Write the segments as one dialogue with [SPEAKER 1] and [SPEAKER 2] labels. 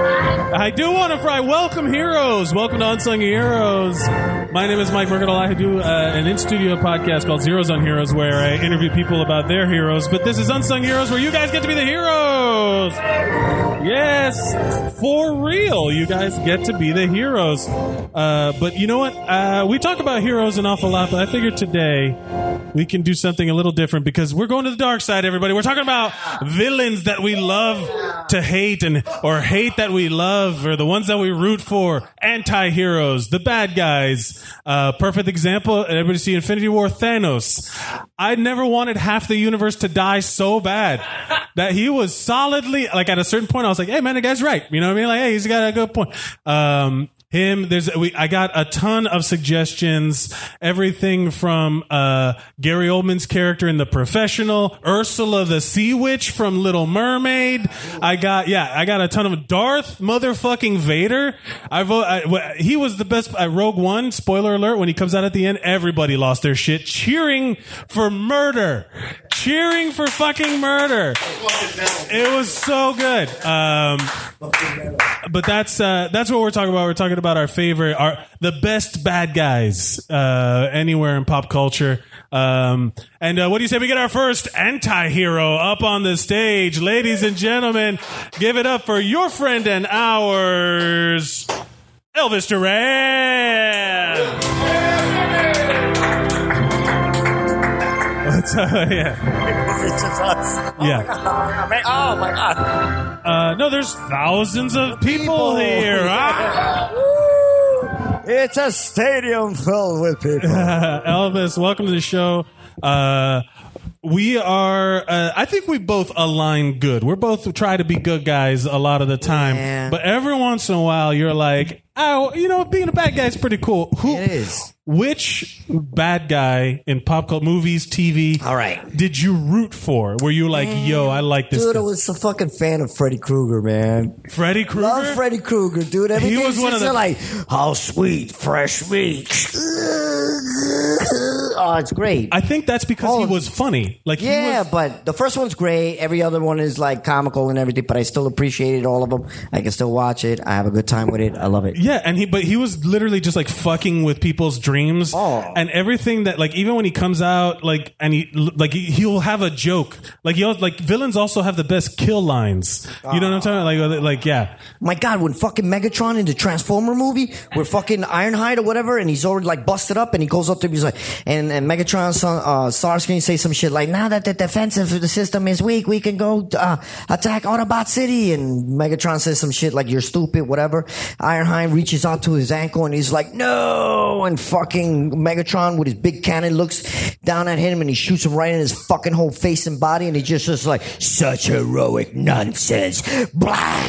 [SPEAKER 1] I do want to fry. Welcome, heroes. Welcome to Unsung Heroes. My name is Mike Mercadal. I do uh, an in studio podcast called Zeros on Heroes where I interview people about their heroes. But this is Unsung Heroes where you guys get to be the heroes. Yes, for real. You guys get to be the heroes. Uh, but you know what? Uh, we talk about heroes an awful lot, but I figured today we can do something a little different because we're going to the dark side, everybody. We're talking about villains that we love to hate and or hate that we love or the ones that we root for, anti heroes, the bad guys. Uh, perfect example, everybody see Infinity War Thanos. I never wanted half the universe to die so bad that he was solidly, like at a certain point, I was like, hey man, the guy's right. You know what I mean? Like, hey, he's got a good point. Um, him there's we i got a ton of suggestions everything from uh gary oldman's character in the professional ursula the sea witch from little mermaid i got yeah i got a ton of darth motherfucking vader i vote I, w- he was the best at rogue one spoiler alert when he comes out at the end everybody lost their shit cheering for murder cheering for fucking murder it was so good um but that's uh, that's what we're talking about. We're talking about our favorite, our the best bad guys uh, anywhere in pop culture. Um, and uh, what do you say? We get our first anti-hero up on the stage, ladies and gentlemen. Give it up for your friend and ours, Elvis Duran. What's up? Yeah.
[SPEAKER 2] it's just us. Oh
[SPEAKER 1] Yeah.
[SPEAKER 2] My God. Oh my god.
[SPEAKER 1] Uh, no, there's thousands of people,
[SPEAKER 2] People.
[SPEAKER 1] here. Ah!
[SPEAKER 2] It's a stadium filled with people.
[SPEAKER 1] Uh, Elvis, welcome to the show. Uh, we are, uh, I think we both align good. We're both try to be good guys a lot of the time.
[SPEAKER 2] Yeah.
[SPEAKER 1] But every once in a while, you're like, oh, you know, being a bad guy is pretty cool. Who,
[SPEAKER 2] It is.
[SPEAKER 1] Which bad guy in pop culture, movies, TV,
[SPEAKER 2] All right.
[SPEAKER 1] did you root for? Were you like, yo, I like this
[SPEAKER 2] Dude, I
[SPEAKER 1] guy?
[SPEAKER 2] was a fucking fan of Freddy Krueger, man.
[SPEAKER 1] Freddy Krueger?
[SPEAKER 2] Love Freddy Krueger, dude. Everything
[SPEAKER 1] was one of the-
[SPEAKER 2] like, how sweet, fresh meat. oh, it's great.
[SPEAKER 1] I think that's because
[SPEAKER 2] Oh.
[SPEAKER 1] he was funny. Like, he
[SPEAKER 2] yeah,
[SPEAKER 1] was,
[SPEAKER 2] but the first one's great. Every other one is like comical and everything, but I still appreciated all of them. I can still watch it. I have a good time with it. I love it.
[SPEAKER 1] Yeah, and he but he was literally just like fucking with people's dreams
[SPEAKER 2] Oh.
[SPEAKER 1] and everything that like even when he comes out like and he like he, he'll have a joke like he'll like villains also have the best kill lines. You know what I'm talking about? Like like yeah,
[SPEAKER 2] My God, when fucking Megatron in the Transformer movie, where fucking Ironhide or whatever, and he's already like busted up, and he goes up to him, he's like, and, and Megatron, son- uh, Starscream say some shit like, now that the defensive of the system is weak, we can go uh, attack Autobot City, and Megatron says some shit like, you're stupid, whatever. Ironhide reaches out to his ankle, and he's like, no, and fucking Megatron with his big cannon looks down at him, and he shoots him right in his fucking whole face and body, and he just just like, such heroic nonsense, blast.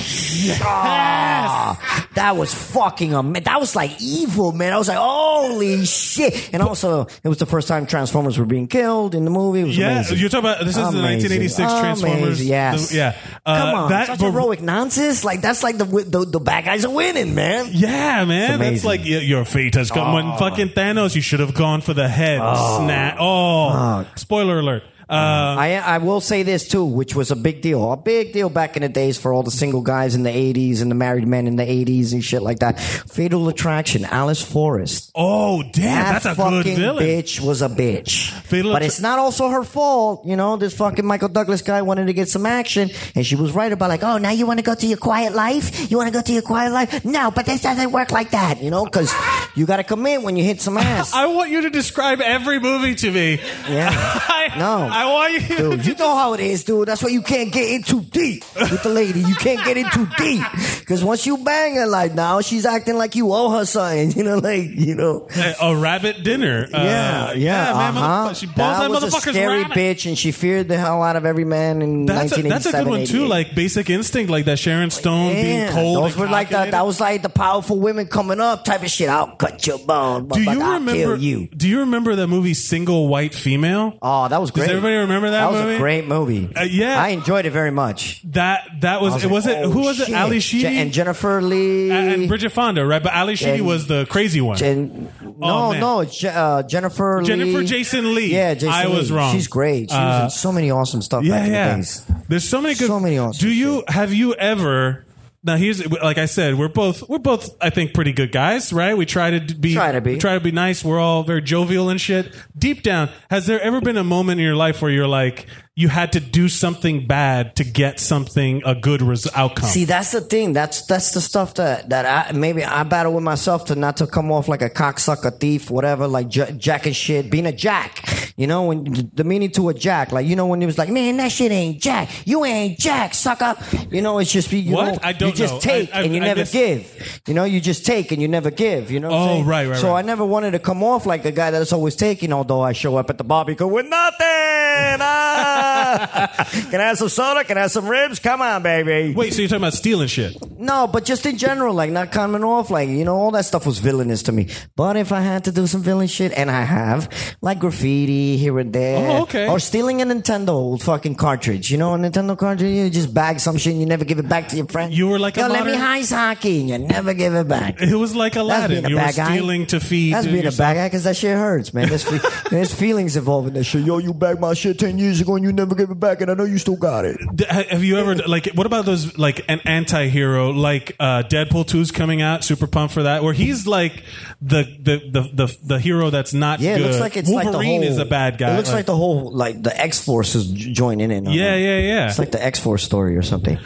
[SPEAKER 2] Ah, that was fucking amazing. That was like evil, man. I was like, holy shit. And also, it was the first time Transformers were being killed in the movie. It was
[SPEAKER 1] yeah.
[SPEAKER 2] amazing.
[SPEAKER 1] You're talking about this is the
[SPEAKER 2] Amazing.
[SPEAKER 1] 1986 Transformers.
[SPEAKER 2] Amazing, Yes.
[SPEAKER 1] The- yeah. Uh,
[SPEAKER 2] Come on.
[SPEAKER 1] that-
[SPEAKER 2] such
[SPEAKER 1] but-
[SPEAKER 2] heroic nonsense. Like, that's like the, the, the bad guys are winning, man.
[SPEAKER 1] Yeah, man, that's
[SPEAKER 2] amazing. Oh.
[SPEAKER 1] like y- your fate has come. When fucking Thanos, you should have gone for the head. Snap. Oh, spoiler alert. Uh,
[SPEAKER 2] I, I will say this too, which was a big deal, a big deal back in the days for all the single guys in the '80s and the married men in the '80s and shit like that. Fatal Attraction, Alice Forrest,
[SPEAKER 1] oh, damn,
[SPEAKER 2] that
[SPEAKER 1] that's a
[SPEAKER 2] fucking
[SPEAKER 1] good villain.
[SPEAKER 2] bitch was a bitch.
[SPEAKER 1] Fatal
[SPEAKER 2] but
[SPEAKER 1] Attra-
[SPEAKER 2] it's not also her fault, you know. This fucking Michael Douglas guy wanted to get some action, and she was right about like, oh, now you want to go to your quiet life? You want to go to your quiet life? No, but this doesn't work like that, you know, because you got to commit when you hit some ass.
[SPEAKER 1] I want you to describe every movie to me.
[SPEAKER 2] Yeah.
[SPEAKER 1] I,
[SPEAKER 2] No.
[SPEAKER 1] I want you.
[SPEAKER 2] Dude, you know how it is, dude. That's why you can't get in too deep with the lady. You can't get in too deep because once you bang her, like now she's acting like you owe her something. You know, like you know.
[SPEAKER 1] A- a rabbit dinner. Uh,
[SPEAKER 2] Yeah, yeah,
[SPEAKER 1] man.
[SPEAKER 2] uh-huh.
[SPEAKER 1] motherfucker- She balls
[SPEAKER 2] that
[SPEAKER 1] that,
[SPEAKER 2] was a
[SPEAKER 1] motherfucker's
[SPEAKER 2] scary
[SPEAKER 1] rabbit.
[SPEAKER 2] bitch, and she feared the hell out of every man in
[SPEAKER 1] That's a,
[SPEAKER 2] 1987.
[SPEAKER 1] that's a good one too.
[SPEAKER 2] 88.
[SPEAKER 1] Like Basic Instinct, like that Sharon Stone being
[SPEAKER 2] Oh, Yeah,
[SPEAKER 1] cold.
[SPEAKER 2] Those
[SPEAKER 1] and
[SPEAKER 2] were like the,
[SPEAKER 1] calculated.
[SPEAKER 2] that was like the powerful women coming up type of shit. I'll cut your bone, but
[SPEAKER 1] Do you
[SPEAKER 2] I'll
[SPEAKER 1] remember?
[SPEAKER 2] kill you.
[SPEAKER 1] Do you remember that movie Single White Female?
[SPEAKER 2] Oh, that was great.
[SPEAKER 1] everybody remember that
[SPEAKER 2] That was
[SPEAKER 1] movie?
[SPEAKER 2] a great movie.
[SPEAKER 1] Uh, yeah.
[SPEAKER 2] I enjoyed it very much.
[SPEAKER 1] that that was,
[SPEAKER 2] I
[SPEAKER 1] it. Was
[SPEAKER 2] like,
[SPEAKER 1] it
[SPEAKER 2] oh,
[SPEAKER 1] who was
[SPEAKER 2] shit.
[SPEAKER 1] it? Ali Sheedy
[SPEAKER 2] Je- and Jennifer Lee
[SPEAKER 1] A- and Bridget Fonda, right? But Ali Sheedy
[SPEAKER 2] And-
[SPEAKER 1] was the crazy one.
[SPEAKER 2] Jen-
[SPEAKER 1] Oh,
[SPEAKER 2] no,
[SPEAKER 1] man.
[SPEAKER 2] no, Je- uh, Jennifer.
[SPEAKER 1] Jennifer
[SPEAKER 2] Lee.
[SPEAKER 1] Jason Lee.
[SPEAKER 2] Yeah, Jason
[SPEAKER 1] I was
[SPEAKER 2] Leigh.
[SPEAKER 1] wrong. Uh,
[SPEAKER 2] She's great. She was in so many awesome stuff.
[SPEAKER 1] yeah,
[SPEAKER 2] back in the
[SPEAKER 1] yeah.
[SPEAKER 2] days.
[SPEAKER 1] There's so many good.
[SPEAKER 2] So many awesome
[SPEAKER 1] Do you have you ever Now here's like I said, we're both we're both I think pretty good guys, right? We try to be
[SPEAKER 2] Try to be.
[SPEAKER 1] we try to be nice. We're all very jovial and shit. Deep down, has there ever been a moment in your life where you're like you had to do something bad to get something a good res- outcome?
[SPEAKER 2] See, that's the thing. That's that's the stuff that that I maybe I battle with myself to not to come off like a cocksucker, thief, whatever, like j- jack and shit, being a jack. You know, when the meaning to a jack, like you know, when it was like, man, that shit ain't jack. You ain't jack, sucker. You know, it's just you
[SPEAKER 1] What?
[SPEAKER 2] know,
[SPEAKER 1] I don't
[SPEAKER 2] you just
[SPEAKER 1] know.
[SPEAKER 2] take
[SPEAKER 1] I- I-
[SPEAKER 2] and you
[SPEAKER 1] I
[SPEAKER 2] never
[SPEAKER 1] guess-
[SPEAKER 2] give. You know, you just take and you never give. You know. what I'm
[SPEAKER 1] Oh,
[SPEAKER 2] saying?
[SPEAKER 1] right, right,
[SPEAKER 2] So
[SPEAKER 1] right.
[SPEAKER 2] I never wanted to come off like a guy that's always taking. Although I show up at the barbecue with nothing. Ah! Can I have some soda? Can I have some ribs? Come on, baby.
[SPEAKER 1] Wait, so you're talking about stealing shit?
[SPEAKER 2] No, but just in general, like not coming off, like you know, all that stuff was villainous to me. But if I had to do some villain shit, and I have, like graffiti here and there,
[SPEAKER 1] Oh, okay.
[SPEAKER 2] or stealing a Nintendo old fucking cartridge, you know, a Nintendo cartridge, you just bag some shit, and you never give it back to your friend.
[SPEAKER 1] You were like a
[SPEAKER 2] Yo, let me
[SPEAKER 1] modern-
[SPEAKER 2] ice hockey, and you never give it back.
[SPEAKER 1] It was like Aladdin.
[SPEAKER 2] being a
[SPEAKER 1] You were
[SPEAKER 2] bad guy.
[SPEAKER 1] stealing to feed.
[SPEAKER 2] That's being a
[SPEAKER 1] yourself.
[SPEAKER 2] bad guy because that shit hurts, man. There's, fe- there's feelings involved in that shit. Yo, you bagged my shit ten years ago and you never gave it back, and I know you still got it.
[SPEAKER 1] D- ha- Have you ever like what about those like an anti-hero like uh Deadpool 2's coming out super pumped for that where he's like the the the the, the hero that's not
[SPEAKER 2] Yeah,
[SPEAKER 1] good.
[SPEAKER 2] it looks like it's
[SPEAKER 1] Wolverine
[SPEAKER 2] like the whole,
[SPEAKER 1] is a bad guy.
[SPEAKER 2] It looks like, the whole like the X Force is j- joining in. on
[SPEAKER 1] Yeah,
[SPEAKER 2] it.
[SPEAKER 1] yeah, yeah.
[SPEAKER 2] It's like the X Force story or something.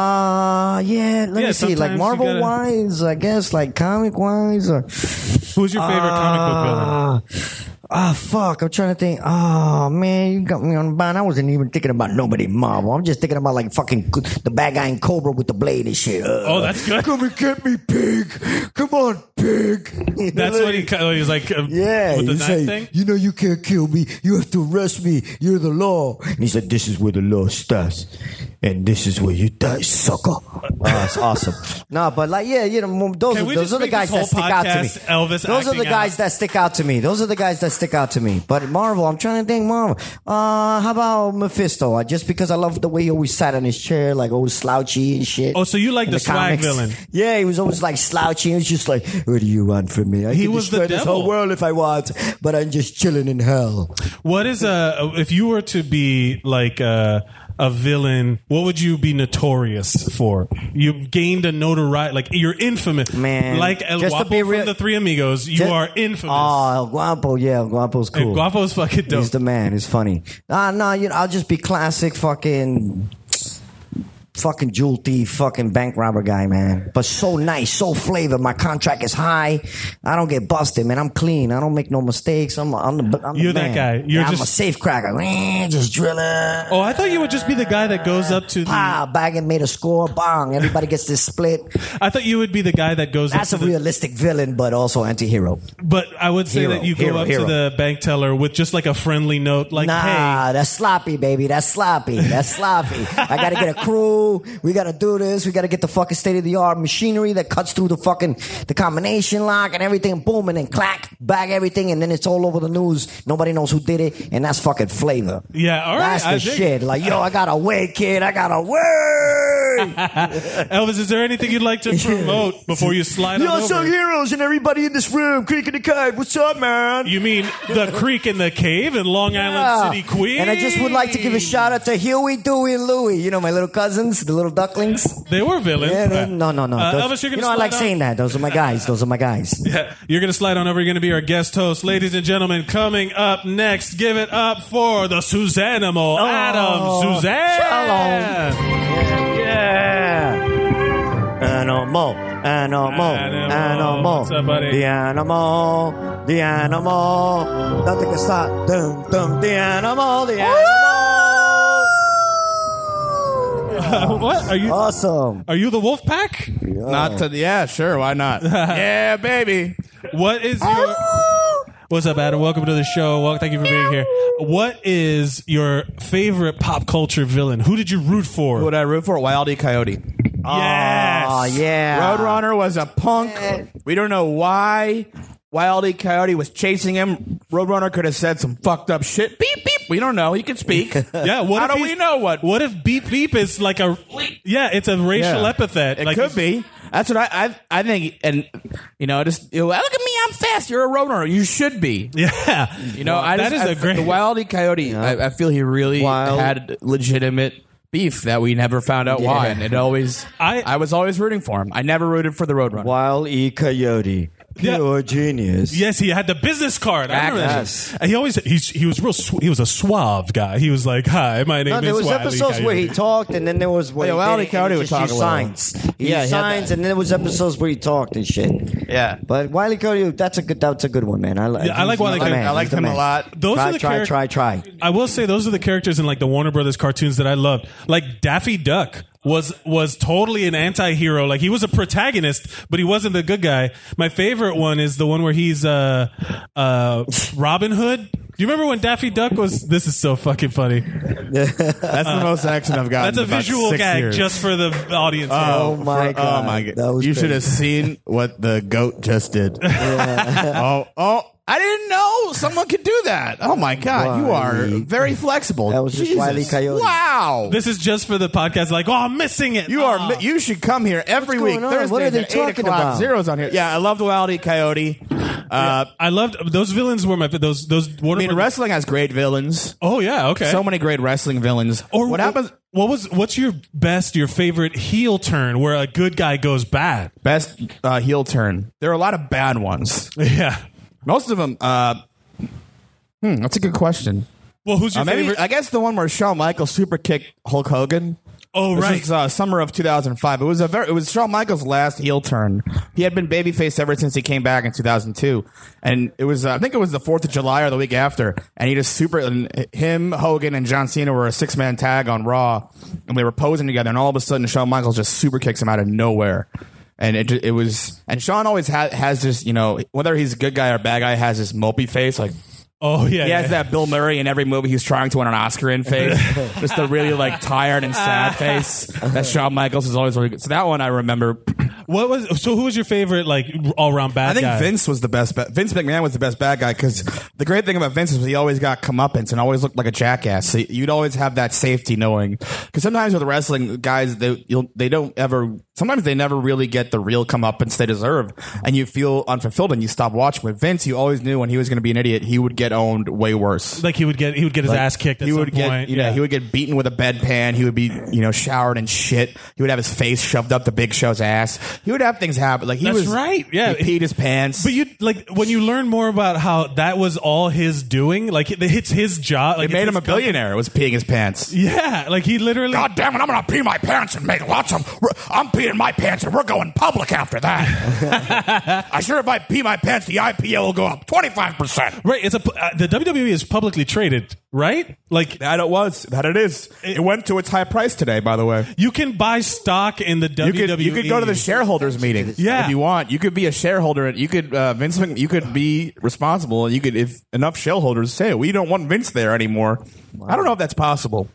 [SPEAKER 2] Uh yeah. Let
[SPEAKER 1] Yeah,
[SPEAKER 2] me see.
[SPEAKER 1] sometimes
[SPEAKER 2] Like
[SPEAKER 1] you
[SPEAKER 2] Marvel
[SPEAKER 1] gotta-
[SPEAKER 2] wise, I guess. Like comic wise, or
[SPEAKER 1] who's your favorite comic book villain?
[SPEAKER 2] Ah, ah, fuck. I'm trying to think. Oh, man, you got me on the bond. I wasn't even thinking about nobody Marvel. I'm just thinking about like fucking co- the bad guy in Cobra with the blade and shit. Uh, Ugh.
[SPEAKER 1] Oh, that's good.
[SPEAKER 2] Come and get me, pig. Come on, pig.
[SPEAKER 1] That's what he kind of- he's like uh,
[SPEAKER 2] Yeah,
[SPEAKER 1] with the
[SPEAKER 2] you
[SPEAKER 1] knife
[SPEAKER 2] say,
[SPEAKER 1] thing.
[SPEAKER 2] You know you can't kill me. You have to arrest me. You're the law. And he said, "This is where the law starts, and this is where you die, sucker." that's awesome. Nah, but like, yeah, you know, mo- those
[SPEAKER 1] Can
[SPEAKER 2] are,
[SPEAKER 1] we
[SPEAKER 2] those
[SPEAKER 1] just
[SPEAKER 2] are the
[SPEAKER 1] make
[SPEAKER 2] guys
[SPEAKER 1] this
[SPEAKER 2] that
[SPEAKER 1] whole
[SPEAKER 2] stick out to me.
[SPEAKER 1] podcast uh, Elvis
[SPEAKER 2] those are the
[SPEAKER 1] acting
[SPEAKER 2] guys
[SPEAKER 1] out?
[SPEAKER 2] that stick out to me. Those are the guys that stick out to me. But Marvel, I'm trying to think Marvel. Uh, how about Mephisto? Uh, Just because I love the way he always sat in his chair, like old slouchy and shit.
[SPEAKER 1] Oh, so you like
[SPEAKER 2] in
[SPEAKER 1] the swag
[SPEAKER 2] comics.
[SPEAKER 1] villain.
[SPEAKER 2] Yeah, he was always like slouchy. He was just like, "What do you want from me?" I
[SPEAKER 1] He
[SPEAKER 2] can
[SPEAKER 1] was the
[SPEAKER 2] destroy this
[SPEAKER 1] devil.
[SPEAKER 2] whole world if I want, but I'm just chilling in hell.
[SPEAKER 1] What is a if you were to be like a a villain, what would you be notorious for? You've gained a notoriety, like you're infamous,
[SPEAKER 2] Man,
[SPEAKER 1] Like El
[SPEAKER 2] just to
[SPEAKER 1] Guapo
[SPEAKER 2] be real-
[SPEAKER 1] from the Three Amigos, you
[SPEAKER 2] Just-
[SPEAKER 1] are infamous.
[SPEAKER 2] Oh, El Guapo, yeah, El Guapo's cool.
[SPEAKER 1] Guapo's fucking dope.
[SPEAKER 2] He's the man. He's funny. Nah, nah. You know, I'll just be classic fucking. Fucking jewel thief, fucking bank robber guy, man. But so nice, so flavor. My contract is high. I don't get busted, man. I'm clean. I don't make no mistakes. I'm, I'm the. I'm the
[SPEAKER 1] You're
[SPEAKER 2] man.
[SPEAKER 1] that guy. You're
[SPEAKER 2] Yeah, I'm a
[SPEAKER 1] just-
[SPEAKER 2] safe cracker. Mm, Just drilling.
[SPEAKER 1] Oh, I thought you would just be the guy that goes up to the.
[SPEAKER 2] Pow, Baggett made a score. Bong. Everybody gets this split.
[SPEAKER 1] I thought you would be the guy that goes.
[SPEAKER 2] That's a
[SPEAKER 1] up to the,
[SPEAKER 2] realistic villain, but also anti-hero.
[SPEAKER 1] But I would say
[SPEAKER 2] Hero,
[SPEAKER 1] that you go
[SPEAKER 2] hero,
[SPEAKER 1] up
[SPEAKER 2] hero.
[SPEAKER 1] to the bank teller with just like a friendly note, like,
[SPEAKER 2] nah, that's sloppy, baby. That's sloppy. That's sloppy. I gotta get a crew. We gotta do this. We gotta get the fucking state of the art machinery that cuts through the fucking the combination lock and everything. Boom, and then clack, bag everything, and then it's all over the news. Nobody knows who did it, and that's fucking flavor.
[SPEAKER 1] "Hey, yeah, all right,
[SPEAKER 2] that's the
[SPEAKER 1] I dig
[SPEAKER 2] shit. Like, yo, I got to wait, kid. I got to wait.
[SPEAKER 1] it." Elvis, is there anything you'd like to promote before you slide on
[SPEAKER 2] Y'all
[SPEAKER 1] over?
[SPEAKER 2] some heroes and everybody in this room. Creek in the Cave. What's up, man?
[SPEAKER 1] You mean the creek in the cave in Long Island City, Queens?
[SPEAKER 2] And I just would like to give a shout out to Huey, Dewey, and Louie. You know, my little cousins, the little ducklings.
[SPEAKER 1] They were villains.
[SPEAKER 2] Yeah, they- no, no, no.
[SPEAKER 1] Uh,
[SPEAKER 2] Those-
[SPEAKER 1] Elvis, you're
[SPEAKER 2] you
[SPEAKER 1] gonna
[SPEAKER 2] know, I
[SPEAKER 1] slide
[SPEAKER 2] like
[SPEAKER 1] on-
[SPEAKER 2] saying that. Those are my guys. Those are my guys.
[SPEAKER 1] You're gonna slide on over. You're gonna be our guest host, ladies and gentlemen. Coming up next, give it up for the Suzanimal, Adam Suzanne.
[SPEAKER 2] Yeah. Animal, animal,
[SPEAKER 1] Animal.
[SPEAKER 2] animal.
[SPEAKER 1] What's up, buddy?
[SPEAKER 2] The animal, the animal. Nothing can stop. Dum, dum, the animal, the animal.
[SPEAKER 1] what are you?
[SPEAKER 2] Awesome.
[SPEAKER 1] Are you the wolf pack?
[SPEAKER 3] Not to yeah, sure, why not? yeah, baby.
[SPEAKER 1] What is your? What's up, Adam? Welcome to the show. Well, thank you for being here. What is your favorite pop culture villain? Who did you root for?
[SPEAKER 3] Would I root for Wildy Coyote?
[SPEAKER 1] yes.
[SPEAKER 2] Oh, yeah.
[SPEAKER 3] Roadrunner was a punk. We don't know why Wildy Coyote was chasing him. Roadrunner could have said some fucked up shit. Beep beep. We don't know. He could speak.
[SPEAKER 1] Yeah. What
[SPEAKER 3] How
[SPEAKER 1] if
[SPEAKER 3] do
[SPEAKER 1] he's-
[SPEAKER 3] we know what-
[SPEAKER 1] What if beep beep is like a? Yeah, it's a racial
[SPEAKER 3] Yeah.
[SPEAKER 1] epithet.
[SPEAKER 3] It
[SPEAKER 1] like
[SPEAKER 3] could be. That's what I, I I think. And you know, just you know, look at me. I'm fast. You're a roadrunner. You should be.
[SPEAKER 1] Yeah.
[SPEAKER 3] You know, I
[SPEAKER 1] that
[SPEAKER 3] just,
[SPEAKER 1] is
[SPEAKER 3] I-
[SPEAKER 1] a great.
[SPEAKER 3] the Wildy Coyote. I, I feel he really
[SPEAKER 2] Wild.
[SPEAKER 3] had legitimate beef that we never found out why,
[SPEAKER 2] Yeah.
[SPEAKER 3] and it always
[SPEAKER 1] I-
[SPEAKER 3] I, was always rooting for him. I never rooted for the Roadrunner.
[SPEAKER 4] Wild E. Coyote,
[SPEAKER 1] Yeah.
[SPEAKER 4] pure genius.
[SPEAKER 1] Yes, he had the business card. I remember that.
[SPEAKER 4] Yes.
[SPEAKER 1] shit. He always he, he was real sw- he was a suave guy. He was like, "Hi, my name
[SPEAKER 2] No,
[SPEAKER 1] is."
[SPEAKER 2] there was
[SPEAKER 1] Wiley
[SPEAKER 2] episodes where he
[SPEAKER 1] Coyote."
[SPEAKER 2] talked, and then there was where
[SPEAKER 3] Yeah,
[SPEAKER 2] he
[SPEAKER 3] Wiley
[SPEAKER 2] didn't, and
[SPEAKER 3] Coyote
[SPEAKER 2] he
[SPEAKER 3] would
[SPEAKER 2] just
[SPEAKER 3] talk
[SPEAKER 2] used
[SPEAKER 3] a little.
[SPEAKER 2] signs. He
[SPEAKER 3] Yeah,
[SPEAKER 2] used
[SPEAKER 3] he had
[SPEAKER 2] signs, and then there was episodes where he talked and shit.
[SPEAKER 3] Yeah.
[SPEAKER 2] but Wiley Coyote, that's a good, that's a good one, man. I, li-
[SPEAKER 1] Yeah, I like
[SPEAKER 2] he's
[SPEAKER 1] Wile E.
[SPEAKER 2] the
[SPEAKER 1] Coyote.
[SPEAKER 2] man.
[SPEAKER 1] I
[SPEAKER 2] He's
[SPEAKER 1] liked
[SPEAKER 2] the
[SPEAKER 3] him a
[SPEAKER 2] man.
[SPEAKER 3] lot.
[SPEAKER 1] Those
[SPEAKER 2] try,
[SPEAKER 1] are the
[SPEAKER 2] try,
[SPEAKER 1] charac-
[SPEAKER 2] try, try.
[SPEAKER 1] I will say those are the characters in like the Warner Brothers cartoons that I loved. Like Daffy Duck was was totally an anti-hero. Like he was a protagonist, but he wasn't the good guy. My favorite one is the one where he's uh uh Robin Hood. Do you remember when Daffy Duck was this is so fucking funny. Uh,
[SPEAKER 3] That's the most action I've gotten.
[SPEAKER 1] That's a
[SPEAKER 3] in about
[SPEAKER 1] visual
[SPEAKER 3] six
[SPEAKER 1] gag
[SPEAKER 3] years.
[SPEAKER 1] just for the audience.
[SPEAKER 2] Oh my
[SPEAKER 3] For-
[SPEAKER 2] god!
[SPEAKER 3] Oh my god!
[SPEAKER 2] That was
[SPEAKER 3] you
[SPEAKER 2] great.
[SPEAKER 3] should have seen what the goat just did. oh, oh! I didn't know someone could do that. Oh my god! You are
[SPEAKER 2] Wiley.
[SPEAKER 3] very flexible.
[SPEAKER 2] That was just
[SPEAKER 3] Jesus.
[SPEAKER 2] Wiley Coyote.
[SPEAKER 3] Wow!
[SPEAKER 1] This is just for the podcast. Like, oh, I'm missing it.
[SPEAKER 3] you are.
[SPEAKER 1] Ah.
[SPEAKER 3] mi- You should come here every
[SPEAKER 2] What's
[SPEAKER 3] week.
[SPEAKER 2] going on?
[SPEAKER 3] Thursday.
[SPEAKER 2] What are they
[SPEAKER 3] at 8
[SPEAKER 2] talking
[SPEAKER 3] o'clock.
[SPEAKER 2] about?
[SPEAKER 3] Zeros on here. Yeah, I love the Wiley Coyote. Uh,
[SPEAKER 1] I loved those villains were my those those.
[SPEAKER 3] I
[SPEAKER 1] Warner
[SPEAKER 3] mean,
[SPEAKER 1] Brothers-
[SPEAKER 3] wrestling has great villains.
[SPEAKER 1] Oh yeah, okay.
[SPEAKER 3] So many great wrestling villains.
[SPEAKER 1] Or
[SPEAKER 3] what happens?
[SPEAKER 1] What was what's your best, your favorite heel turn where a good guy goes bad?
[SPEAKER 3] Best uh, heel turn. There are a lot of bad ones.
[SPEAKER 1] Yeah.
[SPEAKER 3] Most of them. Uh, hmm, that's a good question.
[SPEAKER 1] Well, who's your
[SPEAKER 3] Uh, maybe
[SPEAKER 1] favorite?
[SPEAKER 3] I guess the one where Shawn Michaels super kicked Hulk Hogan.
[SPEAKER 1] oh
[SPEAKER 3] This
[SPEAKER 1] right.
[SPEAKER 3] was uh, summer of 2005. It was a very, it was Shawn Michaels' last heel turn. He had been babyface ever since he came back in 2002, and it was uh, I think it was the Fourth of July or the week after, and he just super and him Hogan and John Cena were a six man tag on Raw, and they were posing together, and all of a sudden Shawn Michaels just super kicks him out of nowhere. And it, ju- it was and Shawn always ha- has this you know whether he's a good guy or bad guy has this mopey face like
[SPEAKER 1] oh yeah.
[SPEAKER 3] he
[SPEAKER 1] yeah.
[SPEAKER 3] has that Bill Murray in every movie he's trying to win an Oscar in face. Just the really like tired and sad face that Shawn Michaels is always really good. So that one I remember.
[SPEAKER 1] What was so? Who was your favorite like all round bad
[SPEAKER 3] I think
[SPEAKER 1] guy?
[SPEAKER 3] Vince was the best. Ba- Vince McMahon was the best bad guy because the great thing about Vince is he always got comeuppance and always looked like a jackass. So you'd always have that safety knowing because sometimes with wrestling guys they you'll, they don't ever sometimes they never really get the real comeuppance they deserve and you feel unfulfilled and you stop watching. With Vince, you always knew when he was going to be an idiot, he would get owned way worse.
[SPEAKER 1] Like he would get he would get his ass kicked. At
[SPEAKER 3] he
[SPEAKER 1] some
[SPEAKER 3] would
[SPEAKER 1] point.
[SPEAKER 3] get you know he would get beaten with a bedpan he would be you know showered in shit he would have his face shoved up the big show's ass he would have things happen like he
[SPEAKER 1] That's
[SPEAKER 3] was
[SPEAKER 1] right, yeah.
[SPEAKER 3] he peed his pants
[SPEAKER 1] But you like when you learn more about how that was all his doing. Like it, it's his job. Like
[SPEAKER 3] it made
[SPEAKER 1] it's
[SPEAKER 3] him a
[SPEAKER 1] his company.
[SPEAKER 3] billionaire it was peeing his pants
[SPEAKER 1] Yeah, like he literally.
[SPEAKER 5] God damn it, I'm gonna pee my pants and make lots of. I'm peeing my pants and we're going public after that. I sure if I pee my pants, the IPO will go up 25%.
[SPEAKER 1] Right, it's a pu- uh, the WWE is publicly traded, right? Like
[SPEAKER 3] that it was that it is it, went to its high price today by the way
[SPEAKER 1] you can buy stock in the E.
[SPEAKER 3] you
[SPEAKER 1] WWE.
[SPEAKER 3] could you could go to the shareholders meeting
[SPEAKER 1] Yeah.
[SPEAKER 3] if you want. You could be a shareholder. and You could uh, Vince. Mc- You could be responsible. and You could if enough shareholders say we don't want Vince there anymore. I don't know if that's possible.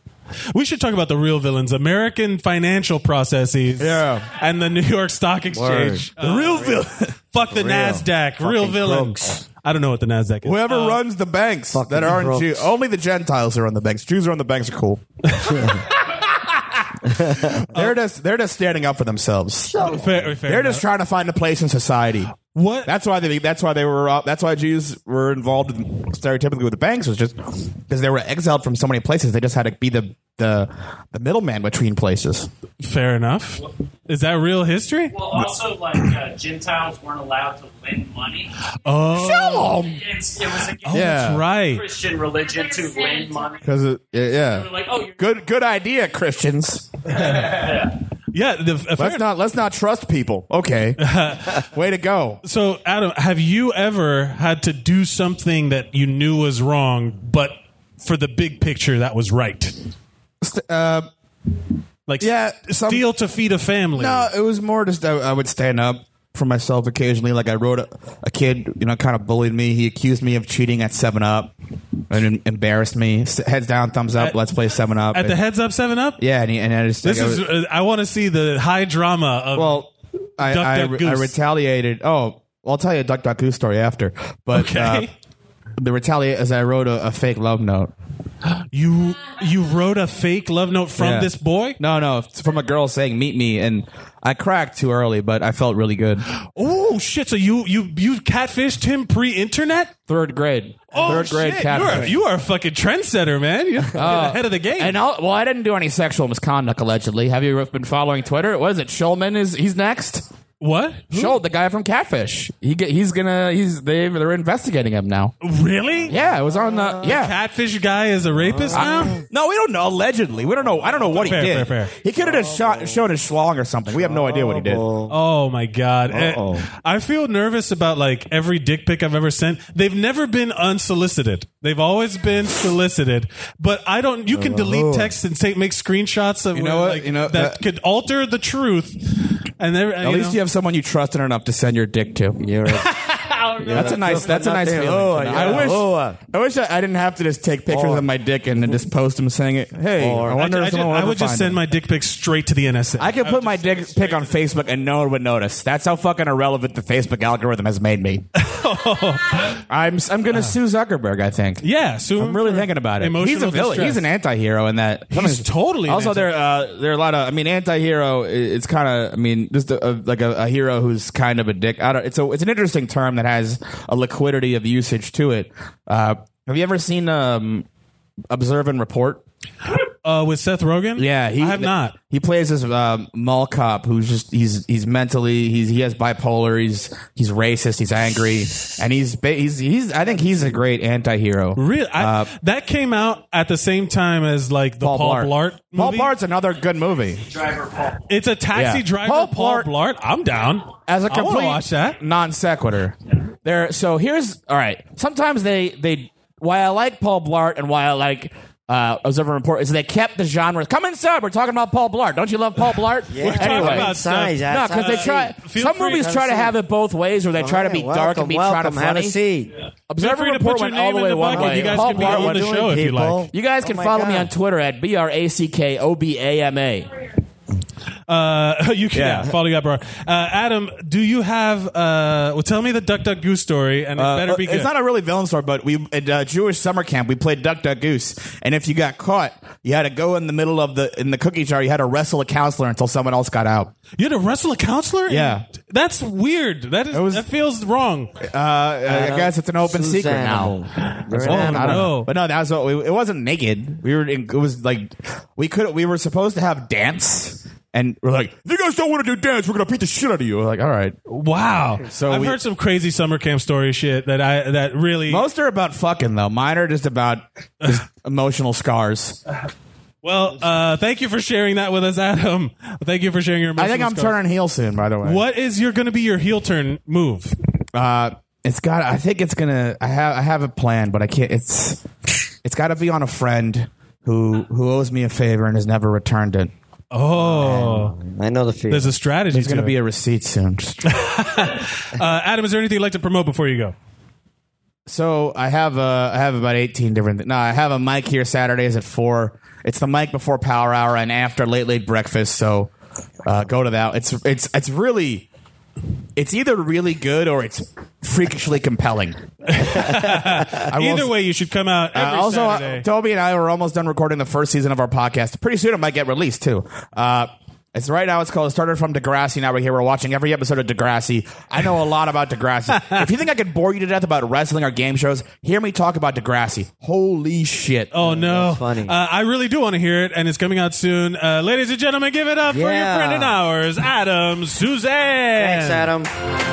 [SPEAKER 1] We should talk about the real villains: American financial processes,
[SPEAKER 3] Yeah.
[SPEAKER 1] and the New York Stock Exchange. Oh,
[SPEAKER 3] The real villain.
[SPEAKER 1] Fuck the Nasdaq, real villains.
[SPEAKER 2] crooks.
[SPEAKER 1] I don't know what the Nasdaq is.
[SPEAKER 3] Whoever runs the banks
[SPEAKER 2] fucking
[SPEAKER 3] that aren't
[SPEAKER 2] crooks.
[SPEAKER 3] Jews, only the Gentiles are on the banks. Jews are on the banks are cool. they're just they're just standing up for themselves.
[SPEAKER 1] fair, fair
[SPEAKER 3] They're
[SPEAKER 1] enough.
[SPEAKER 3] just trying to find a place in society.
[SPEAKER 1] what?
[SPEAKER 3] That's why they that's why they were uh, that's why Jews were involved in, stereotypically with the banks was just because they were exiled from so many places. They just had to be the the the middleman between places.
[SPEAKER 1] fair enough. Is that real history?
[SPEAKER 6] Well, also like uh, Gentiles weren't allowed to lend money.
[SPEAKER 1] Oh,
[SPEAKER 6] It's, it was against
[SPEAKER 1] that's right.
[SPEAKER 6] Christian religion to lend money.
[SPEAKER 3] Because yeah,
[SPEAKER 6] They're like, oh, you're
[SPEAKER 3] good good idea, Christians.
[SPEAKER 1] Yeah, the, uh, fair
[SPEAKER 3] Let's not let's not trust people. Okay, way to go.
[SPEAKER 1] So, Adam, have you ever had to do something that you knew was wrong, but for the big picture that was right?
[SPEAKER 3] Uh,
[SPEAKER 1] Like,
[SPEAKER 3] Yeah, some-
[SPEAKER 1] steal to feed a family.
[SPEAKER 3] No, it was more just I, I would stand up for myself occasionally. Like I wrote a, a kid, you know, kind of bullied me. He accused me of cheating at Seven Up and em- embarrassed me. S- Heads down, thumbs up.
[SPEAKER 1] At-
[SPEAKER 3] let's play Seven Up.
[SPEAKER 1] At the
[SPEAKER 3] And-
[SPEAKER 1] Heads Up Seven Up.
[SPEAKER 3] yeah, and, he, and I just
[SPEAKER 1] This
[SPEAKER 3] like, I
[SPEAKER 1] is.
[SPEAKER 3] was-
[SPEAKER 1] Uh, I want to see the high drama of.
[SPEAKER 3] well, I
[SPEAKER 1] Duck,
[SPEAKER 3] I,
[SPEAKER 1] Duck,
[SPEAKER 3] re- I
[SPEAKER 1] Goose.
[SPEAKER 3] retaliated. Oh, I'll tell you a Duck Duck Goose story after, but.
[SPEAKER 1] okay.
[SPEAKER 3] uh, the retaliate as I wrote a, a fake love note
[SPEAKER 1] You you wrote a fake love note from
[SPEAKER 3] Yeah.
[SPEAKER 1] this boy?
[SPEAKER 3] No, no, it's from a girl saying "meet me," and I cracked too early, but I felt really good.
[SPEAKER 1] Oh shit! So you you you catfished him pre-internet?
[SPEAKER 3] Third grade,
[SPEAKER 1] Oh
[SPEAKER 3] third grade
[SPEAKER 1] shit!
[SPEAKER 3] cat.
[SPEAKER 1] You are, you are a fucking trendsetter, man. You're ahead of the game.
[SPEAKER 3] And I'll, well, I didn't do any sexual misconduct allegedly. Have you been following Twitter? What is it? Shulman is he's next.
[SPEAKER 1] what?
[SPEAKER 3] Shul, the guy from Catfish. He get, he's gonna he's they they're investigating him now.
[SPEAKER 1] Really? Uh,
[SPEAKER 3] Yeah, it was on the yeah. Uh,
[SPEAKER 1] Catfish guy is a rapist now.
[SPEAKER 5] No, we don't know. Allegedly, we don't know. I don't know what
[SPEAKER 1] Fair,
[SPEAKER 5] he did.
[SPEAKER 1] fair, fair.
[SPEAKER 5] He could have just shot, shown his schlong or something. We have no idea what he did.
[SPEAKER 1] Oh my god! Eh,
[SPEAKER 4] Uh-oh.
[SPEAKER 1] I feel nervous about like every dick pic I've ever sent. They've never been unsolicited. They've always been solicited. But I don't. You can delete texts and take make screenshots of
[SPEAKER 3] You know
[SPEAKER 1] where,
[SPEAKER 3] what?
[SPEAKER 1] like,
[SPEAKER 3] You know,
[SPEAKER 1] that,
[SPEAKER 3] that-
[SPEAKER 1] could alter the truth. And there,
[SPEAKER 3] At least you have someone you trusted enough to send your dick to.
[SPEAKER 4] You're a-
[SPEAKER 3] That's a nice. That's a nice
[SPEAKER 4] nothing.
[SPEAKER 3] feeling.
[SPEAKER 4] Oh,
[SPEAKER 3] to know.
[SPEAKER 4] yeah.
[SPEAKER 3] I wish.
[SPEAKER 4] Oh, uh,
[SPEAKER 3] I wish I, I didn't have to just take pictures
[SPEAKER 4] Or-
[SPEAKER 3] of my dick and then just post them saying it. Hey,
[SPEAKER 4] Or-
[SPEAKER 3] I
[SPEAKER 1] I,
[SPEAKER 3] wonder
[SPEAKER 1] I
[SPEAKER 3] if
[SPEAKER 1] ju-
[SPEAKER 3] someone will
[SPEAKER 1] I
[SPEAKER 3] ever
[SPEAKER 1] would just
[SPEAKER 3] find
[SPEAKER 1] send
[SPEAKER 3] it.
[SPEAKER 1] my dick pic straight to the NSA.
[SPEAKER 5] I could put my dick pic on Facebook and no one would notice. That's how fucking irrelevant the Facebook algorithm has made me.
[SPEAKER 3] I'm. I'm gonna sue Zuckerberg. I think.
[SPEAKER 1] Uh. yeah, so
[SPEAKER 3] I'm really thinking about it.
[SPEAKER 1] Emotional
[SPEAKER 3] He's a villain.
[SPEAKER 1] distress.
[SPEAKER 3] He's an anti-hero in that.
[SPEAKER 1] He's totally an
[SPEAKER 3] Also,
[SPEAKER 1] anti-
[SPEAKER 3] there uh, there are a lot of. I mean, anti-hero. i- It's kind of. I mean, just a, a, like a, a hero who's kind of a dick. I don't. It's a. It's an interesting term that has a liquidity of usage to it. Uh, have you ever seen um, Observe and Report?
[SPEAKER 1] uh, with Seth Rogen.
[SPEAKER 3] Yeah,
[SPEAKER 1] I have not.
[SPEAKER 3] He plays this um, mall cop who's just he's he's mentally he's he has bipolar. He's he's racist. He's angry, and he's ba- he's he's. I think he's a great anti-hero. Uh,
[SPEAKER 1] Really, I, that came out at the same time as like the Paul, Blart.
[SPEAKER 3] Paul
[SPEAKER 1] movie.
[SPEAKER 3] Blart's another good movie.
[SPEAKER 6] Driver Paul.
[SPEAKER 1] It's a taxi
[SPEAKER 3] Yeah.
[SPEAKER 1] driver, Paul
[SPEAKER 3] Paul
[SPEAKER 1] Blart.
[SPEAKER 3] Blart.
[SPEAKER 1] I'm down.
[SPEAKER 3] as a
[SPEAKER 1] I wanna
[SPEAKER 3] complete
[SPEAKER 1] watch that.
[SPEAKER 3] non sequitur. There. So here's all right. Sometimes they they why I like Paul Blart and why I like. Uh, Observer Report is they kept the genre. Come inside. We're talking about Paul Blart. Don't you love Paul Blart?
[SPEAKER 1] We're talking
[SPEAKER 3] Anyway.
[SPEAKER 1] about stuff.
[SPEAKER 2] Size,
[SPEAKER 1] No,
[SPEAKER 2] ass,
[SPEAKER 3] No, because they
[SPEAKER 2] size.
[SPEAKER 3] try.
[SPEAKER 1] feel
[SPEAKER 3] Some
[SPEAKER 1] free.
[SPEAKER 3] movies try to have it both ways, or they try to be
[SPEAKER 2] All right,
[SPEAKER 3] dark
[SPEAKER 2] welcome,
[SPEAKER 3] and be
[SPEAKER 2] Oh, welcome,
[SPEAKER 3] trying to
[SPEAKER 2] Have
[SPEAKER 3] funny.
[SPEAKER 2] a seat.
[SPEAKER 1] Feel
[SPEAKER 3] Observer
[SPEAKER 1] free to
[SPEAKER 3] Report
[SPEAKER 1] put your
[SPEAKER 3] went all
[SPEAKER 1] name
[SPEAKER 3] the
[SPEAKER 1] in
[SPEAKER 3] way
[SPEAKER 1] the
[SPEAKER 3] one
[SPEAKER 1] bucket.
[SPEAKER 3] way.
[SPEAKER 1] You guys
[SPEAKER 3] Paul
[SPEAKER 1] can be
[SPEAKER 3] Blart
[SPEAKER 1] on
[SPEAKER 3] went-
[SPEAKER 1] the
[SPEAKER 2] doing,
[SPEAKER 1] show if you
[SPEAKER 2] people?
[SPEAKER 1] like.
[SPEAKER 3] You guys can
[SPEAKER 2] Oh my
[SPEAKER 3] follow me
[SPEAKER 2] God.
[SPEAKER 3] on Twitter at b r a c k o b a m a.
[SPEAKER 1] Uh, you can yeah, follow you up, bro. Uh, Adam, do you have? Uh, well, tell me the Duck Duck Goose story, and it
[SPEAKER 5] Uh,
[SPEAKER 1] better be good.
[SPEAKER 5] It's not a really villain story, but we at uh, Jewish summer camp we played Duck Duck Goose, and if you got caught, you had to go in the middle of the in the cookie jar. You had to wrestle a counselor until someone else got out.
[SPEAKER 1] you had to wrestle a counselor.
[SPEAKER 5] Yeah.
[SPEAKER 1] that's weird. That is
[SPEAKER 5] was-
[SPEAKER 1] that feels wrong.
[SPEAKER 5] Uh, I I guess it's an open secret
[SPEAKER 2] Susanna.
[SPEAKER 5] now.
[SPEAKER 2] You're an
[SPEAKER 1] Oh,
[SPEAKER 2] animal.
[SPEAKER 5] I don't
[SPEAKER 1] No.
[SPEAKER 5] know. But no, that was what we. It wasn't naked. We were. In, it was like we could. We were supposed to have dance, and we're like, "If you guys don't want to do dance, we're gonna beat the shit out of you." We're like, all right.
[SPEAKER 1] Wow.
[SPEAKER 5] So
[SPEAKER 1] I've
[SPEAKER 5] we-
[SPEAKER 1] heard some crazy summer camp story shit that I that really.
[SPEAKER 5] Most are about fucking though. Mine are just about just emotional scars.
[SPEAKER 1] well, uh, thank you for sharing that with us, Adam. Thank you for sharing your.
[SPEAKER 5] I think
[SPEAKER 1] emotional
[SPEAKER 5] I'm
[SPEAKER 1] scars.
[SPEAKER 5] turning heel soon. By the way,
[SPEAKER 1] What is your going to be your heel turn move?
[SPEAKER 5] Uh, it's got. I think it's gonna. I have. I have a plan, but I can't. It's. It's got to be on a friend who who owes me a favor and has never returned it.
[SPEAKER 1] Oh,
[SPEAKER 2] I know the feeling.
[SPEAKER 1] there's a strategy.
[SPEAKER 5] There's
[SPEAKER 1] to
[SPEAKER 5] gonna
[SPEAKER 1] it.
[SPEAKER 5] be a receipt soon. Just-
[SPEAKER 1] Uh, Adam, is there anything you'd like to promote before you go?
[SPEAKER 5] So I have uh, I have about eighteen different. Th- no, I have a mic here Saturdays at four. It's the mic before Power Hour and after Late Late Breakfast. So uh, go to that. It's it's it's really it's either really good or it's freakishly compelling. I will
[SPEAKER 1] Either
[SPEAKER 5] s-
[SPEAKER 1] way, you should come out every
[SPEAKER 5] Uh, also, uh,
[SPEAKER 1] Saturday.
[SPEAKER 5] Toby and I were almost done recording the first season of our podcast. Pretty soon it might get released too. Uh, it's right now. It's called "It Started from Degrassi." Now we're here. We're watching every episode of Degrassi. I know a lot about Degrassi. if you think I could bore you to death about wrestling or game shows, hear me talk about Degrassi. Holy shit!
[SPEAKER 1] oh no,
[SPEAKER 2] funny.
[SPEAKER 1] Uh, I really do want to hear it, and it's coming out soon. Uh, ladies and gentlemen, give it up for your
[SPEAKER 2] Yeah.
[SPEAKER 1] friend and ours, Adam Suzanne.
[SPEAKER 2] Thanks, Adam.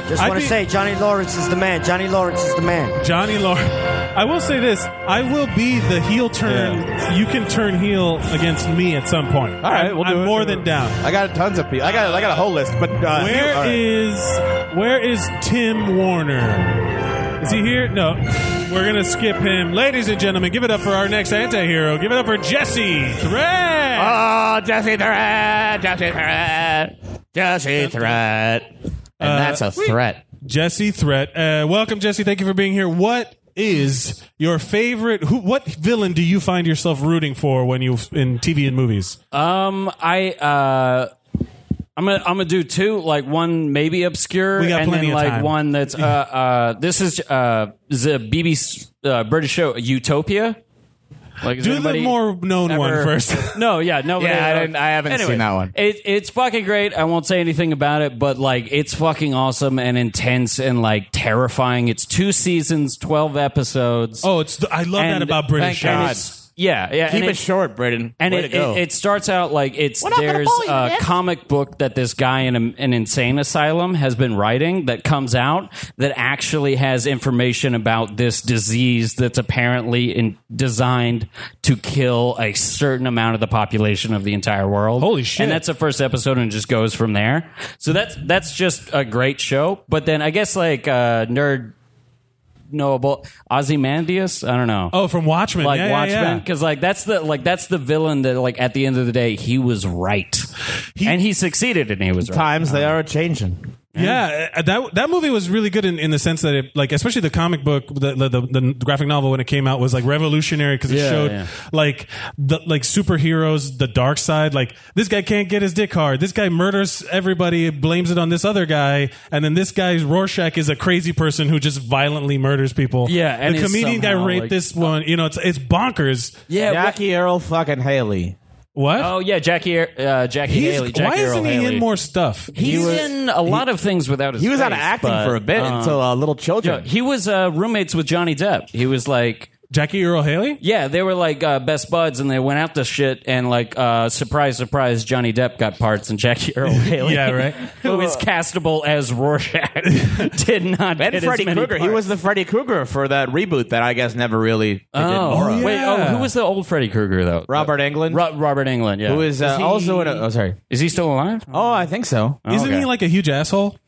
[SPEAKER 2] Just
[SPEAKER 1] I
[SPEAKER 2] want to
[SPEAKER 1] think-
[SPEAKER 2] say, Johnny Lawrence is the man. Johnny Lawrence is the man.
[SPEAKER 1] Johnny Lawrence. I will say this: I will be the heel turn. You can turn heel against me at some point. All
[SPEAKER 5] right,
[SPEAKER 1] I'm,
[SPEAKER 5] we'll do
[SPEAKER 1] I'm
[SPEAKER 5] it.
[SPEAKER 1] more than down.
[SPEAKER 5] I got tons of people. I got I got a whole list. But uh, all
[SPEAKER 1] Where
[SPEAKER 5] right.
[SPEAKER 1] is where is Tim Warner? Is he here? No. We're gonna skip him. Ladies and gentlemen, give it up for our next anti-hero. Give it up for Jesse Thread.
[SPEAKER 3] Oh, Jesse Threat, Jesse Threat, Jesse Threat, and that's a threat.
[SPEAKER 1] Uh, Jesse Threat. Uh, welcome, Jesse. Thank you for being here. What is your favorite who what villain do you find yourself rooting for when you in TV and movies?
[SPEAKER 7] Um, I uh, I'm gonna I'm gonna do two, like one maybe obscure,
[SPEAKER 1] We got
[SPEAKER 7] and
[SPEAKER 1] plenty
[SPEAKER 7] then
[SPEAKER 1] of
[SPEAKER 7] like
[SPEAKER 1] time.
[SPEAKER 7] one that's uh, uh this is uh the BBC uh, British show Utopia. Like, has
[SPEAKER 1] Do the
[SPEAKER 7] anybody
[SPEAKER 1] more known
[SPEAKER 7] ever-
[SPEAKER 1] one first.
[SPEAKER 7] No, yeah, nobody.
[SPEAKER 5] Yeah, I
[SPEAKER 7] knows.
[SPEAKER 5] didn't- I haven't
[SPEAKER 7] Anyway,
[SPEAKER 5] seen that one.
[SPEAKER 7] It, it's fucking great. I won't say anything about it, but like, it's fucking awesome and intense and like terrifying. It's two seasons, twelve episodes.
[SPEAKER 1] Oh, it's the, I love that
[SPEAKER 7] And-
[SPEAKER 1] about British
[SPEAKER 5] thank
[SPEAKER 1] shows.
[SPEAKER 5] God.
[SPEAKER 7] it's- yeah, yeah.
[SPEAKER 5] Keep
[SPEAKER 7] and
[SPEAKER 5] it short, Braden.
[SPEAKER 7] And
[SPEAKER 5] Way
[SPEAKER 7] it,
[SPEAKER 5] to go.
[SPEAKER 7] it, it starts out like it's there's a comic book that this guy in a, an insane asylum has been writing that comes out that actually has information about this disease that's apparently in, designed to kill a certain amount of the population of the entire world.
[SPEAKER 1] Holy shit.
[SPEAKER 7] And that's the first episode and it just goes from there. So that's that's just a great show. But then I guess like uh, nerd knowable Ozymandias, I don't know
[SPEAKER 1] Oh, from Watchmen.
[SPEAKER 7] like
[SPEAKER 1] yeah, yeah, yeah.
[SPEAKER 7] Watchmen because like that's the like that's the villain that like at the end of the day he was right and he succeeded and he was right.
[SPEAKER 5] Times they are a changing.
[SPEAKER 1] Yeah, uh, that that movie was really good in, in the sense that it, like, especially the comic book, the, the the the graphic novel when it came out was like revolutionary because it
[SPEAKER 7] Yeah,
[SPEAKER 1] showed
[SPEAKER 7] yeah.
[SPEAKER 1] like the like superheroes, the dark side. Like this guy can't get his dick hard. This guy murders everybody, blames it on this other guy, and then this guy's Rorschach is a crazy person who just violently murders people.
[SPEAKER 7] Yeah, and
[SPEAKER 1] the
[SPEAKER 7] is
[SPEAKER 1] comedian guy
[SPEAKER 7] somehow,
[SPEAKER 1] raped
[SPEAKER 7] like-
[SPEAKER 1] this one. You know, it's it's bonkers.
[SPEAKER 7] yeah wha-
[SPEAKER 5] Jackie Earl fucking Haley.
[SPEAKER 1] What?
[SPEAKER 7] oh yeah Jackie uh, Jackie
[SPEAKER 1] He's-
[SPEAKER 7] Haley Jackie
[SPEAKER 1] why isn't
[SPEAKER 7] Earl
[SPEAKER 1] he
[SPEAKER 7] Haley.
[SPEAKER 1] in more stuff?
[SPEAKER 7] He's
[SPEAKER 5] was-
[SPEAKER 7] in a lot of things without his.
[SPEAKER 5] He was out of
[SPEAKER 7] face,
[SPEAKER 5] acting
[SPEAKER 7] but,
[SPEAKER 5] for a bit
[SPEAKER 7] uh,
[SPEAKER 5] until uh, Little
[SPEAKER 7] yeah,
[SPEAKER 5] Children.
[SPEAKER 7] he was uh, roommates with Johnny Depp. He was like
[SPEAKER 1] Jackie Earl Haley.
[SPEAKER 7] Yeah, they were like uh, best buds, and they went out to shit, and like uh, surprise, surprise, Johnny Depp got parts, and Jackie Earl Haley,
[SPEAKER 1] Yeah, right.
[SPEAKER 7] who is castable as Rorschach, did not.
[SPEAKER 5] and
[SPEAKER 7] get
[SPEAKER 5] Freddy
[SPEAKER 7] as many
[SPEAKER 5] Krueger. He
[SPEAKER 7] parts.
[SPEAKER 5] was the Freddy Krueger for that reboot that I guess never really. they did
[SPEAKER 7] Oh,
[SPEAKER 5] more of.
[SPEAKER 1] yeah.
[SPEAKER 7] wait. Oh, who was the old Freddy Krueger though?
[SPEAKER 5] Robert Englund?
[SPEAKER 7] Ro- Robert Englund. Yeah.
[SPEAKER 5] Who is, uh,
[SPEAKER 7] he-
[SPEAKER 5] also in a- oh, sorry.
[SPEAKER 7] Is he still alive?
[SPEAKER 5] Oh, I think so.
[SPEAKER 1] Isn't
[SPEAKER 7] okay.
[SPEAKER 1] he like a huge asshole?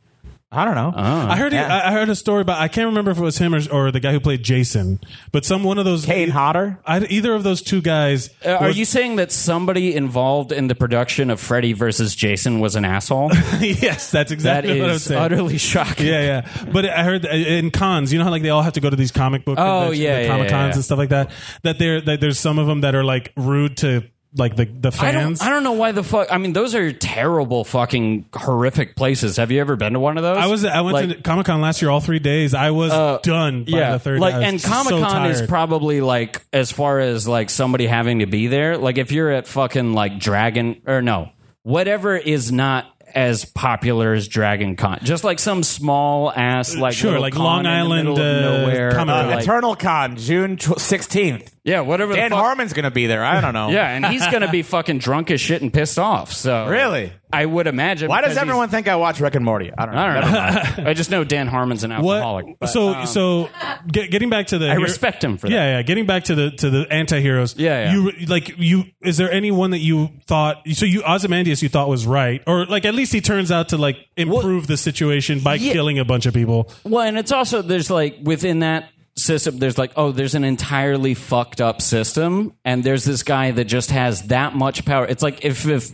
[SPEAKER 5] I don't know.
[SPEAKER 1] I heard he,
[SPEAKER 5] Yeah.
[SPEAKER 1] I I heard a story about I can't remember if it was him or, or the guy who played Jason, but some one of those e-
[SPEAKER 5] Kane Hodder.
[SPEAKER 1] I, either of those two guys.
[SPEAKER 7] Uh, are
[SPEAKER 1] was-
[SPEAKER 7] you saying that somebody involved in the production of Freddy versus Jason was an asshole?
[SPEAKER 1] yes,
[SPEAKER 7] that
[SPEAKER 1] that's exactly what I'm
[SPEAKER 7] is
[SPEAKER 1] saying.
[SPEAKER 7] utterly shocking.
[SPEAKER 1] yeah, yeah. But I heard that in cons, you know how like they all have to go to these comic book
[SPEAKER 7] Oh,
[SPEAKER 1] conventions,
[SPEAKER 7] yeah,
[SPEAKER 1] the
[SPEAKER 7] yeah,
[SPEAKER 1] comic cons
[SPEAKER 7] yeah, yeah.
[SPEAKER 1] and stuff like that. That there, that there's some of them that are like rude to like the the
[SPEAKER 7] I
[SPEAKER 1] fans.
[SPEAKER 7] don't, I don't know why the fuck. I mean, those are terrible, fucking horrific places. Have you ever been to one of those?
[SPEAKER 1] I was I went
[SPEAKER 7] Like- Uh,
[SPEAKER 1] to Comic Con last year, all three days. I was done by the third.
[SPEAKER 7] like
[SPEAKER 1] day. I was
[SPEAKER 7] and
[SPEAKER 1] so
[SPEAKER 7] Comic Con is
[SPEAKER 1] tired.
[SPEAKER 7] probably like as far as like somebody having to be there. Like if you're at fucking like Dragon or no, whatever is not as popular as Dragon Con, just like some small ass like
[SPEAKER 1] Uh, Sure,
[SPEAKER 7] little
[SPEAKER 1] like
[SPEAKER 7] con
[SPEAKER 1] Long
[SPEAKER 7] in the
[SPEAKER 1] Island,
[SPEAKER 7] middle of
[SPEAKER 1] uh,
[SPEAKER 7] nowhere,
[SPEAKER 1] Comic
[SPEAKER 7] or,
[SPEAKER 1] Con.
[SPEAKER 7] like-
[SPEAKER 5] Eternal Con, June sixteenth.
[SPEAKER 7] yeah, whatever.
[SPEAKER 5] Dan
[SPEAKER 7] the fuck,
[SPEAKER 5] Harmon's gonna be there. I don't know.
[SPEAKER 7] yeah, and he's gonna be fucking drunk as shit and pissed off. So
[SPEAKER 5] Really?
[SPEAKER 7] I would imagine.
[SPEAKER 5] Why does
[SPEAKER 7] because he's-
[SPEAKER 5] everyone think I watch Rick and Morty? I don't know.
[SPEAKER 7] I don't know. I just know Dan Harmon's an alcoholic. but,
[SPEAKER 1] so
[SPEAKER 7] um,
[SPEAKER 1] so get, getting back to the
[SPEAKER 7] I respect him for that.
[SPEAKER 1] yeah yeah getting back to the to the anti-heroes
[SPEAKER 7] Yeah, yeah.
[SPEAKER 1] you like you is there anyone that you thought so you Ozymandias you thought was right or like at least he turns out to like improve the situation by
[SPEAKER 7] yeah.
[SPEAKER 1] killing a bunch of people
[SPEAKER 7] Well, and it's also there's like within that system, there's like oh, there's an entirely fucked up system, and there's this guy that just has that much power. It's like if if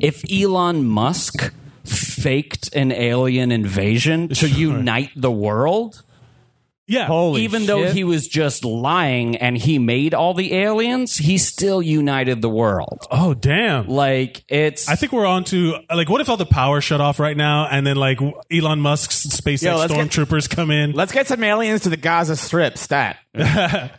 [SPEAKER 7] if Elon Musk faked an alien invasion to unite the world.
[SPEAKER 1] yeah
[SPEAKER 7] Even though he was just lying and he made all the aliens, he still united the world.
[SPEAKER 1] oh damn
[SPEAKER 7] Like it's
[SPEAKER 1] I think we're on to like what if all the power shut off right now and then like Elon Musk's SpaceX
[SPEAKER 5] Yo, let's get-
[SPEAKER 1] stormtroopers come in
[SPEAKER 5] Let's get some aliens to the Gaza Strip. Stat.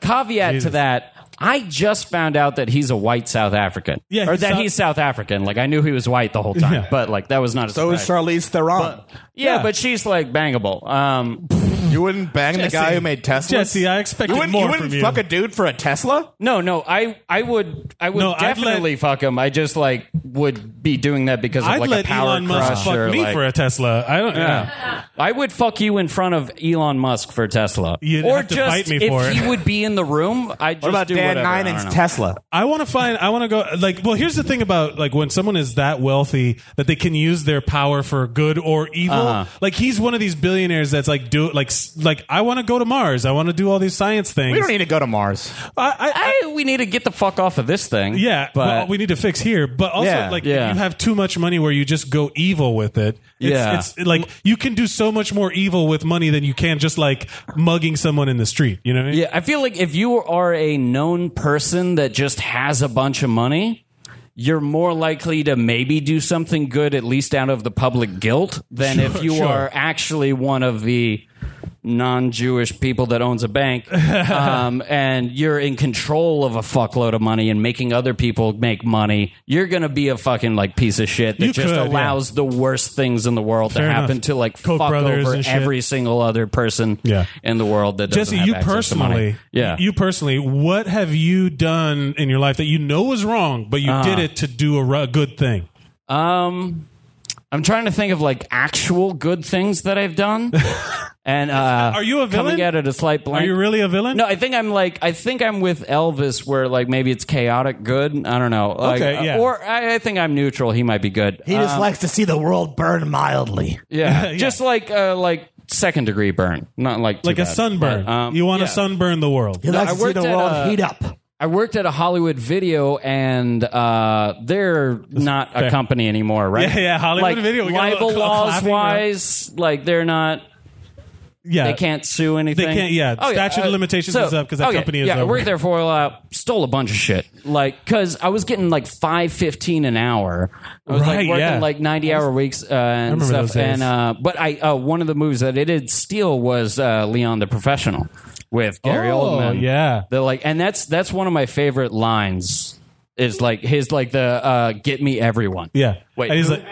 [SPEAKER 7] caveat to that I just found out that he's a white South African.
[SPEAKER 1] Yeah,
[SPEAKER 7] or
[SPEAKER 1] he's
[SPEAKER 7] that
[SPEAKER 1] South-
[SPEAKER 7] he's South African. Like I knew he was white the whole time,
[SPEAKER 1] Yeah.
[SPEAKER 7] but like that was not. A
[SPEAKER 5] So is
[SPEAKER 7] surprise.
[SPEAKER 5] Charlize Theron.
[SPEAKER 7] yeah,
[SPEAKER 1] Yeah.
[SPEAKER 7] but she's like bangable. Um,
[SPEAKER 5] you wouldn't bang the guy who made Tesla.
[SPEAKER 1] Jesse, I expected
[SPEAKER 5] you wouldn't,
[SPEAKER 1] more
[SPEAKER 5] you wouldn't
[SPEAKER 1] from you.
[SPEAKER 5] fuck a dude for a Tesla.
[SPEAKER 7] no, no, I, I would, I would
[SPEAKER 1] No, I'd
[SPEAKER 7] definitely fuck him. I just like would be doing that because of
[SPEAKER 1] I'd
[SPEAKER 7] like
[SPEAKER 1] let
[SPEAKER 7] a power
[SPEAKER 1] Elon
[SPEAKER 7] crush
[SPEAKER 1] Musk fuck
[SPEAKER 7] or
[SPEAKER 1] me
[SPEAKER 7] like,
[SPEAKER 1] for a Tesla I don't yeah.
[SPEAKER 7] I would fuck you in front of Elon Musk for Tesla,
[SPEAKER 1] You'd
[SPEAKER 7] or
[SPEAKER 1] have to
[SPEAKER 7] just
[SPEAKER 1] fight me
[SPEAKER 7] if
[SPEAKER 1] for it.
[SPEAKER 7] he would be in the room. I just
[SPEAKER 5] What about
[SPEAKER 7] do
[SPEAKER 5] Dan
[SPEAKER 7] whatever. I don't
[SPEAKER 5] Ninen's
[SPEAKER 7] know.
[SPEAKER 5] Tesla?
[SPEAKER 1] I want to find. I want to go. Like, well, here's the thing about like when someone is that wealthy that they can use their power for good or evil.
[SPEAKER 7] Uh-huh.
[SPEAKER 1] Like he's one of these billionaires that's like do like s- like I want to go to Mars. I want to do all these science things.
[SPEAKER 5] We don't need to go to Mars.
[SPEAKER 1] I, I, I,
[SPEAKER 7] I, we need to get the fuck off of this thing.
[SPEAKER 1] yeah,
[SPEAKER 7] but
[SPEAKER 1] well, we need to fix here. But also,
[SPEAKER 5] Yeah,
[SPEAKER 1] like,
[SPEAKER 7] yeah.
[SPEAKER 1] you have too much money where you just go evil with it. It's,
[SPEAKER 7] Yeah.
[SPEAKER 1] it's like you can do so much more evil with money than you can just like mugging someone in the street. You know what I mean?
[SPEAKER 7] Yeah, I feel like if you are a known person that just has a bunch of money, you're more likely to maybe do something good, at least out of the public guilt, than if you
[SPEAKER 1] sure.
[SPEAKER 7] are actually one of the non-Jewish people that owns a bank, um, and you're in control of a fuckload of money and making other people make money, you're gonna be a fucking like piece of shit that
[SPEAKER 1] You
[SPEAKER 7] just
[SPEAKER 1] could, yeah.
[SPEAKER 7] allows the worst things in the world
[SPEAKER 1] Fair
[SPEAKER 7] to
[SPEAKER 1] enough.
[SPEAKER 7] happen to like
[SPEAKER 1] Koch
[SPEAKER 7] fuck
[SPEAKER 1] brothers
[SPEAKER 7] over
[SPEAKER 1] and shit.
[SPEAKER 7] every single other person
[SPEAKER 1] Yeah.
[SPEAKER 7] in the world that doesn't
[SPEAKER 1] Jesse,
[SPEAKER 7] have
[SPEAKER 1] you
[SPEAKER 7] access to money.
[SPEAKER 1] personally,
[SPEAKER 7] yeah,
[SPEAKER 1] you personally, what have you done in your life that you know was wrong, but you
[SPEAKER 7] Uh-huh.
[SPEAKER 1] did it to do a ru- good thing?
[SPEAKER 7] Um, I'm trying to think of like actual good things that I've done. and uh,
[SPEAKER 1] Are you a
[SPEAKER 7] Coming
[SPEAKER 1] villain?
[SPEAKER 7] at it a slight blank.
[SPEAKER 1] Are you really a villain?
[SPEAKER 7] No, I think I'm like I think I'm with Elvis, where like maybe it's chaotic good. I don't know. Like, uh,
[SPEAKER 1] Okay, yeah.
[SPEAKER 7] Or I, I think I'm neutral. He might be good.
[SPEAKER 5] He
[SPEAKER 7] Uh,
[SPEAKER 5] just likes to see the world burn mildly.
[SPEAKER 7] yeah,
[SPEAKER 1] yeah.
[SPEAKER 7] just like uh, like second degree burn, not like too
[SPEAKER 1] like a
[SPEAKER 7] bad.
[SPEAKER 1] sunburn.
[SPEAKER 7] But, um,
[SPEAKER 1] you want
[SPEAKER 7] yeah.
[SPEAKER 1] to sunburn the world.
[SPEAKER 5] He likes
[SPEAKER 7] I
[SPEAKER 5] to see
[SPEAKER 7] worked
[SPEAKER 5] the
[SPEAKER 7] at uh,
[SPEAKER 5] world
[SPEAKER 7] a-
[SPEAKER 5] heat up.
[SPEAKER 7] I worked at a Hollywood video, and uh, they're not a company anymore, right?
[SPEAKER 1] Yeah, yeah, Hollywood
[SPEAKER 7] like,
[SPEAKER 1] Video. We got a
[SPEAKER 7] libel
[SPEAKER 1] little
[SPEAKER 7] laws
[SPEAKER 1] clapping, right?
[SPEAKER 7] wise, like they're not.
[SPEAKER 1] Yeah,
[SPEAKER 7] They can't sue anything. Oh, Uh,
[SPEAKER 1] can't- yeah, statute of limitations is up 'cause that company is
[SPEAKER 7] Yeah, I
[SPEAKER 1] over.
[SPEAKER 7] worked there for a while. Stole a bunch of shit. Like, because I was getting like five fifteen an hour. I was
[SPEAKER 1] Right,
[SPEAKER 7] like working
[SPEAKER 1] yeah.
[SPEAKER 7] like ninety hour weeks uh, and
[SPEAKER 1] remember
[SPEAKER 7] stuff.
[SPEAKER 1] those days.
[SPEAKER 7] And uh, but I uh, one of the moves that it did steal was uh, Leon the Professional with Gary
[SPEAKER 1] Oh,
[SPEAKER 7] Oldman.
[SPEAKER 1] yeah.
[SPEAKER 7] They're like, and that's that's one of my favorite lines. Is like his like the uh, get me everyone.
[SPEAKER 1] Yeah.
[SPEAKER 7] Wait.
[SPEAKER 1] And he's like,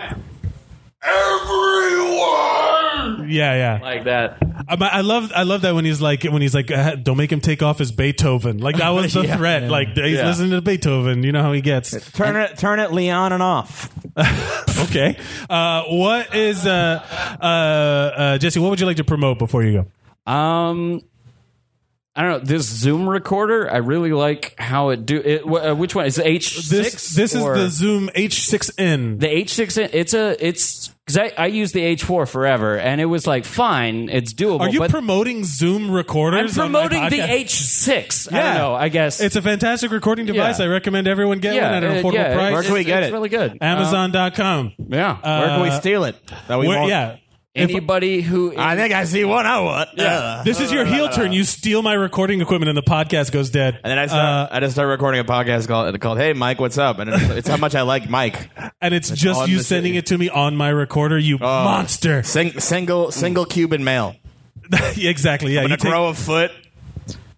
[SPEAKER 1] everyone. Yeah, yeah.
[SPEAKER 7] Like that.
[SPEAKER 1] I, I love, I love that when he's like, when he's like, uh, don't make him take off his Beethoven. Like that was the threat. Like he's
[SPEAKER 7] Yeah.
[SPEAKER 1] listening to Beethoven. You know how he gets.
[SPEAKER 8] Turn it, turn it, Leon, and off.
[SPEAKER 1] Okay. Uh, what is uh, uh, uh, Jesse? What would you like to promote before you go?
[SPEAKER 7] Um, I don't know this Zoom recorder. I really like how it do. It, wh- uh, which one is H
[SPEAKER 1] This
[SPEAKER 7] six?
[SPEAKER 1] this is the Zoom H6n.
[SPEAKER 7] the H six. It's a it's because I, I used the H four forever, and it was like fine, it's doable.
[SPEAKER 1] Are you
[SPEAKER 7] but
[SPEAKER 1] promoting Zoom
[SPEAKER 7] I'm
[SPEAKER 1] recorders? on my
[SPEAKER 7] promoting the
[SPEAKER 1] podcast?
[SPEAKER 7] H six. I don't know. I guess
[SPEAKER 1] it's a fantastic recording device.
[SPEAKER 7] Yeah.
[SPEAKER 1] I recommend everyone get
[SPEAKER 7] yeah,
[SPEAKER 1] one at an
[SPEAKER 7] it-
[SPEAKER 1] affordable
[SPEAKER 7] yeah,
[SPEAKER 1] price.
[SPEAKER 7] it's-
[SPEAKER 5] Where can we get
[SPEAKER 7] it's
[SPEAKER 5] it? Uh,
[SPEAKER 7] Really good.
[SPEAKER 1] Amazon.com.
[SPEAKER 7] Um, yeah.
[SPEAKER 5] Where can we
[SPEAKER 1] Uh,
[SPEAKER 5] steal it? That we
[SPEAKER 1] Where-
[SPEAKER 5] won't-
[SPEAKER 1] yeah.
[SPEAKER 7] Anybody who
[SPEAKER 5] I think I see one I want. Ugh.
[SPEAKER 1] This is your heel turn. You steal my recording equipment and the podcast goes dead.
[SPEAKER 5] And then I start,
[SPEAKER 1] Uh,
[SPEAKER 5] I just start recording a podcast called, called "Hey Mike, what's up?" And it's, it's how much I like Mike.
[SPEAKER 1] And it's just
[SPEAKER 5] on
[SPEAKER 1] you
[SPEAKER 5] the
[SPEAKER 1] sending
[SPEAKER 5] city. Oh.
[SPEAKER 1] it to me on my recorder, you monster.
[SPEAKER 5] Sing, single single Cuban male.
[SPEAKER 1] exactly. Mm. Yeah.
[SPEAKER 5] I'm
[SPEAKER 1] you
[SPEAKER 5] gonna
[SPEAKER 1] take-
[SPEAKER 5] grow a foot.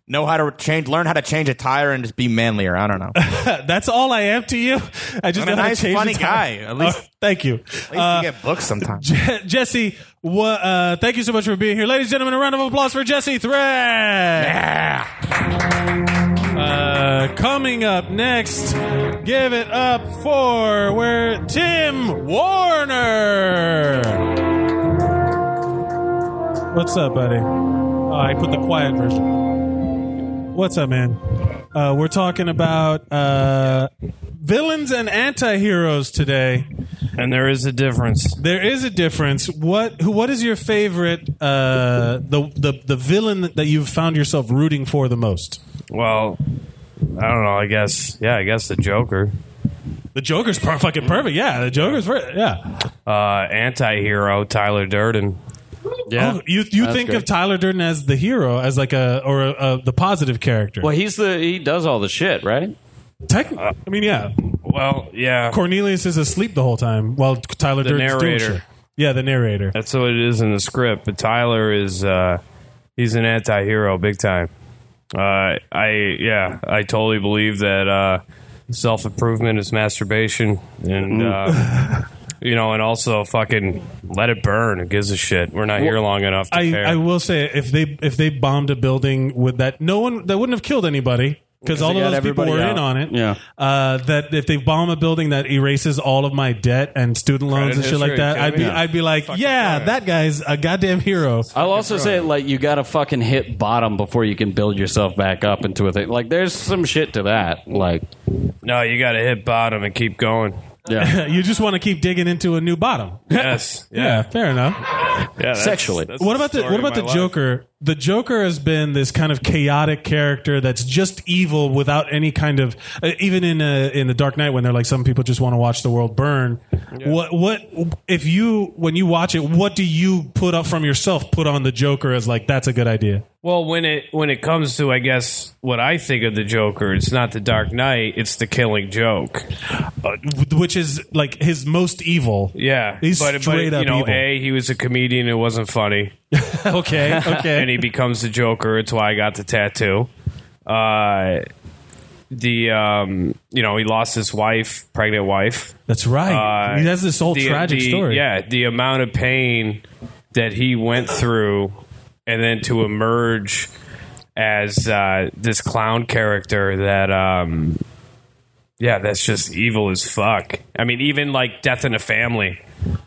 [SPEAKER 5] Know how to change, learn how to change a tire, and just be manlier. I don't know.
[SPEAKER 1] that's all I am to you. I just
[SPEAKER 5] I'm a
[SPEAKER 1] know how to
[SPEAKER 5] nice,
[SPEAKER 1] change
[SPEAKER 5] funny
[SPEAKER 1] the time.
[SPEAKER 5] guy. At least-
[SPEAKER 1] Oh, thank you.
[SPEAKER 5] I
[SPEAKER 1] Uh,
[SPEAKER 5] used to get books sometimes.
[SPEAKER 1] Jesse, what, uh, thank you so much for being here. Ladies and gentlemen, a round of applause for Jesse Thread. Uh, coming up next, give it up for where Tim Warner. What's up, buddy? Oh, I put the quiet version. What's up, man? Uh, we're talking about uh, villains and anti-heroes today.
[SPEAKER 9] And there is a difference.
[SPEAKER 1] There is a difference. What who? What is your favorite? Uh, the the the villain that you've found yourself rooting for the most?
[SPEAKER 9] Well, I don't know. I guess. Yeah, I guess the Joker.
[SPEAKER 1] The Joker's per- fucking perfect. Yeah, the Joker's per- yeah.
[SPEAKER 9] Uh, anti-hero Tyler Durden. Yeah.
[SPEAKER 1] Oh, you you think of Tyler Durden as the hero, as like a or a, a, the positive character?
[SPEAKER 7] well, he's the he does all the shit, right?
[SPEAKER 1] Techn- I mean, yeah.
[SPEAKER 9] Well, yeah.
[SPEAKER 1] Cornelius is asleep the whole time while Tyler
[SPEAKER 9] The
[SPEAKER 1] Durden's doing
[SPEAKER 9] narrator.
[SPEAKER 1] shit. Yeah, the narrator.
[SPEAKER 9] That's what it is in the script. But Tyler is uh, he's an anti-hero big time. Uh, I yeah, I totally believe that uh, self-improvement is masturbation, and
[SPEAKER 1] Mm.
[SPEAKER 9] uh, you know, and also fucking let it burn. Who gives a shit? We're not here long enough to
[SPEAKER 1] I,
[SPEAKER 9] care.
[SPEAKER 1] I will say if they if they bombed a building with that no one that wouldn't have killed anybody because all
[SPEAKER 7] they got
[SPEAKER 1] of those people
[SPEAKER 7] everybody
[SPEAKER 1] were
[SPEAKER 7] out.
[SPEAKER 1] in on it.
[SPEAKER 7] Yeah.
[SPEAKER 1] Uh, that if they bomb a building that erases all of my debt and student loans
[SPEAKER 9] Credit
[SPEAKER 1] and shit like
[SPEAKER 9] history,
[SPEAKER 1] that, I'd be
[SPEAKER 9] yeah.
[SPEAKER 1] I'd be like, yeah, that guy's a goddamn hero.
[SPEAKER 7] I'll also say like you got to fucking hit bottom before you can build yourself back up into a thing. Like there's some shit to that. Like
[SPEAKER 9] no, you got to hit bottom and keep going.
[SPEAKER 7] yeah,
[SPEAKER 1] you just want to keep digging into a new bottom.
[SPEAKER 9] Yes,
[SPEAKER 1] Yeah,
[SPEAKER 9] yeah,
[SPEAKER 1] fair enough.
[SPEAKER 9] yeah. that's-
[SPEAKER 7] Sexually.
[SPEAKER 9] that's
[SPEAKER 1] What about the
[SPEAKER 9] story of
[SPEAKER 1] what about
[SPEAKER 9] my
[SPEAKER 1] the
[SPEAKER 9] life.
[SPEAKER 1] Joker? The Joker has been this kind of chaotic character that's just evil without any kind of uh, even in uh in the Dark Knight when they're like some people just want to watch the world burn. What what if you when you watch it, what do you put up from yourself? Put on the Joker as like that's a good idea.
[SPEAKER 9] Well, when it when it comes to, I guess what I think of the Joker, it's not the Dark Knight, it's the Killing Joke.
[SPEAKER 1] Uh, which is like his most evil.
[SPEAKER 9] Yeah,
[SPEAKER 1] he's
[SPEAKER 9] but,
[SPEAKER 1] straight
[SPEAKER 9] but,
[SPEAKER 1] up
[SPEAKER 9] You know,
[SPEAKER 1] evil.
[SPEAKER 9] a he was a comedian; it wasn't funny.
[SPEAKER 1] okay,
[SPEAKER 9] and
[SPEAKER 1] okay.
[SPEAKER 9] he becomes the Joker. It's why I got the tattoo. Uh, the um, you know, he lost his wife, pregnant wife.
[SPEAKER 1] That's right.
[SPEAKER 9] Uh,
[SPEAKER 1] That's this whole
[SPEAKER 9] the-
[SPEAKER 1] tragic
[SPEAKER 9] the-
[SPEAKER 1] story.
[SPEAKER 9] Yeah, the amount of pain that he went through, and then to emerge as uh, this clown character that, um, yeah, that's just evil as fuck. I mean, even like Death in a Family,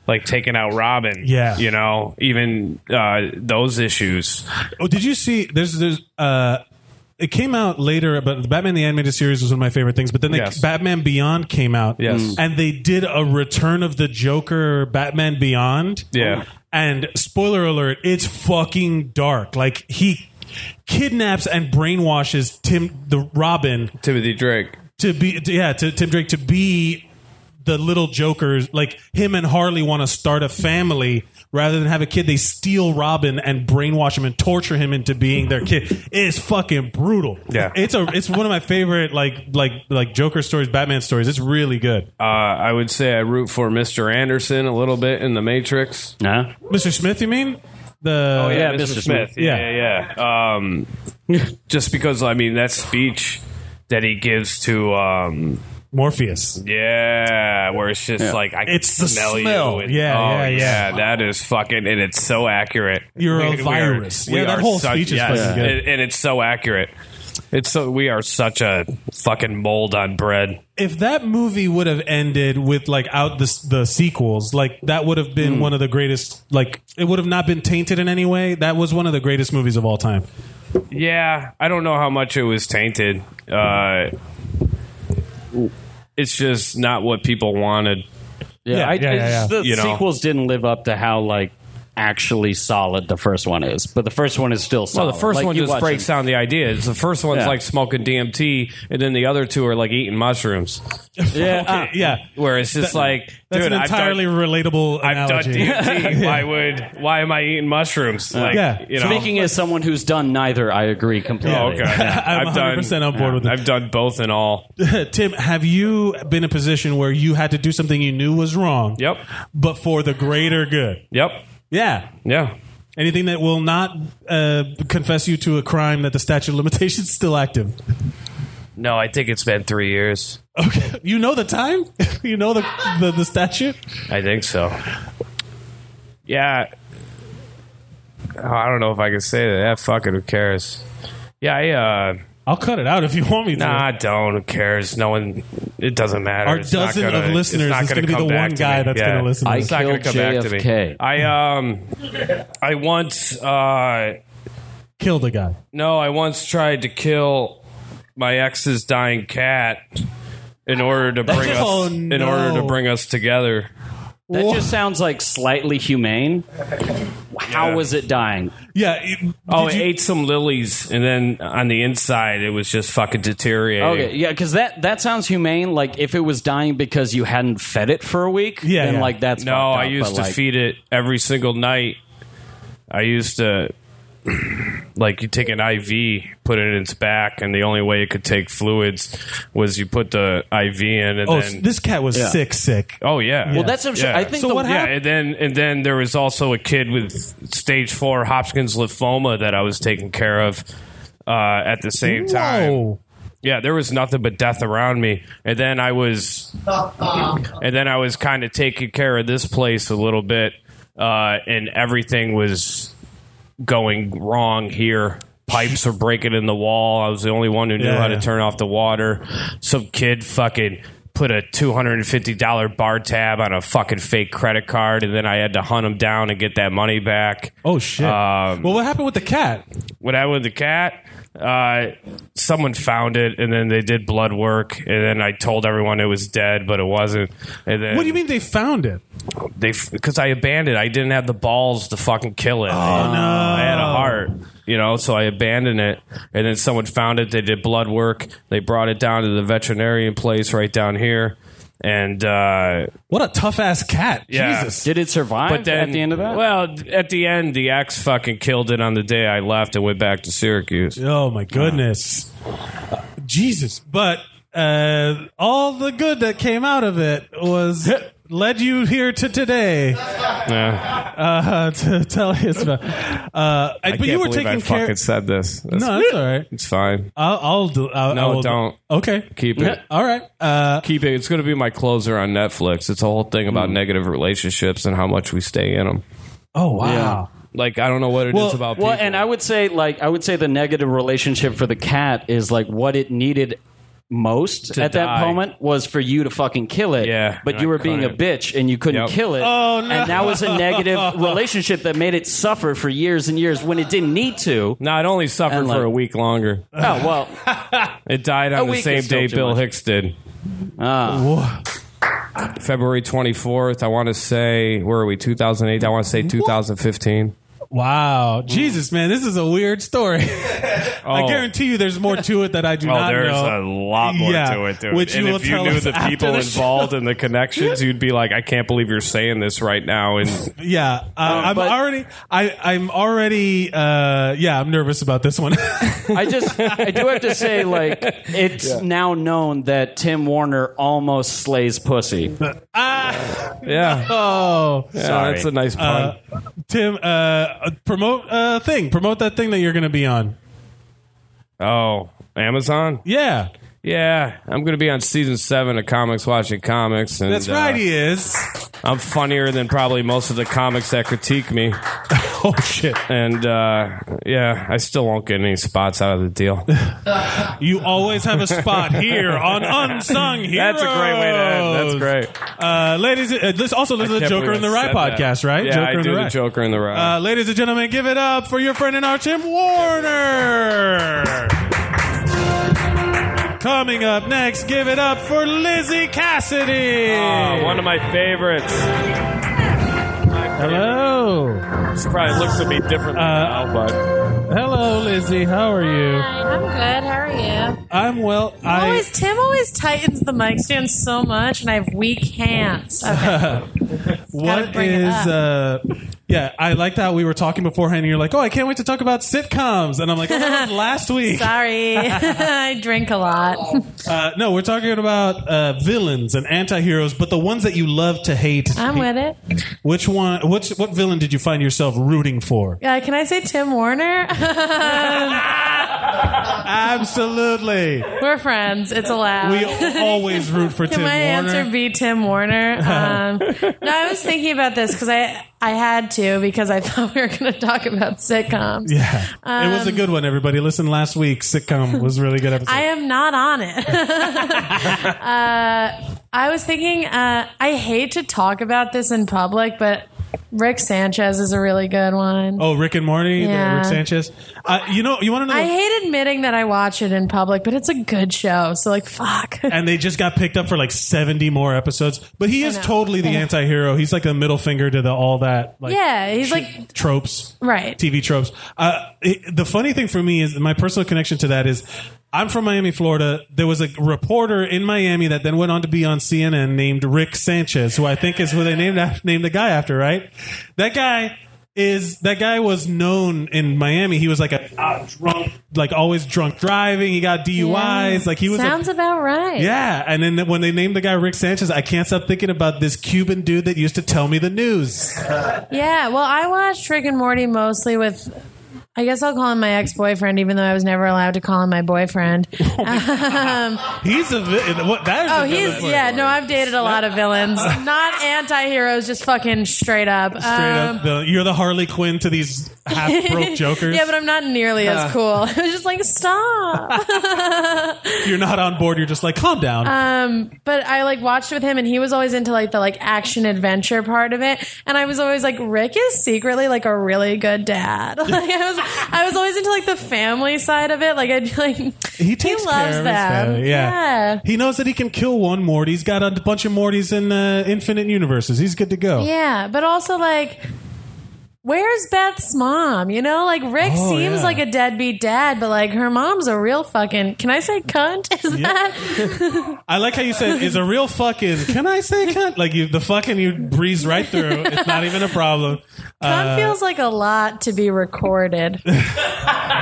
[SPEAKER 9] like taking out Robin.
[SPEAKER 1] Yeah.
[SPEAKER 9] you know, even uh, those issues.
[SPEAKER 1] Oh, did you see? There's there's uh, it came out later, but the Batman the animated series was one of my favorite things. But then they,
[SPEAKER 9] Yes.
[SPEAKER 1] Batman Beyond came out,
[SPEAKER 9] Yes. Mm.
[SPEAKER 1] and they did a Return of the Joker Batman Beyond,
[SPEAKER 9] Yeah.
[SPEAKER 1] And spoiler alert, it's fucking dark. Like he kidnaps and brainwashes Tim the Robin
[SPEAKER 9] Timothy Drake.
[SPEAKER 1] to be to- yeah to Tim Drake to be the little jokers like him and Harley want to start a family rather than have a kid they steal Robin and brainwash him and torture him into being their kid it's fucking brutal
[SPEAKER 9] Yeah.
[SPEAKER 1] it's a it's one of my favorite like like like Joker stories Batman stories it's really good
[SPEAKER 9] Uh, I would say I root for Mr. Anderson a little bit in The Matrix.
[SPEAKER 7] Huh?
[SPEAKER 1] Mr. Smith you mean the
[SPEAKER 9] Oh yeah,
[SPEAKER 7] Yeah,
[SPEAKER 9] Mr.
[SPEAKER 7] Mr.
[SPEAKER 9] Smith.
[SPEAKER 7] Smith.
[SPEAKER 9] Yeah, yeah. yeah. Um, just because I mean that speech that he gives to um,
[SPEAKER 1] Morpheus
[SPEAKER 9] yeah, where it's just like I can
[SPEAKER 1] It's the
[SPEAKER 9] smell,
[SPEAKER 1] smell.
[SPEAKER 9] you. and-
[SPEAKER 1] Yeah,
[SPEAKER 9] oh,
[SPEAKER 1] yeah, yeah.
[SPEAKER 9] That is fucking, and it's so accurate.
[SPEAKER 1] You're a
[SPEAKER 9] are-
[SPEAKER 1] virus. Yeah, that
[SPEAKER 9] are
[SPEAKER 1] whole speech is
[SPEAKER 9] yes,
[SPEAKER 1] fucking good.
[SPEAKER 9] And, and it's so accurate. It's so we are such a fucking mold on bread.
[SPEAKER 1] if that movie would have ended with like out the the sequels, like that would have
[SPEAKER 9] Hmm.
[SPEAKER 1] been one of the greatest. Like it would have not been tainted in any way. That was one of the greatest movies of all time.
[SPEAKER 9] Yeah, I don't know how much it was tainted. Uh, it's just not what people wanted.
[SPEAKER 7] Yeah,
[SPEAKER 1] Yeah,
[SPEAKER 7] I,
[SPEAKER 1] yeah, yeah,
[SPEAKER 7] it's just
[SPEAKER 1] yeah.
[SPEAKER 7] the
[SPEAKER 9] You know.
[SPEAKER 7] sequels didn't live up to how like actually solid the first one is, but the first one is still solid.
[SPEAKER 9] Well, the first
[SPEAKER 7] Like,
[SPEAKER 9] one
[SPEAKER 7] you
[SPEAKER 9] just
[SPEAKER 7] watch
[SPEAKER 9] breaks
[SPEAKER 7] it.
[SPEAKER 9] down the ideas. The first one's
[SPEAKER 7] Yeah.
[SPEAKER 9] like smoking DMT, and then the other two are like eating mushrooms.
[SPEAKER 7] Yeah,
[SPEAKER 1] Okay, yeah.
[SPEAKER 9] Ah. Where it's just like,
[SPEAKER 1] That's
[SPEAKER 9] dude,
[SPEAKER 1] an entirely
[SPEAKER 9] I've done,
[SPEAKER 1] relatable
[SPEAKER 9] I've done
[SPEAKER 1] analogy.
[SPEAKER 9] DMT. why would? Why am I eating mushrooms? Like,
[SPEAKER 1] Yeah.
[SPEAKER 9] you know.
[SPEAKER 7] Speaking as someone who's done neither, I agree completely.
[SPEAKER 9] Oh, okay.
[SPEAKER 1] I'm
[SPEAKER 9] I've done.
[SPEAKER 1] 100% on board with it.
[SPEAKER 9] I've done both and all.
[SPEAKER 1] Tim, have you been in a position where you had to do something you knew was wrong?
[SPEAKER 9] Yep.
[SPEAKER 1] But for the greater good.
[SPEAKER 9] Yep.
[SPEAKER 1] Yeah.
[SPEAKER 9] Yeah.
[SPEAKER 1] Anything that will not uh, confess you to a crime that the statute of limitations is still active.
[SPEAKER 9] No, I think it's been three years.
[SPEAKER 1] Okay. You know the time? you know the, the, the statute?
[SPEAKER 9] I think so. Yeah. Oh, I don't know if I can say that. Yeah, fuck it. Who cares? Yeah, I, uh,
[SPEAKER 1] I'll cut it out if you want me to.
[SPEAKER 9] Nah, don't. Who cares? No one. It doesn't matter.
[SPEAKER 1] Our
[SPEAKER 9] It's not
[SPEAKER 1] dozen
[SPEAKER 9] gonna-
[SPEAKER 1] of listeners
[SPEAKER 9] it's not
[SPEAKER 1] is
[SPEAKER 9] gonna
[SPEAKER 1] gonna be
[SPEAKER 9] come
[SPEAKER 1] the
[SPEAKER 9] back
[SPEAKER 1] one
[SPEAKER 9] to
[SPEAKER 1] guy
[SPEAKER 9] me.
[SPEAKER 1] that's gonna listen to
[SPEAKER 9] I
[SPEAKER 1] this.
[SPEAKER 9] It's not going to come
[SPEAKER 7] killed
[SPEAKER 9] back to me.
[SPEAKER 7] JFK.
[SPEAKER 9] I um, I once uh,
[SPEAKER 1] Killed a guy.
[SPEAKER 9] no, I once tried to kill my ex's dying cat in order to bring us
[SPEAKER 1] Oh,
[SPEAKER 9] in order to
[SPEAKER 1] no.
[SPEAKER 9] bring us together.
[SPEAKER 7] That just sounds like slightly humane. How
[SPEAKER 9] Yeah.
[SPEAKER 7] was it dying?
[SPEAKER 1] Yeah. it-
[SPEAKER 9] Oh,
[SPEAKER 1] did
[SPEAKER 9] it
[SPEAKER 1] you-
[SPEAKER 9] ate some lilies, and then on the inside, it was just fucking deteriorating.
[SPEAKER 7] Okay, yeah, because that that sounds humane. Like if it was dying because you hadn't fed it for a week,
[SPEAKER 1] Yeah,
[SPEAKER 7] then
[SPEAKER 1] yeah.
[SPEAKER 7] like that's
[SPEAKER 9] No,
[SPEAKER 7] fucked up,
[SPEAKER 9] I used
[SPEAKER 7] but,
[SPEAKER 9] to
[SPEAKER 7] like,
[SPEAKER 9] feed it every single night. I used to like you take an IV, put it in its back, and the only way it could take fluids was you put the IV in, and
[SPEAKER 1] oh,
[SPEAKER 9] then
[SPEAKER 1] this cat was sick, sick.
[SPEAKER 9] oh yeah,
[SPEAKER 7] Well, that's what I'm- I think
[SPEAKER 1] So
[SPEAKER 7] the,
[SPEAKER 1] what
[SPEAKER 9] yeah,
[SPEAKER 1] happened?
[SPEAKER 9] and then and then there was also a kid with stage four Hopkins lymphoma that I was taking care of uh, at the same time.
[SPEAKER 1] Whoa.
[SPEAKER 9] Yeah, there was nothing but death around me, and then I was, and then I was kind of taking care of this place a little bit, uh, and everything was going wrong here. Pipes were breaking in the wall. I was the only one who knew
[SPEAKER 1] Yeah,
[SPEAKER 9] how
[SPEAKER 1] yeah.
[SPEAKER 9] to turn off the water. Some kid fucking put a two hundred and fifty dollar bar tab on a fucking fake credit card, and then I had to hunt him down and get that money back.
[SPEAKER 1] Oh shit.
[SPEAKER 9] Um,
[SPEAKER 1] well, what happened with the cat?
[SPEAKER 9] what happened with the cat? Uh, someone found it, and then they did blood work, and then I told everyone it was dead, but it wasn't. And then
[SPEAKER 1] What do you mean they found it?
[SPEAKER 9] They because I abandoned. I didn't have the balls to fucking kill it. Oh no! I had a heart, you know, so I abandoned it. And then someone found it. They did blood work. They brought it down to the veterinarian place right down here, and uh,
[SPEAKER 1] What a tough ass cat.
[SPEAKER 9] Yeah.
[SPEAKER 1] Jesus.
[SPEAKER 7] Did it survive
[SPEAKER 9] but then
[SPEAKER 7] at the end of that?
[SPEAKER 9] well, at the end, the ex fucking killed it on the day I left and went back to Syracuse.
[SPEAKER 1] Oh my goodness. Uh, Jesus. But uh, all the good that came out of it was led you here to today
[SPEAKER 9] Yeah.
[SPEAKER 1] uh, to tell us about. Uh,
[SPEAKER 9] I
[SPEAKER 1] but
[SPEAKER 9] can't
[SPEAKER 1] you were
[SPEAKER 9] believe
[SPEAKER 1] taking
[SPEAKER 9] I
[SPEAKER 1] care.
[SPEAKER 9] fucking said this. That's-
[SPEAKER 1] No, that's all right.
[SPEAKER 9] it's fine.
[SPEAKER 1] I'll, I'll do. I'll,
[SPEAKER 9] No,
[SPEAKER 1] Uh, I will do-
[SPEAKER 9] don't.
[SPEAKER 1] Okay,
[SPEAKER 9] Keep it.
[SPEAKER 1] All right. Uh, Hmm.
[SPEAKER 9] Keep it. It's going to be my closer on Netflix. It's a whole thing about negative relationships and how much we stay in them.
[SPEAKER 1] oh wow.
[SPEAKER 9] Like I don't know what it is
[SPEAKER 1] Well-
[SPEAKER 9] about.
[SPEAKER 7] Well,
[SPEAKER 9] people.
[SPEAKER 7] and I would say like I would say the negative relationship for the cat is like what it needed most
[SPEAKER 9] To
[SPEAKER 7] at
[SPEAKER 9] die.
[SPEAKER 7] that moment was for you to fucking kill it.
[SPEAKER 9] Yeah,
[SPEAKER 7] But
[SPEAKER 9] and
[SPEAKER 7] you
[SPEAKER 9] I
[SPEAKER 7] were being a
[SPEAKER 9] couldn't.
[SPEAKER 7] bitch and you couldn't
[SPEAKER 9] Yep.
[SPEAKER 7] kill it.
[SPEAKER 1] Oh, no.
[SPEAKER 7] And that was a negative relationship that made it suffer for years and years when it didn't need to.
[SPEAKER 9] No, it only suffered
[SPEAKER 7] And, like-
[SPEAKER 9] for a week longer.
[SPEAKER 7] Oh well.
[SPEAKER 9] It died
[SPEAKER 7] A
[SPEAKER 9] on the
[SPEAKER 7] week
[SPEAKER 9] same
[SPEAKER 7] is still
[SPEAKER 9] day
[SPEAKER 7] too
[SPEAKER 9] Bill
[SPEAKER 7] much.
[SPEAKER 9] Hicks did.
[SPEAKER 7] Ah.
[SPEAKER 9] February 24th. I want to say, where are we? 2008. I want to say 2015. Mm.
[SPEAKER 1] Wow. Jesus, man, this is a weird story. I guarantee you there's more to it that I do
[SPEAKER 9] Oh,
[SPEAKER 1] not
[SPEAKER 9] there's
[SPEAKER 1] know.
[SPEAKER 9] a lot more
[SPEAKER 1] Yeah,
[SPEAKER 9] to it, dude.
[SPEAKER 1] Which
[SPEAKER 9] and
[SPEAKER 1] you will
[SPEAKER 9] if you
[SPEAKER 1] tell
[SPEAKER 9] knew
[SPEAKER 1] us
[SPEAKER 9] the
[SPEAKER 1] after
[SPEAKER 9] people
[SPEAKER 1] the show.
[SPEAKER 9] involved and the connections, you'd be like, I can't believe you're saying this right now. And
[SPEAKER 1] Yeah, uh,
[SPEAKER 9] Oh,
[SPEAKER 1] I'm
[SPEAKER 7] but-
[SPEAKER 1] already. I, I'm already. Uh, yeah, I'm nervous about this one.
[SPEAKER 7] I just I do have to say like it's now known that Tim Warner almost slays pussy.
[SPEAKER 9] yeah,
[SPEAKER 1] oh,
[SPEAKER 9] Yeah, that's a nice pun.
[SPEAKER 1] Uh, Tim, uh, promote uh, thing. Promote that thing that you're going to be on.
[SPEAKER 9] oh, Amazon.
[SPEAKER 1] Yeah,
[SPEAKER 9] Yeah, I'm going to be on season seven of Comics Watching Comics, and
[SPEAKER 1] that's right.
[SPEAKER 9] uh,
[SPEAKER 1] He is.
[SPEAKER 9] I'm funnier than probably most of the comics that critique me.
[SPEAKER 1] Oh shit!
[SPEAKER 9] And uh, yeah, I still won't get any spots out of the deal.
[SPEAKER 1] You always have a spot here on Unsung Heroes.
[SPEAKER 9] That's a great way to end. That's great.
[SPEAKER 1] Uh, ladies, uh, this also listen to the
[SPEAKER 9] Can't
[SPEAKER 1] Joker
[SPEAKER 9] believe
[SPEAKER 1] and the
[SPEAKER 9] I
[SPEAKER 1] Rye
[SPEAKER 9] said that.
[SPEAKER 1] podcast, right?
[SPEAKER 9] Yeah,
[SPEAKER 1] Joker
[SPEAKER 9] I
[SPEAKER 1] and
[SPEAKER 9] do
[SPEAKER 1] the
[SPEAKER 9] the,
[SPEAKER 1] Rye.
[SPEAKER 9] Joker and the Rye.
[SPEAKER 1] Uh, ladies and gentlemen, give it up for your friend and our Tim Warner. Coming up next, give it up for Lizzie Cassidy.
[SPEAKER 9] Oh, one of my favorites.
[SPEAKER 1] Hello. Uh,
[SPEAKER 9] She probably looks at me differently now, but
[SPEAKER 1] Hello, Lizzie. How are you?
[SPEAKER 10] Hi, I'm good. How are you?
[SPEAKER 1] I'm well. I
[SPEAKER 10] always Tim always tightens the mic stand so much, and I have weak hands. Okay.
[SPEAKER 1] what
[SPEAKER 10] bring it
[SPEAKER 1] is uh yeah, I liked how we were talking beforehand and you're like, "Oh, I can't wait to talk about sitcoms." And I'm like, "Oh, that was last week."
[SPEAKER 10] Sorry, I drink a lot.
[SPEAKER 1] Uh, no, we're talking about uh, villains and anti-heroes, but the ones that you love to hate.
[SPEAKER 10] I'm with it.
[SPEAKER 1] Which one? Which what villain did you find yourself rooting for?
[SPEAKER 10] Uh, can I say Tim Warner?
[SPEAKER 1] Absolutely,
[SPEAKER 10] We're friends. It's allowed.
[SPEAKER 1] we always root for
[SPEAKER 10] Can
[SPEAKER 1] Tim
[SPEAKER 10] my
[SPEAKER 1] Warner.
[SPEAKER 10] answer be Tim Warner? Um, no, I was thinking about this because I I had to because I thought we were going to talk about sitcoms.
[SPEAKER 1] yeah, it was a good one. Everybody, listen last week. Sitcom was a really good episode.
[SPEAKER 10] Um, I am not on it. uh, I was thinking, uh, I hate to talk about this in public, but Rick Sanchez is a really good one.
[SPEAKER 1] oh, Rick and Morty, the
[SPEAKER 10] Yeah.
[SPEAKER 1] Rick Sanchez. Uh, you know, you want to know?
[SPEAKER 10] I hate admitting that I watch it in public, but it's a good show. So, like, fuck.
[SPEAKER 1] and they just got picked up for like 70 more episodes. But he is
[SPEAKER 10] know.
[SPEAKER 1] totally the anti-hero. He's like the middle finger to the all that like
[SPEAKER 10] yeah, he's
[SPEAKER 1] shit-
[SPEAKER 10] like,
[SPEAKER 1] tropes.
[SPEAKER 10] right.
[SPEAKER 1] TV tropes. Uh, it- the funny thing for me is my personal connection to that is I'm from Miami, Florida. There was a reporter in Miami that then went on to be on CNN named Rick Sanchez, who I think is who they named af- named the guy after, right? That guy is that guy was known in Miami. He was like a uh, drunk, like always drunk driving. He got DUIs. Like he was a
[SPEAKER 10] Sounds about right.
[SPEAKER 1] yeah, and then when they named the guy Rick Sanchez, I can't stop thinking about this Cuban dude that used to tell me the news.
[SPEAKER 10] Yeah, well, I watched Rick and Morty mostly with. I guess I'll call him my ex boyfriend, even though I was never allowed to call him my boyfriend.
[SPEAKER 1] Oh,
[SPEAKER 10] Um,
[SPEAKER 1] He's a vi- what? That is
[SPEAKER 10] Oh,
[SPEAKER 1] a villain
[SPEAKER 10] he's
[SPEAKER 1] for
[SPEAKER 10] yeah.
[SPEAKER 1] you.
[SPEAKER 10] No, I've dated a lot of villains, not anti-heroes, just fucking straight up.
[SPEAKER 1] Straight
[SPEAKER 10] Um,
[SPEAKER 1] up, the, you're the Harley Quinn to these half broke jokers.
[SPEAKER 10] Yeah, but I'm not nearly as cool. I was just like, stop.
[SPEAKER 1] you're not on board. You're just like, calm down.
[SPEAKER 10] Uh, Um, but I like watched with him, and he was always into like the like action adventure part of it, and I was always like, Rick is secretly like a really good dad. Like I was, I was always into like the family side of it. Like I'd be like,
[SPEAKER 1] he takes
[SPEAKER 10] loves
[SPEAKER 1] care of
[SPEAKER 10] them.
[SPEAKER 1] his family. Yeah.
[SPEAKER 10] Yeah.
[SPEAKER 1] he knows that he can kill one Morty. He's got a bunch of Mortys in uh, infinite universes. He's good to go.
[SPEAKER 10] Yeah, but also like, where's Beth's mom? You know, like Rick
[SPEAKER 1] Oh,
[SPEAKER 10] seems
[SPEAKER 1] yeah.
[SPEAKER 10] like a deadbeat dad, but like her mom's a real fucking. Can I say cunt? Is that
[SPEAKER 1] I like how you said is a real fucking. Can I say cunt? Like you, the fucking you breeze right through. It's not even a problem. Uh,
[SPEAKER 10] cunt feels like a lot to be recorded.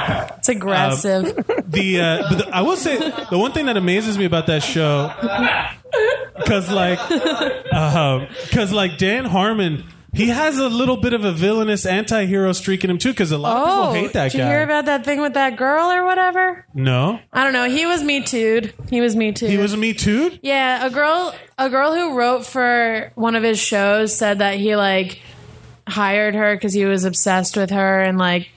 [SPEAKER 1] Um,
[SPEAKER 10] it's aggressive.
[SPEAKER 1] the, uh, but the- I will say the one thing that amazes me about that show because like, because like Dan Harmon, he has a little bit of a villainous anti-hero streak in him too. Because a lot
[SPEAKER 10] Oh,
[SPEAKER 1] of people hate that
[SPEAKER 10] did
[SPEAKER 1] guy.
[SPEAKER 10] you hear about that thing with that girl or whatever?
[SPEAKER 1] no,
[SPEAKER 10] I don't know. He was me too'd. He was me too.
[SPEAKER 1] he was a Me Too.
[SPEAKER 10] Yeah, a girl a girl who wrote for one of his shows said that he like hired her cuz he was obsessed with her and like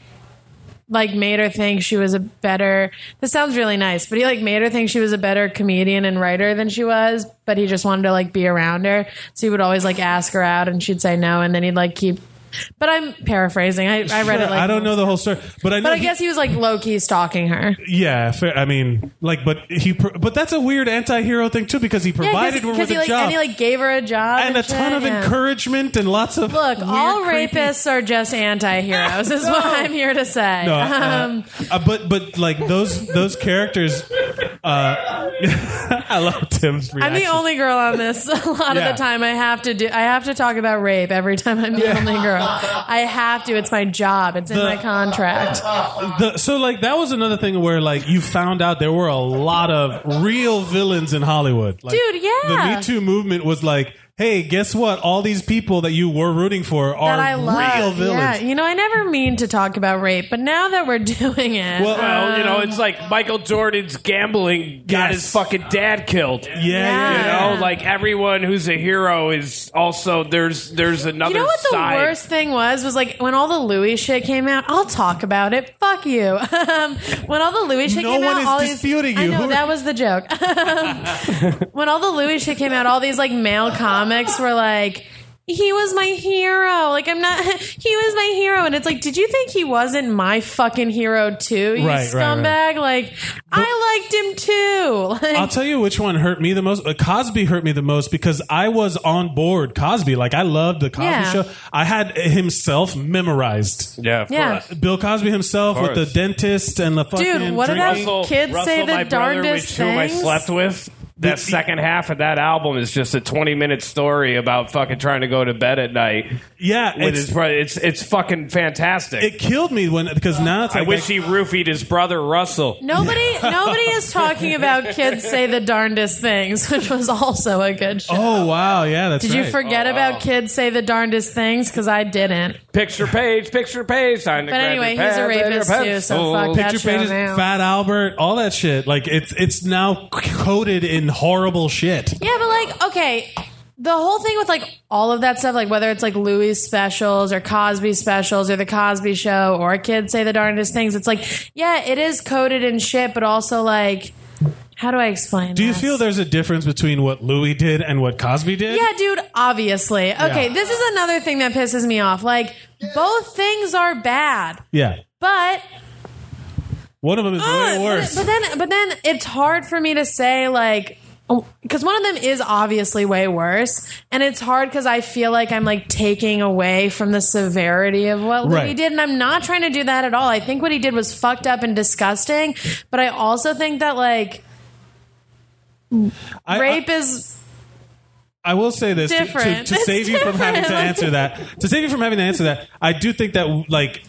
[SPEAKER 10] like made her think she was a better This sounds really nice, but he like made her think she was a better comedian and writer than she was, but he just wanted to like be around her. So he would always like ask her out and she'd say no and then he'd like keep but I'm paraphrasing. I, I read it like
[SPEAKER 1] I don't know the whole story, but I know
[SPEAKER 10] But I
[SPEAKER 1] he-
[SPEAKER 10] guess he was like low key stalking her.
[SPEAKER 1] Yeah, fair. I mean, like, but he, pro- but that's a weird anti-hero thing too, because he provided her with
[SPEAKER 10] he
[SPEAKER 1] a
[SPEAKER 10] like
[SPEAKER 1] job
[SPEAKER 10] and he like gave her a job
[SPEAKER 1] and a ton
[SPEAKER 10] shit,
[SPEAKER 1] of
[SPEAKER 10] yeah.
[SPEAKER 1] encouragement and lots of
[SPEAKER 10] Look, all
[SPEAKER 1] weird, creepy-
[SPEAKER 10] rapists are just anti-heroes is what I'm here to say.
[SPEAKER 1] No, uh,
[SPEAKER 10] um,
[SPEAKER 1] uh, but but like those those characters. Uh, I love Tim's reaction.
[SPEAKER 10] I'm the only girl on this. A lot
[SPEAKER 1] Yeah.
[SPEAKER 10] of the time, I have to do. I have to talk about rape every time I'm the only girl. I have to. It's my job. It's in
[SPEAKER 1] The-
[SPEAKER 10] my contract.
[SPEAKER 1] The- so like that was another thing where like you found out there were a lot of real villains in Hollywood. Like,
[SPEAKER 10] Dude, yeah.
[SPEAKER 1] The Me Too movement was like, hey, guess what? All these people that you were rooting for are
[SPEAKER 10] That I love.
[SPEAKER 1] real
[SPEAKER 10] Yeah,
[SPEAKER 1] villains.
[SPEAKER 10] you know, I never mean to talk about rape, but now that we're doing it,
[SPEAKER 1] Well,
[SPEAKER 9] Well, you know,
[SPEAKER 10] um,
[SPEAKER 9] it's like Michael Jordan's gambling got
[SPEAKER 1] Yes.
[SPEAKER 9] his fucking dad killed.
[SPEAKER 1] yeah,
[SPEAKER 10] Yeah.
[SPEAKER 1] yeah.
[SPEAKER 9] You know, like everyone who's a hero is also there's there's another
[SPEAKER 10] You know what the
[SPEAKER 9] side.
[SPEAKER 10] worst thing was was like when all the Louis shit came out. I'll talk about it. Fuck you. Um, when all the Louis shit
[SPEAKER 1] No
[SPEAKER 10] came
[SPEAKER 1] one
[SPEAKER 10] out,
[SPEAKER 1] is
[SPEAKER 10] all these-
[SPEAKER 1] disputing
[SPEAKER 10] I
[SPEAKER 1] you.
[SPEAKER 10] know that was the joke. when all the Louis shit came out, all these like male comics were like. He was my hero. Like I'm not. He was my hero, and it's like, did you think he wasn't my fucking hero too? You
[SPEAKER 1] Right, right, right.
[SPEAKER 10] scumbag. Like I liked him too. Like,
[SPEAKER 1] I'll tell you which one hurt me the most. Uh, Cosby hurt me the most because I was on board Cosby. Like I loved the Cosby
[SPEAKER 10] Yeah.
[SPEAKER 1] Show. I had himself memorized.
[SPEAKER 9] Yeah, of
[SPEAKER 10] Yeah.
[SPEAKER 9] course.
[SPEAKER 1] Bill Cosby himself with the
[SPEAKER 9] course.
[SPEAKER 1] dentist and the fucking
[SPEAKER 10] Dude, what did
[SPEAKER 1] drinking-
[SPEAKER 10] I-
[SPEAKER 9] Russell,
[SPEAKER 10] Kids
[SPEAKER 9] Russell,
[SPEAKER 10] say the
[SPEAKER 9] my brother,
[SPEAKER 10] darndest
[SPEAKER 9] which whom I
[SPEAKER 10] things.
[SPEAKER 9] slept with. That second half of that album is just a twenty minute story about fucking trying to go to bed at night
[SPEAKER 1] Yeah,
[SPEAKER 9] with
[SPEAKER 1] it's-
[SPEAKER 9] his brother. It's it's fucking fantastic.
[SPEAKER 1] it killed me when because now it's
[SPEAKER 9] I
[SPEAKER 1] like
[SPEAKER 9] wish he roofied his brother Russell.
[SPEAKER 10] Nobody, nobody is talking about kids say the darndest things, which was also a good show.
[SPEAKER 1] Oh wow, yeah, that's
[SPEAKER 10] did
[SPEAKER 1] right.
[SPEAKER 10] you forget
[SPEAKER 9] Oh.
[SPEAKER 10] about kids say the darndest things? Because I didn't.
[SPEAKER 9] Picture page, picture page. Time to
[SPEAKER 10] But
[SPEAKER 9] grab
[SPEAKER 10] anyway,
[SPEAKER 9] your
[SPEAKER 10] he's a
[SPEAKER 9] pad and your
[SPEAKER 10] rapist too, so
[SPEAKER 9] pencil.
[SPEAKER 10] fuck that
[SPEAKER 1] Picture
[SPEAKER 10] show
[SPEAKER 1] pages,
[SPEAKER 10] now.
[SPEAKER 1] Fat Albert, all that shit. Like it's it's now coded in horrible shit.
[SPEAKER 10] Yeah, but like, okay, the whole thing with like all of that stuff, like whether it's like Louis specials or Cosby specials or the Cosby Show or kids say the darndest things, it's like, yeah, it is coded in shit, but also like, how do I explain?
[SPEAKER 1] Do you
[SPEAKER 10] this?
[SPEAKER 1] feel there's a difference between what Louis did and what Cosby did?
[SPEAKER 10] Yeah, dude, obviously. Okay,
[SPEAKER 1] Yeah.
[SPEAKER 10] this is another thing that pisses me off. Like, both things are bad,
[SPEAKER 1] Yeah.
[SPEAKER 10] but
[SPEAKER 1] One of them is
[SPEAKER 10] Uh,
[SPEAKER 1] way
[SPEAKER 10] but-
[SPEAKER 1] worse.
[SPEAKER 10] But, then, but then it's hard for me to say like. Because one of them is obviously way worse, and it's hard because I feel like I'm like taking away from the severity of what Louis
[SPEAKER 1] Right.
[SPEAKER 10] did, and I'm not trying to do that at all. I think what he did was fucked up and disgusting, but I also think that like
[SPEAKER 1] I- I-
[SPEAKER 10] rape is
[SPEAKER 1] I will say this to, to,
[SPEAKER 10] Different.
[SPEAKER 1] to
[SPEAKER 10] It's
[SPEAKER 1] save you from having to
[SPEAKER 10] different.
[SPEAKER 1] answer that. To save you from having to answer that, I do think that like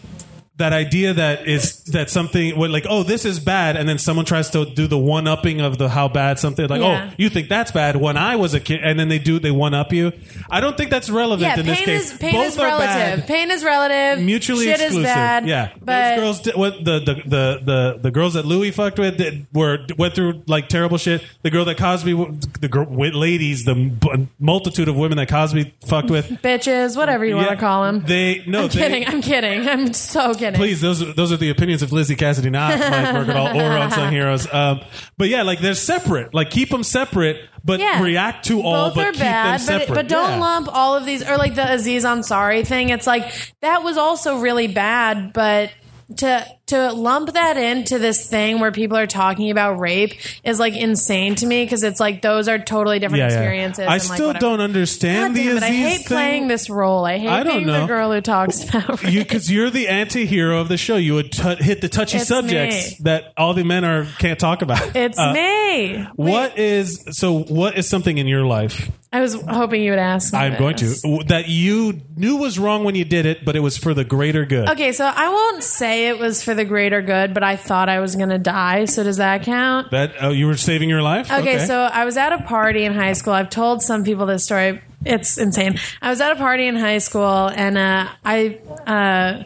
[SPEAKER 1] that idea that is that something what like oh this is bad and then someone tries to do the one upping of the how bad something like
[SPEAKER 10] Yeah.
[SPEAKER 1] oh you think that's bad when I was a kid and then they do they one up you. I don't think that's relevant
[SPEAKER 10] yeah.
[SPEAKER 1] in
[SPEAKER 10] Pain
[SPEAKER 1] this case.
[SPEAKER 10] is pain
[SPEAKER 1] Both
[SPEAKER 10] is
[SPEAKER 1] are
[SPEAKER 10] relative.
[SPEAKER 1] bad.
[SPEAKER 10] Pain is relative.
[SPEAKER 1] mutually
[SPEAKER 10] Shit
[SPEAKER 1] exclusive.
[SPEAKER 10] is bad.
[SPEAKER 1] Yeah,
[SPEAKER 10] but
[SPEAKER 1] those girls, did, what the, the the the the girls that Louis fucked with did, were went through like terrible shit. The girl that Cosby, w- the girl, with ladies, the m- multitude of women that Cosby fucked with.
[SPEAKER 10] bitches, whatever you want
[SPEAKER 1] Yeah,
[SPEAKER 10] to call them.
[SPEAKER 1] They no,
[SPEAKER 10] I'm
[SPEAKER 1] they-
[SPEAKER 10] kidding. I'm kidding. I'm so kidding.
[SPEAKER 1] Please, those are, those are the opinions of Lizzie Cassidy, not Mike Mercadal or Unsung Heroes. Um, but yeah, like they're separate. Like keep them separate, but
[SPEAKER 10] Yeah.
[SPEAKER 1] react to all,
[SPEAKER 10] Both
[SPEAKER 1] but
[SPEAKER 10] are
[SPEAKER 1] keep
[SPEAKER 10] bad,
[SPEAKER 1] them separate.
[SPEAKER 10] But, but don't
[SPEAKER 1] Yeah.
[SPEAKER 10] lump all of these, or like the Aziz Ansari thing. It's like that was also really bad, but to to lump that into this thing where people are talking about rape is like insane to me because it's like those are totally different
[SPEAKER 1] Yeah, yeah.
[SPEAKER 10] experiences.
[SPEAKER 1] I
[SPEAKER 10] and, like,
[SPEAKER 1] still
[SPEAKER 10] whatever.
[SPEAKER 1] don't
[SPEAKER 10] God
[SPEAKER 1] understand the
[SPEAKER 10] damn it, I
[SPEAKER 1] Aziz
[SPEAKER 10] hate
[SPEAKER 1] thing.
[SPEAKER 10] playing this role. I hate
[SPEAKER 1] I don't
[SPEAKER 10] being
[SPEAKER 1] know. Oh.
[SPEAKER 10] the girl who talks about rape.
[SPEAKER 1] you because you're the anti-hero of the show you would t- hit the touchy
[SPEAKER 10] It's
[SPEAKER 1] subjects
[SPEAKER 10] me.
[SPEAKER 1] that all the men are can't talk about
[SPEAKER 10] it's
[SPEAKER 1] Uh,
[SPEAKER 10] me. Wait,
[SPEAKER 1] what is so what is something in your life
[SPEAKER 10] I was hoping you would ask. me
[SPEAKER 1] i'm going to
[SPEAKER 10] this.
[SPEAKER 1] w- that you knew was wrong when you did it but it was for the greater good
[SPEAKER 10] Okay, so I won't say it was for the the greater good, but I thought I was gonna die. So does that count?
[SPEAKER 1] That oh, you were saving your life.
[SPEAKER 10] Okay, so I was at a party in high school. I've told some people this story. It's insane. I was at a party in high school, and uh, I uh,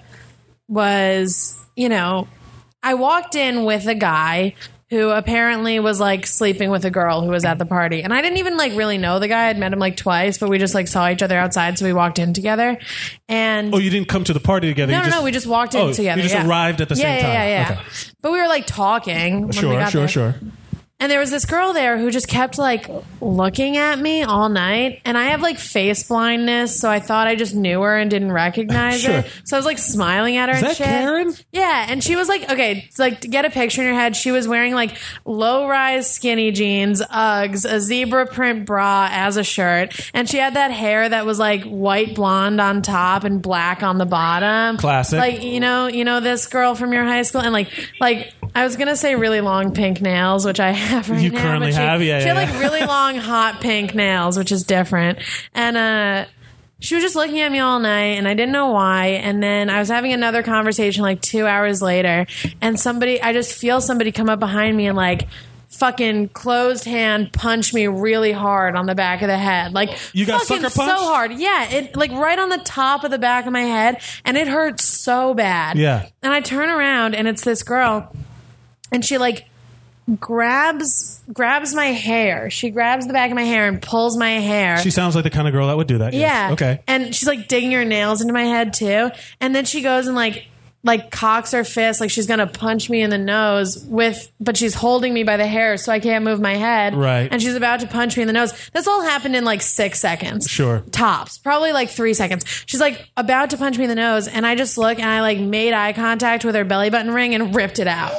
[SPEAKER 10] was, you know, I walked in with a guy who apparently was like sleeping with a girl who was at the party. And I didn't even like really know the guy. I'd met him like twice, but we just like saw each other outside, so we walked in together. And
[SPEAKER 1] Oh, you didn't come to the party together.
[SPEAKER 10] no,
[SPEAKER 1] you
[SPEAKER 10] no,
[SPEAKER 1] just,
[SPEAKER 10] no. We just walked in
[SPEAKER 1] Oh,
[SPEAKER 10] together.
[SPEAKER 1] You just
[SPEAKER 10] yeah.
[SPEAKER 1] arrived at the
[SPEAKER 10] Yeah,
[SPEAKER 1] same
[SPEAKER 10] yeah,
[SPEAKER 1] time.
[SPEAKER 10] Yeah, yeah,
[SPEAKER 1] Okay.
[SPEAKER 10] But we were like talking. When we
[SPEAKER 1] Sure,
[SPEAKER 10] got
[SPEAKER 1] sure,
[SPEAKER 10] there.
[SPEAKER 1] sure.
[SPEAKER 10] And there was this girl there who just kept like looking at me all night. And I have like face blindness, so I thought I just knew her and didn't recognize
[SPEAKER 1] Sure.
[SPEAKER 10] her. So I was like smiling at her
[SPEAKER 1] Is
[SPEAKER 10] and
[SPEAKER 1] that
[SPEAKER 10] shit.
[SPEAKER 1] Karen?
[SPEAKER 10] Yeah, and she was like, okay, it's like to get a picture in your head, she was wearing like low rise skinny jeans, Uggs, a zebra print bra as a shirt, and she had that hair that was like white blonde on top and black on the bottom.
[SPEAKER 1] Classic.
[SPEAKER 10] Like you know, you know this girl from your high school, and like like I was gonna say really long pink nails, which I have right
[SPEAKER 1] You
[SPEAKER 10] now.
[SPEAKER 1] currently
[SPEAKER 10] but she,
[SPEAKER 1] have? Yeah,
[SPEAKER 10] She
[SPEAKER 1] yeah,
[SPEAKER 10] had
[SPEAKER 1] yeah.
[SPEAKER 10] like really long hot pink nails, which is different, and uh she was just looking at me all night and I didn't know why. And then I was having another conversation like two hours later, and somebody, I just feel somebody come up behind me and like, Fucking closed hand punch me really hard on the back of the head, like
[SPEAKER 1] You got
[SPEAKER 10] fucking
[SPEAKER 1] sucker punched?
[SPEAKER 10] so hard. Yeah, it like right on the top of the back of my head, and it hurt so bad.
[SPEAKER 1] Yeah.
[SPEAKER 10] and I turn around and it's this girl, and she like grabs grabs my hair. She grabs the back of my hair and pulls my hair.
[SPEAKER 1] She sounds like the kind of girl that would do that. yes.
[SPEAKER 10] Yeah.
[SPEAKER 1] Okay.
[SPEAKER 10] And she's like digging her nails into my head too. And then she goes and like like cocks her fist like she's gonna punch me in the nose with but she's holding me by the hair so I can't move my head.
[SPEAKER 1] Right.
[SPEAKER 10] And she's about to punch me in the nose. This all happened in like six seconds.
[SPEAKER 1] Sure.
[SPEAKER 10] Tops. Probably like three seconds. She's like about to punch me in the nose and I just look and I like made eye contact with her belly button ring and ripped it out.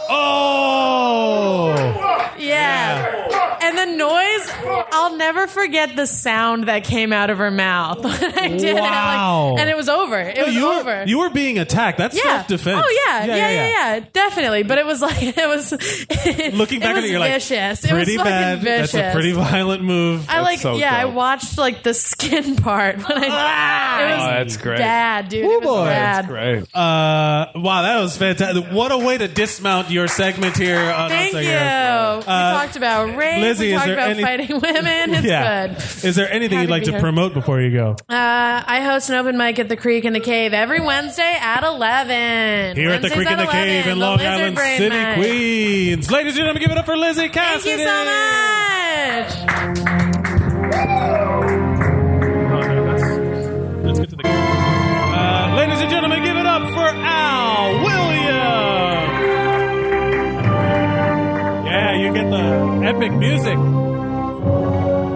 [SPEAKER 1] Oh.
[SPEAKER 10] Yeah. And the noise, I'll never forget the sound that came out of her mouth when I did it.
[SPEAKER 1] Wow. Oh,
[SPEAKER 10] Like, and it was over. It was
[SPEAKER 1] you were,
[SPEAKER 10] over.
[SPEAKER 1] You were being attacked. That's
[SPEAKER 10] yeah.
[SPEAKER 1] self-defense.
[SPEAKER 10] Oh yeah. Yeah yeah, yeah, Definitely. But it was like it was
[SPEAKER 1] Looking back
[SPEAKER 10] it was
[SPEAKER 1] at it, you're like,
[SPEAKER 10] vicious. It was
[SPEAKER 1] Pretty
[SPEAKER 10] fucking
[SPEAKER 1] bad.
[SPEAKER 10] vicious.
[SPEAKER 1] That's a pretty violent move.
[SPEAKER 10] I like
[SPEAKER 5] so
[SPEAKER 10] yeah, I
[SPEAKER 5] dope.
[SPEAKER 10] watched like the skin part when
[SPEAKER 1] Ah!
[SPEAKER 10] I it was
[SPEAKER 9] Oh, that's great.
[SPEAKER 10] bad, dude. it was
[SPEAKER 1] boy.
[SPEAKER 10] bad.
[SPEAKER 9] Right.
[SPEAKER 1] Uh, wow, that was fantastic. What a way to dismount your segment here. On Uh,
[SPEAKER 10] Thank
[SPEAKER 1] Outside
[SPEAKER 10] you.
[SPEAKER 1] Europe.
[SPEAKER 10] we talked about rape.
[SPEAKER 1] Lizzie,
[SPEAKER 10] we
[SPEAKER 1] is
[SPEAKER 10] talked
[SPEAKER 1] there
[SPEAKER 10] about
[SPEAKER 1] any-
[SPEAKER 10] fighting women. It's
[SPEAKER 1] Yeah.
[SPEAKER 10] good.
[SPEAKER 1] Is there anything
[SPEAKER 10] Happy
[SPEAKER 1] you'd
[SPEAKER 10] to
[SPEAKER 1] like
[SPEAKER 10] be
[SPEAKER 1] to
[SPEAKER 10] here.
[SPEAKER 1] promote before you go?
[SPEAKER 10] Uh, I host an open mic at the Creek in the Cave every Wednesday at 11.
[SPEAKER 1] Here at the
[SPEAKER 10] Wednesdays
[SPEAKER 1] Creek in the
[SPEAKER 10] 11,
[SPEAKER 1] Cave in
[SPEAKER 10] the
[SPEAKER 1] Long
[SPEAKER 10] Lizard
[SPEAKER 1] Island
[SPEAKER 10] Brain
[SPEAKER 1] City,
[SPEAKER 10] Mic.
[SPEAKER 1] Queens. Ladies and gentlemen, give it up for Lizzie
[SPEAKER 10] Thank
[SPEAKER 1] Cassidy.
[SPEAKER 10] you so much.
[SPEAKER 1] Let's get to the uh, Ladies and gentlemen, give it up for Al Williams. Yeah, you get the epic music.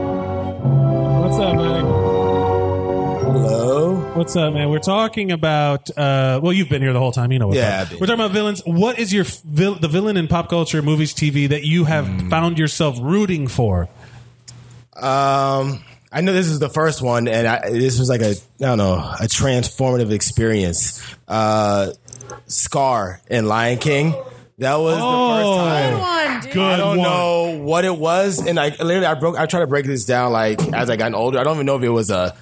[SPEAKER 1] What's up, buddy?
[SPEAKER 4] Hello.
[SPEAKER 1] What's up, man? We're talking about. Uh, well, you've been here the whole time. You know what's
[SPEAKER 4] Yeah,
[SPEAKER 1] up.
[SPEAKER 4] I've been
[SPEAKER 1] We're talking about villains. What is your f- vil- the villain in pop culture, movies, TV that you have
[SPEAKER 4] Hmm.
[SPEAKER 1] found yourself rooting for?
[SPEAKER 11] Um, I know this is the first one, and I, this was like a I don't know a transformative experience. Uh, Scar in Lion King. That was the first time.
[SPEAKER 10] Good one, dude.
[SPEAKER 11] I don't
[SPEAKER 1] Oh. one.
[SPEAKER 11] know what it was, and I literally I broke. I tried to break this down like as I got older. I don't even know if it was a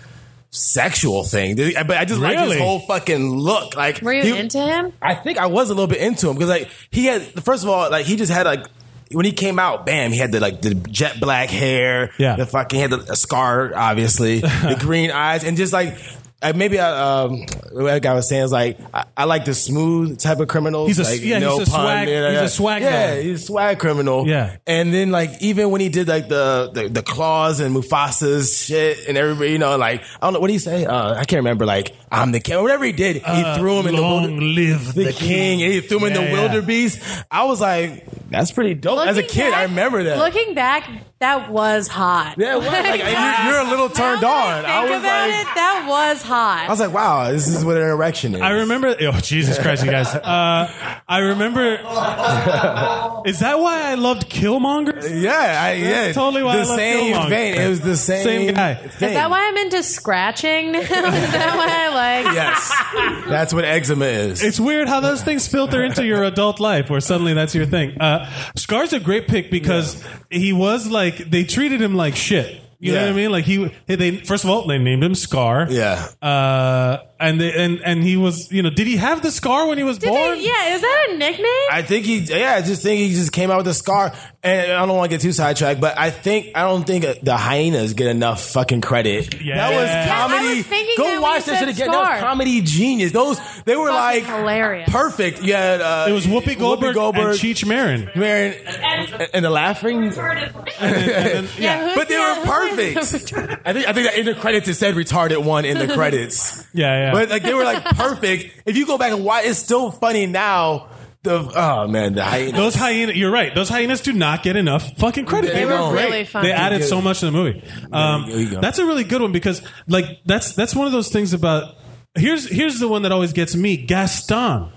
[SPEAKER 11] sexual thing, dude, but I just like
[SPEAKER 1] Really?
[SPEAKER 11] his whole fucking look. Like
[SPEAKER 10] Were you
[SPEAKER 11] he-
[SPEAKER 10] into him?
[SPEAKER 11] I think I was a little bit into him because like he had first of all like he just had like when he came out, bam, he had the like the jet black hair,
[SPEAKER 1] Yeah.
[SPEAKER 11] the fucking he had the a scar, obviously, the green eyes, and just like. uh, maybe I, um, what I was saying is like I, I like the smooth type of criminals.
[SPEAKER 1] He's a-
[SPEAKER 11] like,
[SPEAKER 1] yeah, he's a swag-
[SPEAKER 11] yeah,
[SPEAKER 1] he's a
[SPEAKER 11] yeah.
[SPEAKER 1] swag
[SPEAKER 11] Yeah,
[SPEAKER 1] guy.
[SPEAKER 11] he's a swag criminal.
[SPEAKER 1] Yeah.
[SPEAKER 11] and then like even when he did like the the, the claws and Mufasa's shit and everybody, you know, like I don't know what did he say. Uh, I can't remember. Like I'm the king. Whatever he did, he threw him in the
[SPEAKER 1] Uh, Long
[SPEAKER 11] boulder
[SPEAKER 1] live
[SPEAKER 11] the, king. and He threw him in
[SPEAKER 1] Yeah,
[SPEAKER 11] the
[SPEAKER 1] yeah.
[SPEAKER 11] wildebeest. I was like, that's pretty dope. As a
[SPEAKER 10] Looking
[SPEAKER 11] kid,
[SPEAKER 10] back-
[SPEAKER 11] I remember that.
[SPEAKER 10] Looking back, that was hot.
[SPEAKER 11] yeah, it was. Like, and you're, you're a little turned
[SPEAKER 10] Now that I
[SPEAKER 11] on. I
[SPEAKER 10] think
[SPEAKER 11] was
[SPEAKER 10] about
[SPEAKER 11] like, Oh,
[SPEAKER 10] it, that was hot.
[SPEAKER 11] I was like, wow, this is what an erection is.
[SPEAKER 1] I remember. Oh Jesus Christ, you guys! Uh, I remember. Is that why I loved Killmonger?
[SPEAKER 11] Yeah, I, yeah.
[SPEAKER 1] totally why I
[SPEAKER 11] the
[SPEAKER 1] love
[SPEAKER 11] same
[SPEAKER 1] Killmonger.
[SPEAKER 11] vein. It was the same,
[SPEAKER 1] Same guy. Is
[SPEAKER 11] Thing.
[SPEAKER 10] is that why I'm into scratching now? is that why I like?
[SPEAKER 11] Yes, that's what eczema is.
[SPEAKER 1] It's weird how those things filter into your adult life, where suddenly that's your thing. Uh, Scar's a great pick because he was like they treated him like shit. You know
[SPEAKER 11] Yeah.
[SPEAKER 1] what I mean? Like he, they first of all they named him Scar.
[SPEAKER 11] Yeah.
[SPEAKER 1] Uh, and the, and and he was you know did he have the scar when he was
[SPEAKER 10] Did
[SPEAKER 1] born?
[SPEAKER 10] they, yeah, is that a nickname?
[SPEAKER 11] I think he, yeah, I just think he just came out with a scar. And I don't want to get too sidetracked, but I think I don't think the hyenas get enough fucking credit.
[SPEAKER 1] Yeah.
[SPEAKER 11] That was
[SPEAKER 10] Yeah, I was
[SPEAKER 11] comedy.
[SPEAKER 10] thinking
[SPEAKER 11] Go
[SPEAKER 10] that when
[SPEAKER 11] watch
[SPEAKER 10] you said
[SPEAKER 11] that shit again. That was
[SPEAKER 10] scar.
[SPEAKER 11] comedy genius. Those they were like
[SPEAKER 10] Fucking hilarious.
[SPEAKER 11] perfect. Yeah, uh,
[SPEAKER 1] It was Whoopi Goldberg,
[SPEAKER 11] Goldberg.
[SPEAKER 1] and Cheech Marin.
[SPEAKER 11] Marin and the laughing.
[SPEAKER 10] yeah, who's
[SPEAKER 11] But they
[SPEAKER 10] the-
[SPEAKER 11] were
[SPEAKER 10] who is
[SPEAKER 11] perfect.
[SPEAKER 10] the-
[SPEAKER 11] I think I think that in the credits it said retarded one in the credits.
[SPEAKER 1] Yeah, yeah.
[SPEAKER 11] But like they were like perfect. If you go back and watch, it's still funny now. The oh man, the hyenas.
[SPEAKER 1] Those hyenas, you're right. Those hyenas do not get enough fucking credit.
[SPEAKER 11] They They were don't.
[SPEAKER 10] really funny.
[SPEAKER 1] They added so much to the movie.
[SPEAKER 11] There you
[SPEAKER 1] Um,
[SPEAKER 11] go.
[SPEAKER 1] that's a really good one because, like, that's that's one of those things about. Here's here's the one that always gets me: Gaston.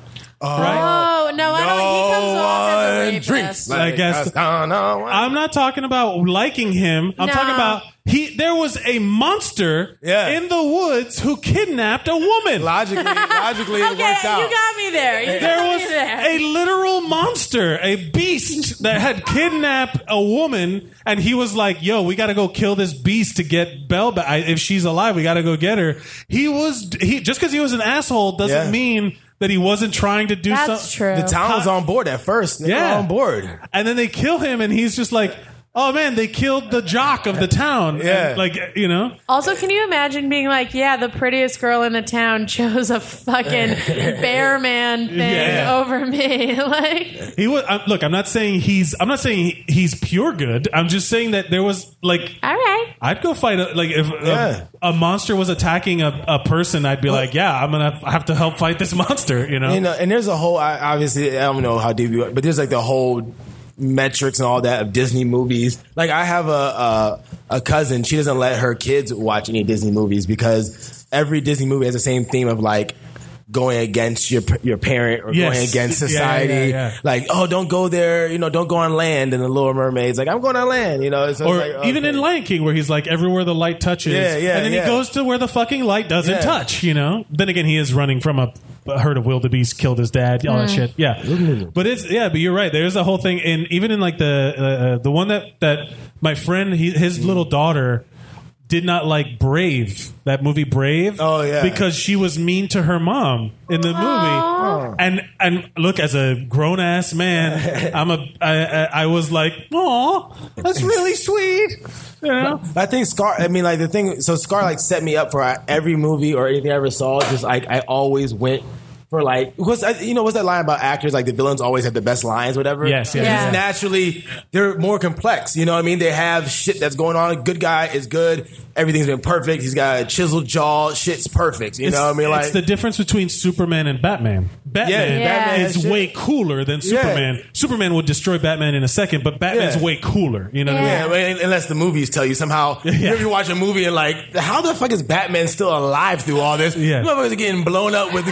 [SPEAKER 10] Oh no, I don't. He comes off as a
[SPEAKER 11] one
[SPEAKER 10] rapist.
[SPEAKER 11] drinks
[SPEAKER 1] I guess-
[SPEAKER 11] Gaston, no one-
[SPEAKER 1] I'm not talking about liking him. I'm
[SPEAKER 10] No.
[SPEAKER 1] talking about he. There was a monster
[SPEAKER 11] Yeah.
[SPEAKER 1] in the woods who kidnapped a woman.
[SPEAKER 11] logically, logically,
[SPEAKER 10] Okay,
[SPEAKER 11] it works out.
[SPEAKER 10] you got me there. You
[SPEAKER 1] There
[SPEAKER 10] got
[SPEAKER 1] was
[SPEAKER 10] me there.
[SPEAKER 1] a literal monster, a beast that had kidnapped a woman, and he was like, "Yo, we got to go kill this beast to get Belle back. I- If she's alive, we got to go get her." He was he just because he was an asshole doesn't
[SPEAKER 11] Yeah.
[SPEAKER 1] mean that he wasn't trying to do something.
[SPEAKER 10] That's true.
[SPEAKER 11] the town was on board at first. They were
[SPEAKER 1] Yeah.
[SPEAKER 11] on board.
[SPEAKER 1] And then they kill him, and he's just like, "Oh man, they killed the jock of the town."
[SPEAKER 11] Yeah.
[SPEAKER 1] And, like you know,
[SPEAKER 10] Also, can you imagine being like, yeah, the prettiest girl in the town chose a fucking bear man thing
[SPEAKER 1] Yeah.
[SPEAKER 10] over me? like,
[SPEAKER 1] he was. I, look, I'm not saying he's. I'm not saying he, he's pure good. I'm just saying that there was like
[SPEAKER 10] all right.
[SPEAKER 1] I'd go fight a, like if a-
[SPEAKER 11] Yeah.
[SPEAKER 1] a, monster was attacking a, a person, I'd be like, yeah, I'm gonna have to help fight this monster. You know,
[SPEAKER 11] You know, and there's a whole. I, obviously, I don't know how deep you, but there's like the whole metrics and all that of Disney movies. Like I have a a, a cousin. She doesn't let her kids watch any Disney movies because every Disney movie has the same theme of like. Going against your your parent or
[SPEAKER 1] Yes.
[SPEAKER 11] going against
[SPEAKER 1] Yeah, yeah,
[SPEAKER 11] society,
[SPEAKER 1] yeah.
[SPEAKER 11] like oh, don't go there, you know, don't go on land. And the Little Mermaid's like, I'm going on land, you know. So it's
[SPEAKER 1] or
[SPEAKER 11] like,
[SPEAKER 1] even in
[SPEAKER 11] okay.
[SPEAKER 1] Lion King, where he's like everywhere the light touches,
[SPEAKER 11] Yeah, yeah,
[SPEAKER 1] and then
[SPEAKER 11] yeah.
[SPEAKER 1] he goes to where the fucking light doesn't
[SPEAKER 11] Yeah.
[SPEAKER 1] touch. You know, then again, he is running from a, a herd of wildebeest, killed his dad, all that
[SPEAKER 11] Mm.
[SPEAKER 1] shit. Yeah, but it's yeah, but you're right. There's a whole thing, and even in like the uh, uh, the one that that my friend, he, his
[SPEAKER 11] Mm.
[SPEAKER 1] little daughter. Did not like Brave, that movie Brave.
[SPEAKER 11] Oh, yeah.
[SPEAKER 1] because she was mean to her mom in the movie.
[SPEAKER 10] Aw.
[SPEAKER 1] And and look, as a grown ass man, I'm a I, I, I was like, oh, that's really sweet. You know,
[SPEAKER 11] I think Scar. I mean, like the thing. So Scar like set me up for uh, every movie or anything I ever saw. Just like I always went for like because I, you know what's that line about actors like the villains always have the best lines, whatever.
[SPEAKER 1] Yes, yes,
[SPEAKER 11] It's
[SPEAKER 10] Yeah. yes.
[SPEAKER 11] Naturally, they're more complex. You know what I mean? They have shit that's going on. A good guy is good. Everything's been perfect. He's got a chiseled jaw. Shit's perfect. You know what I mean? Like
[SPEAKER 1] it's the difference between Superman and Batman. Batman,
[SPEAKER 10] Yeah, Batman
[SPEAKER 1] is
[SPEAKER 11] shit.
[SPEAKER 1] way cooler than Superman. Superman would destroy Batman in a second, but Batman's
[SPEAKER 11] Yeah.
[SPEAKER 1] way cooler. You know what I mean?
[SPEAKER 11] Yeah, well, unless the movies tell you somehow. You ever watch a movie and like, how the fuck is Batman still alive through all this?
[SPEAKER 1] Yeah.
[SPEAKER 11] Motherfuckers are getting blown up with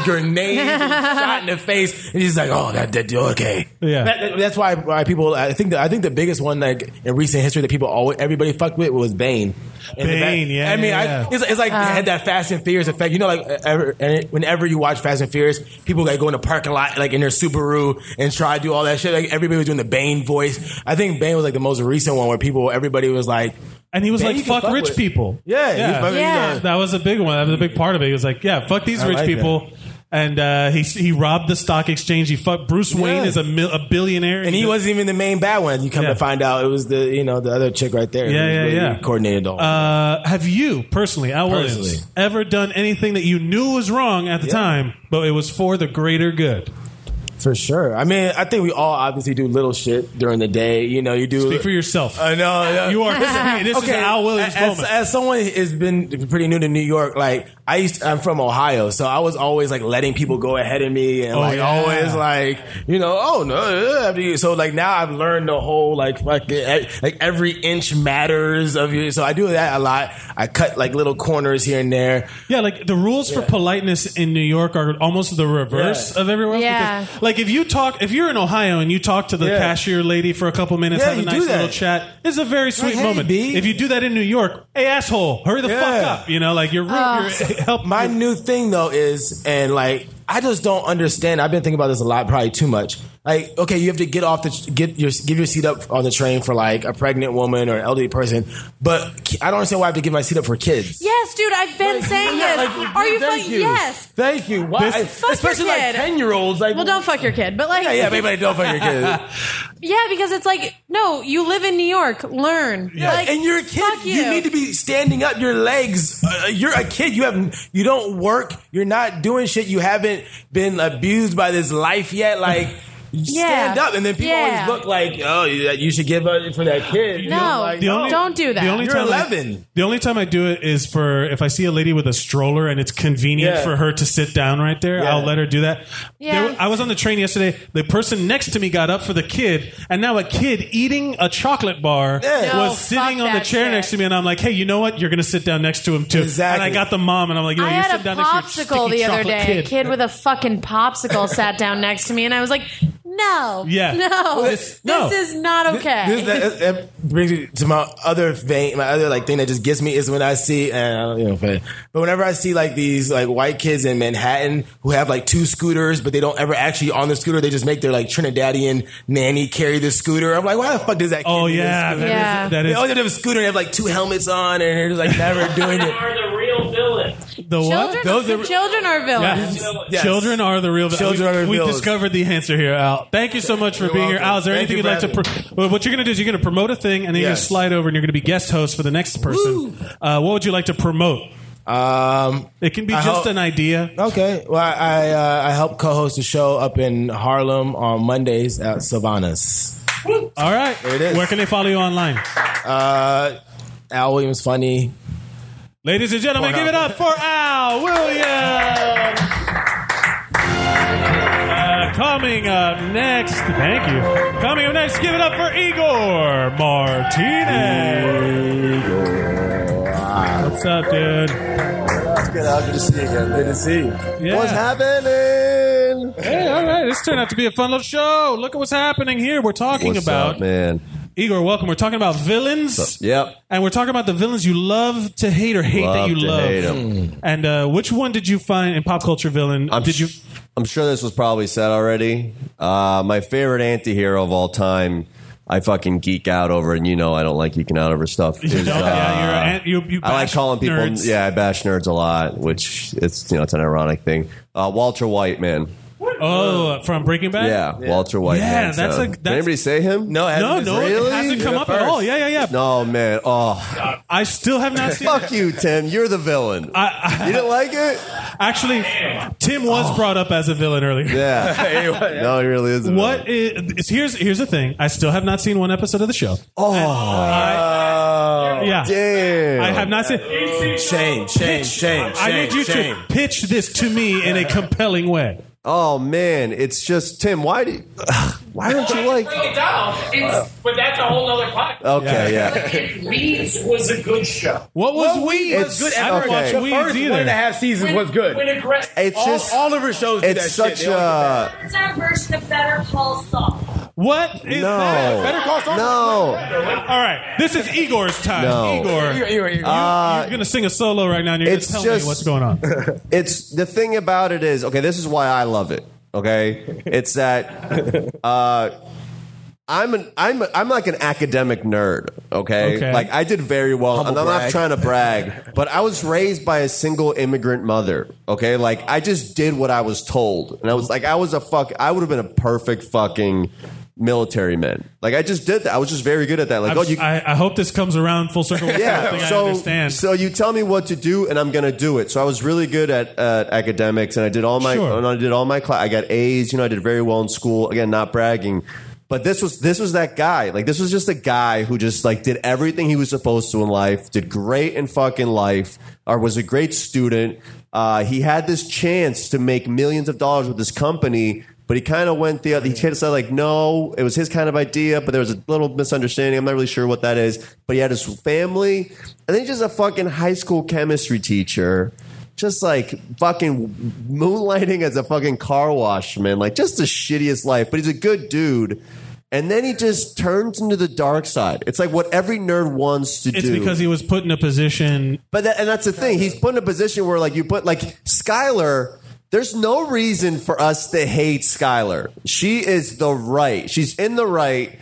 [SPEAKER 11] grenades, and shot in the face, and he's like, oh, that, that okay.
[SPEAKER 1] Yeah.
[SPEAKER 11] That- that- that's why why people. I think the, I think the biggest one like in recent history that people always everybody fucked with was Bane. And the
[SPEAKER 1] Bane,
[SPEAKER 11] Bat-
[SPEAKER 1] yeah,
[SPEAKER 11] I mean,
[SPEAKER 1] yeah,
[SPEAKER 11] I,
[SPEAKER 1] yeah. Uh-huh.
[SPEAKER 11] It's, it's like they had that Fast and Furious effect. You know, like ever, and whenever you watch Fast and Furious, people like go in the parking lot like in their Subaru and try to do all that shit. Like everybody was doing the Bane voice. I think Bane was like the most recent one where people everybody was like,
[SPEAKER 1] And he was
[SPEAKER 11] Yeah,
[SPEAKER 1] like,
[SPEAKER 11] you can
[SPEAKER 1] "Fuck
[SPEAKER 11] fuck
[SPEAKER 1] rich
[SPEAKER 11] with-
[SPEAKER 1] people."
[SPEAKER 11] yeah, you fucking- you
[SPEAKER 10] Yeah.
[SPEAKER 11] know.
[SPEAKER 1] That was a big one. That was a big part of it. He was like, "Yeah, fuck these
[SPEAKER 11] I
[SPEAKER 1] rich
[SPEAKER 11] like
[SPEAKER 1] people." And uh, he he robbed the stock exchange. He fucked Bruce Wayne
[SPEAKER 11] Yeah.
[SPEAKER 1] is a, mil- a billionaire,
[SPEAKER 11] And he wasn't even the main bad one. You come
[SPEAKER 1] Yeah.
[SPEAKER 11] to find out, it was the you know the other chick right there.
[SPEAKER 1] Yeah,
[SPEAKER 11] who
[SPEAKER 1] yeah,
[SPEAKER 11] really
[SPEAKER 1] yeah.
[SPEAKER 11] Coordinated all.
[SPEAKER 1] Uh, have you personally, Al Williams,
[SPEAKER 11] Personally.
[SPEAKER 1] ever done anything that you knew was wrong at the
[SPEAKER 11] Yeah.
[SPEAKER 1] time, but it was for the greater good?
[SPEAKER 11] For sure. I mean, I think we all obviously do little shit during the day. You know, you do.
[SPEAKER 1] Speak for yourself.
[SPEAKER 11] I know. I know.
[SPEAKER 1] you are. This is an Al Williams
[SPEAKER 11] as,
[SPEAKER 1] moment.
[SPEAKER 11] As someone has been pretty new to New York, like I used, I'm from Ohio, so I was always like letting people go ahead of me, and
[SPEAKER 1] Oh,
[SPEAKER 11] like
[SPEAKER 1] yeah.
[SPEAKER 11] always like you know, oh no, uh, after you. So like now I've learned the whole like fucking eh, like every inch matters of you. So I do that a lot. I cut like little corners here and there.
[SPEAKER 1] yeah, like the rules for politeness in New York are almost the reverse
[SPEAKER 11] Yeah.
[SPEAKER 1] of everywhere else.
[SPEAKER 10] Yeah.
[SPEAKER 1] Because, like if you talk, if you're in Ohio and you talk to the
[SPEAKER 11] Yeah.
[SPEAKER 1] cashier lady for a couple minutes,
[SPEAKER 11] Yeah,
[SPEAKER 1] have a
[SPEAKER 11] you do
[SPEAKER 1] nice
[SPEAKER 11] that.
[SPEAKER 1] little chat, it's a very sweet
[SPEAKER 11] hey,
[SPEAKER 1] moment.
[SPEAKER 11] B.
[SPEAKER 1] If you do that in New York, hey asshole, hurry the fuck
[SPEAKER 11] Yeah.
[SPEAKER 1] up. You know, like you're, rude, you're help.
[SPEAKER 11] My new thing though is, and like, I just don't understand. I've been thinking about this a lot, probably too much. Like, okay, you have to get off the get your give your seat up on the train for like a pregnant woman or an elderly person, but ki- I don't understand why I have to give my seat up for kids.
[SPEAKER 10] Yes, dude, I've been saying
[SPEAKER 12] yeah,
[SPEAKER 10] this.
[SPEAKER 12] like,
[SPEAKER 10] Are you
[SPEAKER 12] thank
[SPEAKER 10] fucking
[SPEAKER 12] you.
[SPEAKER 10] yes?
[SPEAKER 12] Thank you. Why?
[SPEAKER 10] fuck
[SPEAKER 12] Especially
[SPEAKER 10] your
[SPEAKER 12] like
[SPEAKER 10] kid.
[SPEAKER 12] ten year olds. Like,
[SPEAKER 10] Well, don't fuck your kid, but like
[SPEAKER 11] Yeah, yeah, maybe don't fuck your kid.
[SPEAKER 10] Yeah, because it's like no, you live in New York, learn.
[SPEAKER 11] Yeah,
[SPEAKER 10] Like,
[SPEAKER 11] and you're a kid.
[SPEAKER 10] fuck
[SPEAKER 11] You.
[SPEAKER 10] you.
[SPEAKER 11] need to be standing up. Your legs. Uh, you're a kid. You have. You don't work. You're not doing shit. You haven't been abused by this life yet. Like. you
[SPEAKER 10] Yeah.
[SPEAKER 11] Stand up, and then people
[SPEAKER 10] Yeah.
[SPEAKER 11] always look like, "Oh, you you should give up for that kid." You
[SPEAKER 10] No,
[SPEAKER 11] know, like,
[SPEAKER 10] The only- don't do that.
[SPEAKER 11] The only You're
[SPEAKER 1] time I-
[SPEAKER 11] eleven.
[SPEAKER 1] the only time I do it is for if I see a lady with a stroller and it's convenient
[SPEAKER 11] Yeah.
[SPEAKER 1] for her to sit down right there,
[SPEAKER 11] Yeah.
[SPEAKER 1] I'll let her do that.
[SPEAKER 10] Yeah.
[SPEAKER 1] There- I was on the train yesterday. The person next to me got up for the kid, and now a kid eating a chocolate bar
[SPEAKER 11] Yeah. No,
[SPEAKER 1] was sitting
[SPEAKER 10] fuck
[SPEAKER 1] on the
[SPEAKER 10] that
[SPEAKER 1] chair
[SPEAKER 10] shit.
[SPEAKER 1] next to me, and I'm like, hey, you know what? You're going to sit down next to him too. And
[SPEAKER 11] Exactly.
[SPEAKER 1] I got the mom, and I'm like, you know,
[SPEAKER 10] I
[SPEAKER 1] you're
[SPEAKER 10] had
[SPEAKER 1] sitting
[SPEAKER 10] a
[SPEAKER 1] down next to your
[SPEAKER 10] popsicle
[SPEAKER 1] sticky
[SPEAKER 10] the other
[SPEAKER 1] chocolate
[SPEAKER 10] day.
[SPEAKER 1] Kid.
[SPEAKER 10] A kid with a fucking popsicle sat down next to me, and I was like, "No,
[SPEAKER 1] Yeah.
[SPEAKER 10] no, this,
[SPEAKER 1] This- no.
[SPEAKER 10] is not okay."
[SPEAKER 11] This, that, that brings me to my other vein, my other like thing that just gets me is when I see, and I don't, you know, but but whenever I see like these like white kids in Manhattan who have like two scooters, but they don't ever actually on the scooter, they just make their like Trinidadian nanny carry the scooter. I'm like, why the fuck does that? Kid
[SPEAKER 1] Oh,
[SPEAKER 11] need a
[SPEAKER 1] yeah.
[SPEAKER 11] scooter?
[SPEAKER 1] that is-
[SPEAKER 10] Yeah.
[SPEAKER 1] that
[SPEAKER 11] They
[SPEAKER 1] is
[SPEAKER 11] always have a scooter and they have like two helmets on, and they're just like never doing
[SPEAKER 6] They
[SPEAKER 11] it.
[SPEAKER 6] are the real villains.
[SPEAKER 1] the what?
[SPEAKER 10] children,
[SPEAKER 11] Those are-
[SPEAKER 10] children are villains.
[SPEAKER 1] Yes.
[SPEAKER 11] Yes.
[SPEAKER 1] Children are the real.
[SPEAKER 11] Children
[SPEAKER 1] we,
[SPEAKER 11] are the
[SPEAKER 1] We
[SPEAKER 11] villains.
[SPEAKER 1] discovered the answer here, Al. Thank you so much for
[SPEAKER 11] You're
[SPEAKER 1] being here,
[SPEAKER 11] welcome.
[SPEAKER 1] Al. Is there
[SPEAKER 11] Thank
[SPEAKER 1] anything
[SPEAKER 11] you
[SPEAKER 1] you'd like
[SPEAKER 11] for
[SPEAKER 1] to? Pro- well, what you're going to do is you're going to promote a thing, and then you're going to
[SPEAKER 11] Yes.
[SPEAKER 1] slide over, and you're going to be guest host for the next person. Uh, what would you like to promote?
[SPEAKER 11] Um,
[SPEAKER 1] It can be
[SPEAKER 11] I
[SPEAKER 1] just
[SPEAKER 11] hope-
[SPEAKER 1] an idea.
[SPEAKER 11] Okay, well, I I, uh, I help co-host a show up in Harlem on Mondays at Savannah's.
[SPEAKER 1] All right.
[SPEAKER 11] There it is.
[SPEAKER 1] Where can they follow you online?
[SPEAKER 11] Uh, Al Williams funny.
[SPEAKER 1] Ladies and gentlemen,
[SPEAKER 11] Pornhub.
[SPEAKER 1] give it up Oh, for Al Williams. Uh, coming up next, thank you. Coming up next, give it up for Igor Martinez. What's up, dude?
[SPEAKER 4] That's good. Al. Good to see you again. Good to see you.
[SPEAKER 1] Yeah.
[SPEAKER 4] What's happening?
[SPEAKER 1] Hey, all right. This turned out to be a fun little show. Look at what's happening here. We're talking
[SPEAKER 4] What's
[SPEAKER 1] about
[SPEAKER 4] up, man?
[SPEAKER 1] Igor. Welcome. We're talking about villains.
[SPEAKER 4] Yep.
[SPEAKER 1] And we're talking about the villains you love to hate or hate that
[SPEAKER 4] Love
[SPEAKER 1] you
[SPEAKER 4] to
[SPEAKER 1] love.
[SPEAKER 4] hate 'em.
[SPEAKER 1] And uh, which one did you find in pop culture villain?
[SPEAKER 4] I'm
[SPEAKER 1] did you?
[SPEAKER 4] sh- I'm sure this was probably said already. Uh, my favorite anti-hero of all time. I fucking geek out over, and you know I don't like geeking out over stuff.
[SPEAKER 1] you
[SPEAKER 4] is,
[SPEAKER 1] know,
[SPEAKER 4] uh,
[SPEAKER 1] yeah, you're, an- you, you
[SPEAKER 4] I like
[SPEAKER 1] bash
[SPEAKER 4] calling people.
[SPEAKER 1] nerds.
[SPEAKER 4] Yeah, I bash nerds a lot, which it's you know it's an ironic thing. Uh, Walter White, man.
[SPEAKER 1] Oh, from Breaking Bad.
[SPEAKER 4] Yeah, Walter White.
[SPEAKER 1] Yeah,
[SPEAKER 4] man,
[SPEAKER 1] that's
[SPEAKER 4] so-
[SPEAKER 1] a- that's-
[SPEAKER 4] Did anybody say him?
[SPEAKER 11] No, I
[SPEAKER 1] No,
[SPEAKER 11] haven't-
[SPEAKER 1] no,
[SPEAKER 4] Really?
[SPEAKER 1] it hasn't come
[SPEAKER 4] You're
[SPEAKER 1] up
[SPEAKER 4] the
[SPEAKER 1] at all.
[SPEAKER 4] first.
[SPEAKER 1] Yeah, yeah, yeah.
[SPEAKER 4] No, man. Oh,
[SPEAKER 1] I still have not seen. it.
[SPEAKER 4] fuck you, Tim. You're the villain.
[SPEAKER 1] I,
[SPEAKER 4] you didn't like it?
[SPEAKER 1] I, actually, Tim was brought up as a villain earlier.
[SPEAKER 4] Yeah. no, he really is. a
[SPEAKER 1] What is here's here's the thing. I still have not seen one episode of the show.
[SPEAKER 4] villain.
[SPEAKER 1] I- yeah.
[SPEAKER 4] Oh, damn.
[SPEAKER 1] I have not seen.
[SPEAKER 11] Shame, shame, shame, shame.
[SPEAKER 1] I need you
[SPEAKER 11] shame.
[SPEAKER 1] to pitch this to me in a compelling way.
[SPEAKER 4] Oh man, it's just Tim. Why do? Why don't you like?
[SPEAKER 6] Really dumb. It's, but that's a whole other podcast.
[SPEAKER 4] Okay, yeah.
[SPEAKER 6] It Weeds was a good show.
[SPEAKER 1] What was Weeds?
[SPEAKER 4] it's-
[SPEAKER 1] I don't
[SPEAKER 4] okay.
[SPEAKER 1] watch
[SPEAKER 4] The
[SPEAKER 1] Weeds
[SPEAKER 12] First
[SPEAKER 1] either.
[SPEAKER 12] one and a half seasons was good.
[SPEAKER 6] When aggressive.
[SPEAKER 4] It's
[SPEAKER 12] all,
[SPEAKER 4] just
[SPEAKER 12] all of her shows. do
[SPEAKER 4] it's
[SPEAKER 12] that
[SPEAKER 4] such
[SPEAKER 12] shit. They all do
[SPEAKER 4] a
[SPEAKER 13] It's our version of Better Call Saul.
[SPEAKER 1] What is
[SPEAKER 4] no.
[SPEAKER 1] that?
[SPEAKER 12] Better Call Saul.
[SPEAKER 4] No,
[SPEAKER 1] All right, this is Igor's time.
[SPEAKER 4] No.
[SPEAKER 1] Igor,
[SPEAKER 12] that. You're- you're- you're-
[SPEAKER 4] Uh,
[SPEAKER 1] you're gonna sing a solo right now, and you're gonna
[SPEAKER 4] it's
[SPEAKER 1] tell
[SPEAKER 4] just-
[SPEAKER 1] me what's going on.
[SPEAKER 4] it's the thing about it is okay. This is why I love it. Okay, it's that uh, I'm an I'm a, I'm like an academic nerd. Okay,
[SPEAKER 1] Okay.
[SPEAKER 4] like I did very well, and I'm not
[SPEAKER 11] brag.
[SPEAKER 4] trying to brag, but I was raised by a single immigrant mother. Okay, like I just did what I was told, and I was like I was a fuck. I would have been a perfect fucking military man. Like I just did that. I was just very good at that. Like
[SPEAKER 1] I'm-
[SPEAKER 4] oh, you
[SPEAKER 1] I, I hope this comes around full circle. With something
[SPEAKER 4] yeah.
[SPEAKER 1] I
[SPEAKER 4] So,
[SPEAKER 1] understand.
[SPEAKER 4] so you tell me what to do, and I'm gonna do it. So I was really good at uh, academics, and I did all my,
[SPEAKER 1] Sure.
[SPEAKER 4] and I did all my class. I got A's. You know, I did very well in school. Again, not bragging. But this was this was that guy. Like this was just a guy who just like did everything he was supposed to in life. Did great in fucking life, or was a great student. Uh, he had this chance to make millions of dollars with this company, but he kind of went the other. He kind of said like, no, it was his kind of idea, but there was a little misunderstanding. I'm not really sure what that is. But he had his family, and then he's just a fucking high school chemistry teacher, just like fucking moonlighting as a fucking car washman, like just the shittiest life. But he's a good dude. And then he just turns into the dark side. It's like what every nerd wants to
[SPEAKER 1] it's
[SPEAKER 4] do.
[SPEAKER 1] because he was put in a position.
[SPEAKER 4] But that, and that's the thing. He's put in a position where like you put like Skyler There's no reason for us to hate Skylar. She is the right. She's in the right.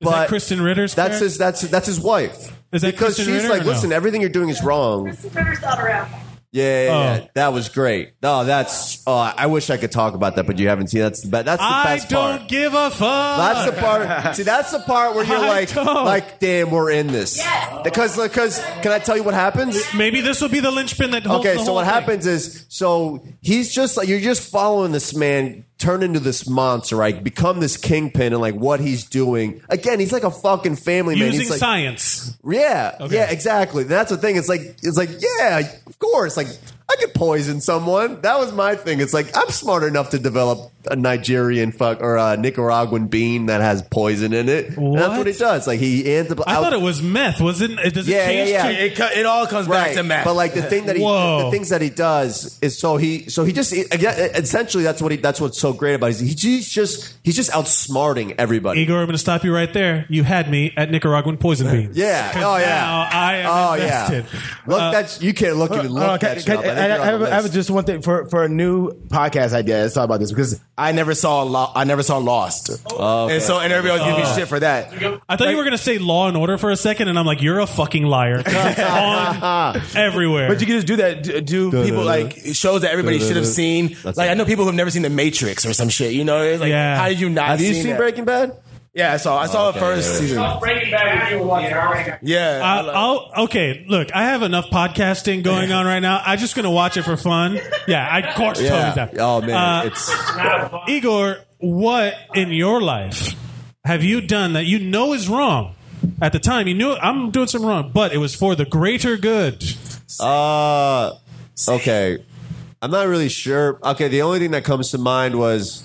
[SPEAKER 4] but
[SPEAKER 1] Kristen Ritter's
[SPEAKER 4] That's
[SPEAKER 1] character?
[SPEAKER 4] his. That's that's his wife.
[SPEAKER 1] Is that
[SPEAKER 4] because
[SPEAKER 1] Kristen
[SPEAKER 4] she's
[SPEAKER 1] Ritter
[SPEAKER 4] like,
[SPEAKER 1] or no?
[SPEAKER 4] listen, everything you're doing is wrong.
[SPEAKER 13] Ritter's daughter out.
[SPEAKER 4] Yeah, yeah, yeah.
[SPEAKER 1] Oh.
[SPEAKER 4] that was great. No, that's. Oh, I wish I could talk about that, but you haven't seen. That's the best. That's the
[SPEAKER 1] I
[SPEAKER 4] best
[SPEAKER 1] don't
[SPEAKER 4] part.
[SPEAKER 1] give a fuck.
[SPEAKER 4] That's the part. See, that's the part where you're
[SPEAKER 1] I
[SPEAKER 4] like,
[SPEAKER 1] don't.
[SPEAKER 4] like, damn, we're in this. Because, because, can I tell you what happens?
[SPEAKER 1] Maybe this will be the linchpin that holds
[SPEAKER 4] Okay,
[SPEAKER 1] the
[SPEAKER 4] so
[SPEAKER 1] whole
[SPEAKER 4] what
[SPEAKER 1] thing.
[SPEAKER 4] happens is, so he's just like you're just following this man turn into this monster, like become this kingpin, and like what he's doing. Again, he's like a fucking family man.
[SPEAKER 1] Using
[SPEAKER 4] He's like,
[SPEAKER 1] science.
[SPEAKER 4] yeah, yeah, exactly. That's the thing. It's like it's like yeah, of course. Like I could poison someone. That was my thing. It's like I'm smart enough to develop a Nigerian fuck or a Nicaraguan bean that has poison in it. And that's what
[SPEAKER 1] What?
[SPEAKER 4] he does. Like he ends up.
[SPEAKER 1] I thought it was meth. Was it? Does it change to?
[SPEAKER 4] it all comes
[SPEAKER 1] back to math.
[SPEAKER 4] But like the thing that he,
[SPEAKER 1] Whoa.
[SPEAKER 4] the things that he does is so he, so he just again, essentially that's what he, that's what's so great about. It. He's he's just he's just outsmarting everybody.
[SPEAKER 1] Igor, I'm going to stop you right there. You had me at Nicaraguan poison beans.
[SPEAKER 4] Yeah. Oh yeah.
[SPEAKER 1] I am
[SPEAKER 4] oh
[SPEAKER 1] invested.
[SPEAKER 4] yeah. Look, that's you can't look even look
[SPEAKER 11] Hold on,
[SPEAKER 4] that
[SPEAKER 11] Uh, can-
[SPEAKER 4] shit
[SPEAKER 11] can-
[SPEAKER 4] up. I think you're
[SPEAKER 11] I, I
[SPEAKER 4] on
[SPEAKER 11] have,
[SPEAKER 4] the
[SPEAKER 11] I have
[SPEAKER 4] list.
[SPEAKER 11] just one thing for, for a new podcast idea. Let's talk about this because I never saw Lo- I never saw Lost,
[SPEAKER 4] okay. Uh-huh.
[SPEAKER 11] and so and everybody was giving me
[SPEAKER 1] Oh.
[SPEAKER 11] shit for that.
[SPEAKER 1] I thought you were going to say Law and Order for a second, and I'm like, you're a fucking liar. It's on everywhere.
[SPEAKER 11] But you can just do that. Do, do people like shows that everybody should have seen? like I know people who've never seen The Matrix or some shit. You know, it's like
[SPEAKER 1] Yeah.
[SPEAKER 11] how did you not?
[SPEAKER 4] Have you
[SPEAKER 11] seen
[SPEAKER 4] seen
[SPEAKER 11] that?
[SPEAKER 4] Breaking Bad?
[SPEAKER 11] Yeah, I saw. I saw the first
[SPEAKER 4] yeah, yeah.
[SPEAKER 11] season.
[SPEAKER 6] Breaking Bad when you were watching
[SPEAKER 11] Yeah,
[SPEAKER 1] I- I'll, okay, look, I have enough podcasting going on right now. I'm just going to watch it for fun. Yeah, I, of course,
[SPEAKER 4] Yeah.
[SPEAKER 1] Tony's that.
[SPEAKER 4] Oh man,
[SPEAKER 1] Uh,
[SPEAKER 4] it's
[SPEAKER 1] Igor, what in your life have you done that you know is wrong? At the time, you knew I'm doing something wrong, but it was for the greater good.
[SPEAKER 4] Uh, okay. I'm not really sure. Okay, the only thing that comes to mind was,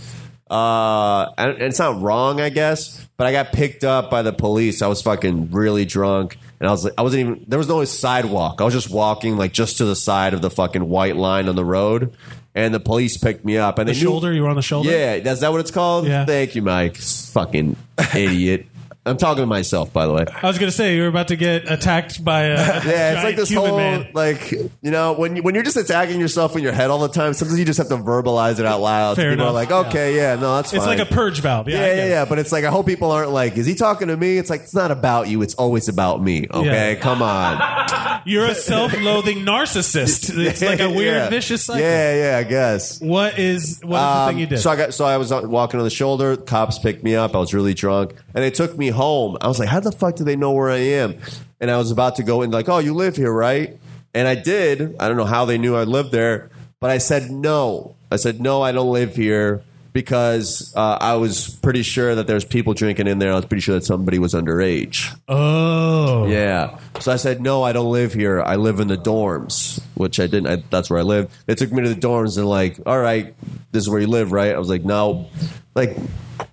[SPEAKER 4] uh, and, and it's not wrong, I guess, but I got picked up by the police. I was fucking really drunk, and I was like, I wasn't even. There was no sidewalk. I was just walking like just to the side of the fucking white line on the road, and the police picked me up. And
[SPEAKER 1] The
[SPEAKER 4] they
[SPEAKER 1] shoulder, you were on the shoulder.
[SPEAKER 4] Yeah, that's that what it's called.
[SPEAKER 1] Yeah.
[SPEAKER 4] Thank you, Mike. Fucking idiot. I'm talking to myself, by the way.
[SPEAKER 1] I was gonna say you were about to get attacked by a
[SPEAKER 4] Yeah, it's like
[SPEAKER 1] giant
[SPEAKER 4] this
[SPEAKER 1] Cuban
[SPEAKER 4] whole
[SPEAKER 1] man.
[SPEAKER 4] like you know when you, when you're just attacking yourself in your head all the time. Sometimes you just have to verbalize it out loud.
[SPEAKER 1] Fair
[SPEAKER 4] people are
[SPEAKER 1] enough.
[SPEAKER 4] like, okay, yeah, no, that's
[SPEAKER 1] It's
[SPEAKER 4] fine.
[SPEAKER 1] like a purge valve. Yeah, I
[SPEAKER 4] yeah,
[SPEAKER 1] get
[SPEAKER 4] yeah,
[SPEAKER 1] it.
[SPEAKER 4] yeah. But it's like I hope people aren't like, is he talking to me? It's like it's not about you. It's always about me. Okay,
[SPEAKER 1] Yeah.
[SPEAKER 4] come on.
[SPEAKER 1] You're a self-loathing narcissist. It's like a weird,
[SPEAKER 4] Yeah.
[SPEAKER 1] vicious cycle.
[SPEAKER 4] Yeah, yeah, I guess.
[SPEAKER 1] What is what is the thing
[SPEAKER 4] Um,
[SPEAKER 1] you did?
[SPEAKER 4] So I got so I was out walking on the shoulder. Cops picked me up. I was really drunk, and they took me home. I was like, "How the fuck do they know where I am?" And I was about to go in, like, "Oh, you live here, right?" And I did. I don't know how they knew I lived there, but I said no. I said no, I don't live here because uh, I was pretty sure that there's people drinking in there. I was pretty sure that somebody was underage.
[SPEAKER 1] oh,
[SPEAKER 4] Yeah. So I said, no, I don't live here. I live in the dorms, which I didn't. I, that's where I live. They took me to the dorms and like, all right, this is where you live, right? I was like, no, like,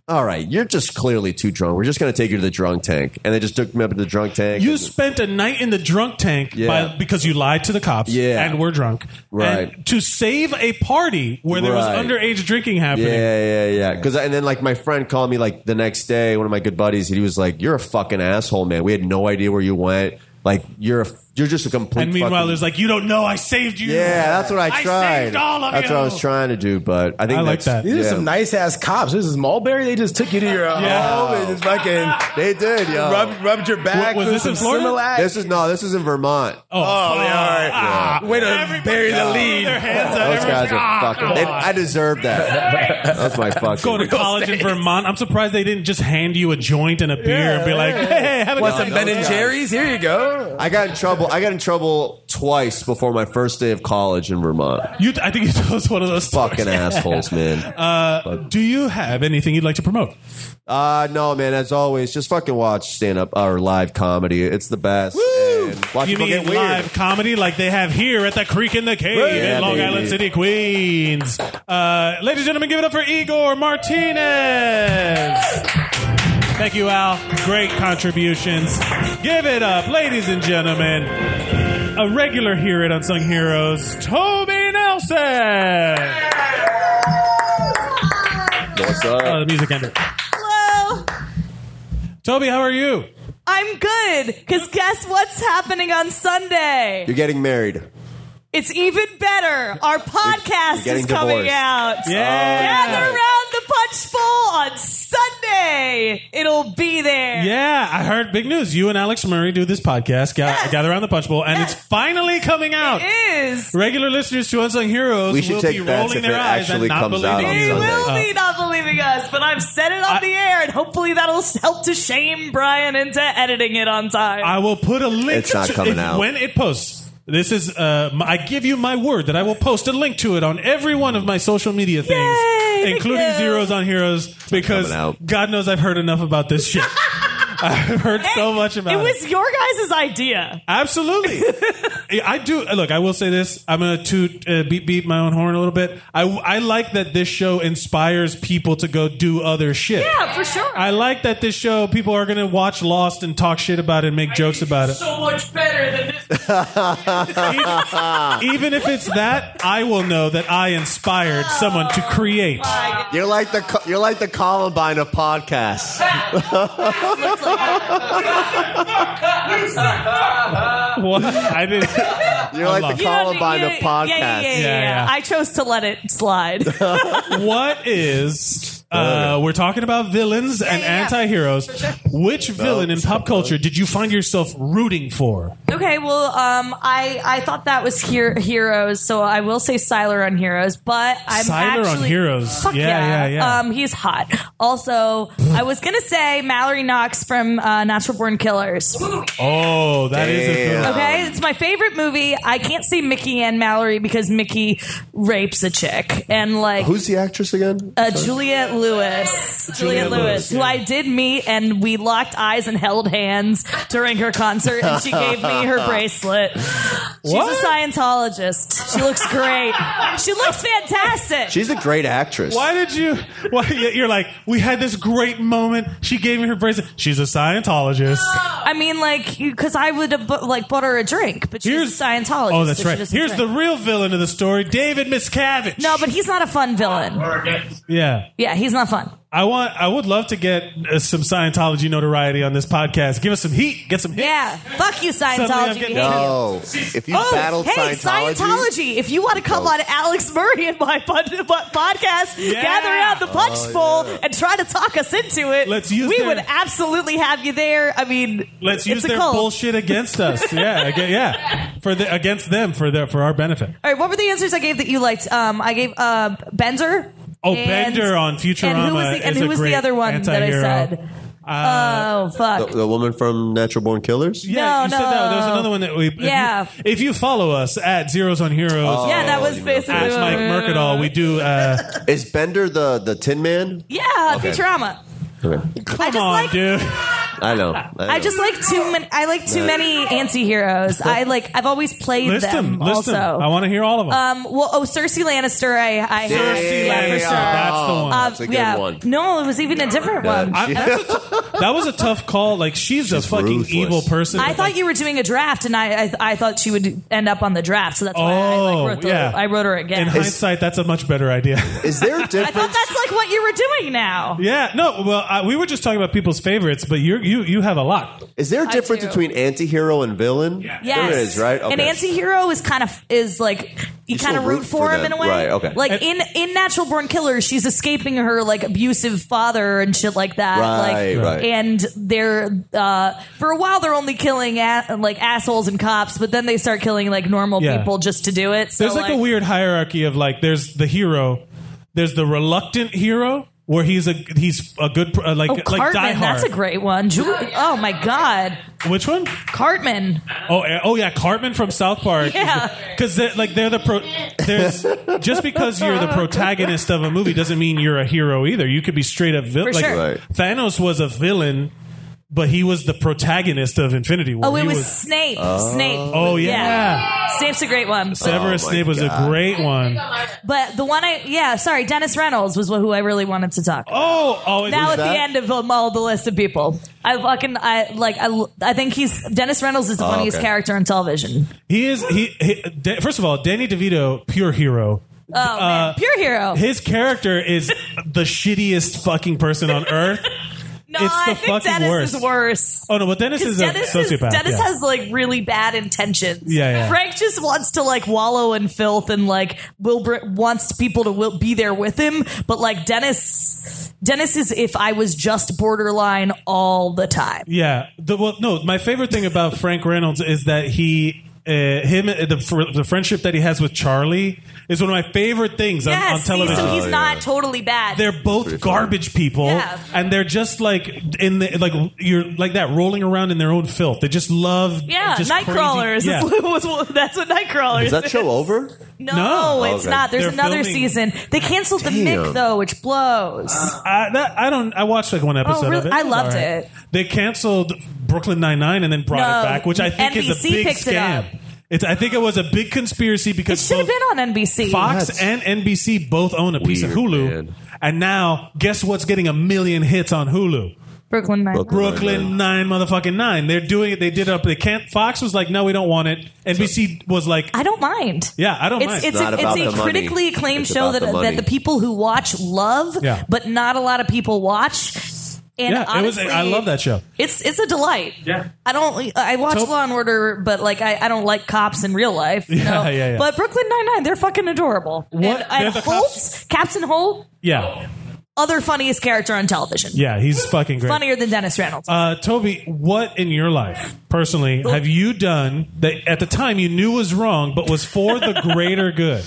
[SPEAKER 4] all right, you're just clearly too drunk. We're just gonna take you to the drunk tank, and they just took me up to the drunk tank.
[SPEAKER 1] you
[SPEAKER 4] and-
[SPEAKER 1] spent a night in the drunk tank
[SPEAKER 4] Yeah.
[SPEAKER 1] by, because you lied to the cops.
[SPEAKER 4] Yeah.
[SPEAKER 1] and were drunk.
[SPEAKER 4] Right.
[SPEAKER 1] And to save a party where there
[SPEAKER 4] Right.
[SPEAKER 1] was underage drinking happening.
[SPEAKER 4] Yeah, yeah, yeah. Because and then like my friend called me like the next day. One of my good buddies. He was like, "You're a fucking asshole, man. We had no idea where you went. Like you're a, you're just a complete."
[SPEAKER 1] And meanwhile,
[SPEAKER 4] fucking-
[SPEAKER 1] there's like, you don't know, I saved you.
[SPEAKER 4] yeah, that's what I tried.
[SPEAKER 1] saved all of
[SPEAKER 4] that's
[SPEAKER 1] you.
[SPEAKER 4] what I was trying to do, but I think
[SPEAKER 1] I like
[SPEAKER 4] that's-
[SPEAKER 1] that.
[SPEAKER 11] These
[SPEAKER 4] yeah.
[SPEAKER 11] are some nice ass cops. This is Mulberry. They just took you to your uh,
[SPEAKER 1] Yeah.
[SPEAKER 11] home and just fucking
[SPEAKER 4] They did, yo.
[SPEAKER 11] rubbed, rubbed your back.
[SPEAKER 1] was
[SPEAKER 11] with
[SPEAKER 1] this in
[SPEAKER 11] some
[SPEAKER 1] Florida?
[SPEAKER 11] Similac.
[SPEAKER 4] This is no, this is in Vermont.
[SPEAKER 1] Oh,
[SPEAKER 11] oh,
[SPEAKER 1] fuck.
[SPEAKER 11] they are.
[SPEAKER 1] Ah.
[SPEAKER 11] Way to
[SPEAKER 1] Everybody
[SPEAKER 11] bury the
[SPEAKER 1] threw
[SPEAKER 11] lead.
[SPEAKER 1] Their hands up.
[SPEAKER 4] Those
[SPEAKER 1] Everyone's
[SPEAKER 4] guys
[SPEAKER 1] like, "Ah,
[SPEAKER 4] are
[SPEAKER 1] come
[SPEAKER 4] fucking. They,
[SPEAKER 1] on."
[SPEAKER 4] I deserve that. That's my fucking.
[SPEAKER 1] Go to college in Vermont. I'm surprised they didn't just hand you a joint and a beer and be like, "Hey, hey have a
[SPEAKER 11] Want
[SPEAKER 1] good
[SPEAKER 11] some
[SPEAKER 1] time."
[SPEAKER 11] Ben and Jerry's? Here you go.
[SPEAKER 4] I got in trouble. I got in trouble twice before my first day of college in Vermont.
[SPEAKER 1] You, I think you told us one of those. stories.
[SPEAKER 4] Fucking assholes, man.
[SPEAKER 1] Uh, do you have anything you'd like to promote?
[SPEAKER 4] Uh, no, man. As always, just fucking watch stand up or live comedy. It's the best. And watch
[SPEAKER 1] You
[SPEAKER 4] people
[SPEAKER 1] mean
[SPEAKER 4] get weird.
[SPEAKER 1] live comedy like they have here at the Creek in the Cave
[SPEAKER 4] Yeah,
[SPEAKER 1] in Long
[SPEAKER 4] baby.
[SPEAKER 1] Island City, Queens? Uh, ladies and gentlemen, give it up for Igor Martinez. Thank you, Al. Great contributions. Give it up, ladies and gentlemen. A regular here at Unsung Heroes, Toby Nelson.
[SPEAKER 4] What's up?
[SPEAKER 1] Oh, the music ended.
[SPEAKER 14] Hello.
[SPEAKER 1] Toby, how are you?
[SPEAKER 14] I'm good. Because guess what's happening on Sunday?
[SPEAKER 4] You're getting married.
[SPEAKER 14] It's even better. Our podcast
[SPEAKER 4] You're getting
[SPEAKER 14] is coming
[SPEAKER 4] divorced.
[SPEAKER 14] out.
[SPEAKER 4] Yeah.
[SPEAKER 14] Gather around the punch bowl on Sunday. It'll be there.
[SPEAKER 1] Yeah, I heard big news. You and Alex Murray do this podcast, Ga- Gather Around the Punch Bowl, and it's finally coming out.
[SPEAKER 14] It is.
[SPEAKER 1] Regular listeners to Unsung Heroes
[SPEAKER 4] We should
[SPEAKER 1] will
[SPEAKER 4] take
[SPEAKER 1] be
[SPEAKER 4] bets
[SPEAKER 1] rolling
[SPEAKER 4] if
[SPEAKER 1] their
[SPEAKER 4] it
[SPEAKER 1] eyes and
[SPEAKER 4] actually
[SPEAKER 1] not
[SPEAKER 4] comes
[SPEAKER 1] believing
[SPEAKER 4] out on
[SPEAKER 1] you.
[SPEAKER 4] Sunday.
[SPEAKER 14] Will
[SPEAKER 1] Uh,
[SPEAKER 14] be not believing us, but I've said it on the air, and hopefully that'll help to shame Brian into editing it on time.
[SPEAKER 1] I will put a link.
[SPEAKER 4] It's not
[SPEAKER 1] to-
[SPEAKER 4] coming
[SPEAKER 1] if-
[SPEAKER 4] out.
[SPEAKER 1] when it posts. This is. Uh, my, I give you my word that I will post a link to it on every one of my social media things, including zeros on heroes, because God knows I've heard enough about this shit. I've heard so much about
[SPEAKER 14] it
[SPEAKER 1] it.
[SPEAKER 14] was your guys' idea.
[SPEAKER 1] Absolutely. I do. Look, I will say this. I'm going to toot, uh, beep, beep my own horn a little bit. I, I like that this show inspires people to go do other shit.
[SPEAKER 14] Yeah, for sure.
[SPEAKER 1] I like that this show, people are going to watch Lost and talk shit about it and make jokes about it.
[SPEAKER 6] so much better than this.
[SPEAKER 1] Even if it's that, I will know that I inspired someone to create.
[SPEAKER 4] You're like the co- you're like the Columbine of podcasts.
[SPEAKER 1] What? I didn't.
[SPEAKER 4] You're like the
[SPEAKER 14] You don't-
[SPEAKER 4] Columbine
[SPEAKER 14] yeah,
[SPEAKER 4] of podcasts.
[SPEAKER 14] Yeah, yeah, yeah, yeah,
[SPEAKER 1] Yeah,
[SPEAKER 14] yeah.
[SPEAKER 1] yeah.
[SPEAKER 14] I chose to let it slide.
[SPEAKER 1] what is uh, we're talking about villains and anti-heroes which villain in pop culture did you find yourself rooting for
[SPEAKER 14] Okay, well, um, I I thought that was here heroes, so I will say Siler on heroes, but I'm
[SPEAKER 1] Siler on
[SPEAKER 14] actually,
[SPEAKER 1] Heroes.
[SPEAKER 14] Fuck
[SPEAKER 1] Yeah,
[SPEAKER 14] yeah,
[SPEAKER 1] yeah, yeah.
[SPEAKER 14] Um, he's hot. Also, I was gonna say Mallory Knox from uh, Natural Born Killers.
[SPEAKER 1] oh that is a good one.
[SPEAKER 14] Okay, it's my favorite movie. I can't see Mickey and Mallory because Mickey rapes a chick and like
[SPEAKER 4] Who's the actress again?
[SPEAKER 14] uh, Juliet Lewis. Juliet,
[SPEAKER 4] Juliette
[SPEAKER 14] Lewis,
[SPEAKER 4] Lewis,
[SPEAKER 14] who I did meet, and we locked eyes and held hands during her concert, and she gave me her bracelet. She's
[SPEAKER 4] What?
[SPEAKER 14] a Scientologist. She looks great. she looks fantastic.
[SPEAKER 4] She's a great actress.
[SPEAKER 1] why did you why you're like we had this great moment she gave me her bracelet she's a scientologist
[SPEAKER 14] I mean, like, because I would have bu- like bought her a drink, but she's a Scientologist.
[SPEAKER 1] oh that's
[SPEAKER 14] so she
[SPEAKER 1] right
[SPEAKER 14] doesn't
[SPEAKER 1] here's the
[SPEAKER 14] drink.
[SPEAKER 1] real villain of the story david miscavige
[SPEAKER 14] no, but he's not a fun villain.
[SPEAKER 1] yeah
[SPEAKER 14] Yeah, he's not fun.
[SPEAKER 1] I want. I would love to get uh, some Scientology notoriety on this podcast. Give us some heat. Get some heat.
[SPEAKER 14] Yeah, fuck you,
[SPEAKER 1] Suddenly I'm
[SPEAKER 14] Scientology.
[SPEAKER 1] getting-
[SPEAKER 14] We hate you.
[SPEAKER 1] No. If you
[SPEAKER 14] oh,
[SPEAKER 1] battled
[SPEAKER 14] hey,
[SPEAKER 1] Scientology-
[SPEAKER 14] If you want to come
[SPEAKER 1] No.
[SPEAKER 14] on Alex Murray and my pod- pod- podcast,
[SPEAKER 1] Yeah.
[SPEAKER 14] gather around the punch
[SPEAKER 1] Oh,
[SPEAKER 14] bowl and try to talk us into it.
[SPEAKER 1] Let's use
[SPEAKER 14] We
[SPEAKER 1] their-
[SPEAKER 14] would absolutely have you there. I mean,
[SPEAKER 1] Let's
[SPEAKER 14] it's
[SPEAKER 1] use
[SPEAKER 14] a
[SPEAKER 1] their
[SPEAKER 14] cult.
[SPEAKER 1] bullshit against us. Yeah, aga yeah. For the, against them for their for our benefit.
[SPEAKER 14] All right, what were the answers I gave that you liked? Um, I gave uh, Bender.
[SPEAKER 1] Oh,
[SPEAKER 14] and-
[SPEAKER 1] Bender on Futurama
[SPEAKER 14] And who was the, and
[SPEAKER 1] is
[SPEAKER 14] who
[SPEAKER 1] a
[SPEAKER 14] was
[SPEAKER 1] great
[SPEAKER 14] the other one
[SPEAKER 1] antihero. Uh,
[SPEAKER 14] that I said? oh fuck!
[SPEAKER 4] The, the woman from Natural Born Killers.
[SPEAKER 1] Yeah,
[SPEAKER 14] No,
[SPEAKER 1] you said that. There was
[SPEAKER 14] no.
[SPEAKER 1] another one that we. if you-
[SPEAKER 14] Yeah.
[SPEAKER 1] If you, follow us at Zeros on Heroes,
[SPEAKER 4] Oh.
[SPEAKER 14] yeah, that
[SPEAKER 1] Oh,
[SPEAKER 14] was basically
[SPEAKER 1] at
[SPEAKER 14] what-
[SPEAKER 1] Mike Mercadal, we do. Uh,
[SPEAKER 4] Is Bender the the Tin Man?
[SPEAKER 14] Yeah,
[SPEAKER 4] Okay.
[SPEAKER 14] Futurama.
[SPEAKER 4] Okay.
[SPEAKER 14] I just like
[SPEAKER 1] dude.
[SPEAKER 4] I know. I, know.
[SPEAKER 14] I just like too many. I like too
[SPEAKER 4] Nah.
[SPEAKER 14] many anti-heroes. I like. I've always played
[SPEAKER 1] list
[SPEAKER 14] them.
[SPEAKER 1] them. List
[SPEAKER 14] also,
[SPEAKER 1] them. I want to hear all of them.
[SPEAKER 14] Um, well, oh, Cersei Lannister. I, I have.
[SPEAKER 1] Cersei
[SPEAKER 14] yeah, for
[SPEAKER 1] Lannister,
[SPEAKER 14] sure.
[SPEAKER 1] that's the one.
[SPEAKER 14] Uh,
[SPEAKER 1] That's a good
[SPEAKER 14] yeah.
[SPEAKER 1] one.
[SPEAKER 14] No, it was even a different one.
[SPEAKER 1] I- that's a t- that was a tough call. Like she's, a fucking evil person.
[SPEAKER 14] I
[SPEAKER 1] with,
[SPEAKER 14] thought you were doing a draft, and I, I I thought she would end up on the draft, so that's why I like,
[SPEAKER 1] Oh,
[SPEAKER 14] wrote the,
[SPEAKER 1] yeah.
[SPEAKER 14] I wrote her
[SPEAKER 1] like, in
[SPEAKER 14] again.
[SPEAKER 1] hindsight, that's a much better idea.
[SPEAKER 4] Is there a
[SPEAKER 14] I thought that's like what you were doing now.
[SPEAKER 1] yeah. No. Well, I, we were just talking about people's favorites, but you you you have a lot.
[SPEAKER 4] Is there a
[SPEAKER 14] I
[SPEAKER 4] difference
[SPEAKER 14] do.
[SPEAKER 4] between anti-hero and villain? Yeah.
[SPEAKER 14] Yes.
[SPEAKER 4] There is, right?
[SPEAKER 14] An anti-hero is kind of is like you,
[SPEAKER 4] You
[SPEAKER 14] kind of
[SPEAKER 4] still
[SPEAKER 14] root, for, him in
[SPEAKER 4] them.
[SPEAKER 14] a way.
[SPEAKER 4] Right, okay.
[SPEAKER 14] Like
[SPEAKER 4] And-
[SPEAKER 14] in in Natural Born Killers, she's escaping her like abusive father and shit like that.
[SPEAKER 4] Right,
[SPEAKER 14] like,
[SPEAKER 4] right.
[SPEAKER 14] And they're uh, for a while they're only killing a- like assholes and cops, but then they start killing like normal
[SPEAKER 1] Yeah.
[SPEAKER 14] people just to do it. So
[SPEAKER 1] there's like, a weird hierarchy of like there's the hero, there's the reluctant hero where he's a he's a good pr- uh, like
[SPEAKER 14] oh,
[SPEAKER 1] like
[SPEAKER 14] Cartman,
[SPEAKER 1] Die Hard.
[SPEAKER 14] that's a great one. Ju- oh my god,
[SPEAKER 1] Which one?
[SPEAKER 14] Cartman.
[SPEAKER 1] Oh, eh, oh yeah, Cartman from South Park.
[SPEAKER 14] Yeah.
[SPEAKER 1] because like they're the pro. There's just because you're the protagonist of a movie doesn't mean you're a hero either. You could be straight up
[SPEAKER 14] For
[SPEAKER 1] villain. Like
[SPEAKER 14] sure. Right.
[SPEAKER 1] Thanos was a villain, but he was the protagonist of Infinity War.
[SPEAKER 14] Oh, it
[SPEAKER 1] He
[SPEAKER 14] was, Snape. Snape.
[SPEAKER 1] Oh yeah.
[SPEAKER 14] Snape's a great one.
[SPEAKER 4] Oh
[SPEAKER 1] Severus Snape was a great one.
[SPEAKER 14] But the one I yeah, sorry, Dennis Reynolds was who I really wanted to talk.
[SPEAKER 1] Oh, oh,
[SPEAKER 14] now
[SPEAKER 1] who's
[SPEAKER 14] at
[SPEAKER 1] that?
[SPEAKER 14] the end of um, all the list of people, I fucking I like I, l- I think he's Dennis Reynolds is the
[SPEAKER 1] Oh,
[SPEAKER 14] funniest
[SPEAKER 1] okay.
[SPEAKER 14] character on television.
[SPEAKER 1] He is he. he Da- first of all, Danny DeVito, pure hero. Uh,
[SPEAKER 14] Oh man, pure hero.
[SPEAKER 1] His character is the shittiest fucking person on earth.
[SPEAKER 14] No,
[SPEAKER 1] it's the
[SPEAKER 14] I think
[SPEAKER 1] fucking
[SPEAKER 14] Dennis
[SPEAKER 1] worse.
[SPEAKER 14] is worse.
[SPEAKER 1] Oh no, but Dennis
[SPEAKER 14] 'Cause
[SPEAKER 1] is a
[SPEAKER 14] Dennis
[SPEAKER 1] sociopath.
[SPEAKER 14] Dennis
[SPEAKER 1] yeah.
[SPEAKER 14] has like really bad intentions.
[SPEAKER 1] Yeah, yeah.
[SPEAKER 14] Frank just wants to like wallow in filth and like Wilbur wants people to will- be there with him, but like Dennis, Dennis is if I was just borderline all the time.
[SPEAKER 1] Yeah. The, well, no, my favorite thing about Frank Reynolds is that he. Uh, him uh, the, fr- the friendship that he has with Charlie is one of my favorite things on- on,
[SPEAKER 14] yes, see,
[SPEAKER 1] television.
[SPEAKER 14] so he's not totally bad.
[SPEAKER 1] They're both garbage people,
[SPEAKER 14] Yeah.
[SPEAKER 1] and they're just like in the like you're like that rolling around in their own filth. They just love
[SPEAKER 14] yeah,
[SPEAKER 1] just crazy-
[SPEAKER 14] Nightcrawlers.
[SPEAKER 1] Yeah.
[SPEAKER 14] That's what- that's what Nightcrawlers.
[SPEAKER 4] over?
[SPEAKER 14] No, it's not. There's another season. They canceled the Mick
[SPEAKER 1] Damn.
[SPEAKER 14] though, which blows.
[SPEAKER 1] I, that, I don't. I watched like one episode
[SPEAKER 14] really?
[SPEAKER 1] of it.
[SPEAKER 14] I
[SPEAKER 1] It was
[SPEAKER 14] loved
[SPEAKER 1] all
[SPEAKER 14] it.
[SPEAKER 1] They canceled Brooklyn Nine Nine and then brought
[SPEAKER 14] No,
[SPEAKER 1] it back, which I think is a
[SPEAKER 14] NBC
[SPEAKER 1] big
[SPEAKER 14] picked it up.
[SPEAKER 1] scam. It's. I think it was a big conspiracy because
[SPEAKER 14] Should have
[SPEAKER 1] both
[SPEAKER 14] been on NBC.
[SPEAKER 1] Fox and NBC both own a piece of Hulu, and now guess what's getting a million hits on Hulu?
[SPEAKER 14] Brooklyn Nine.
[SPEAKER 1] Brooklyn Nine motherfucking Nine. They're doing it. They did it up. They can't. Fox was like, no, we don't want it. NBC was like,
[SPEAKER 14] I don't mind.
[SPEAKER 1] Yeah, I don't
[SPEAKER 14] it's,
[SPEAKER 1] mind.
[SPEAKER 14] It's, a, it's a critically acclaimed show that the, that the people who watch love,
[SPEAKER 1] Yeah.
[SPEAKER 14] but not a lot of people watch. And
[SPEAKER 1] yeah,
[SPEAKER 14] honestly,
[SPEAKER 1] it was. I love that show.
[SPEAKER 14] It's it's a delight. Yeah, I don't. I watch Law and Order, but like I, I don't like cops in real life. You
[SPEAKER 1] Yeah,
[SPEAKER 14] know?
[SPEAKER 1] yeah, yeah.
[SPEAKER 14] But Brooklyn Nine Nine, they're fucking adorable. What? And, and
[SPEAKER 1] They're the
[SPEAKER 14] Holt, Captain Holt,
[SPEAKER 1] Yeah,
[SPEAKER 14] other funniest character on television.
[SPEAKER 1] yeah, he's fucking great.
[SPEAKER 14] funnier than Dennis Reynolds.
[SPEAKER 1] Uh, Toby, what in your life, personally, have you done that at the time you knew was wrong, but was for the greater good?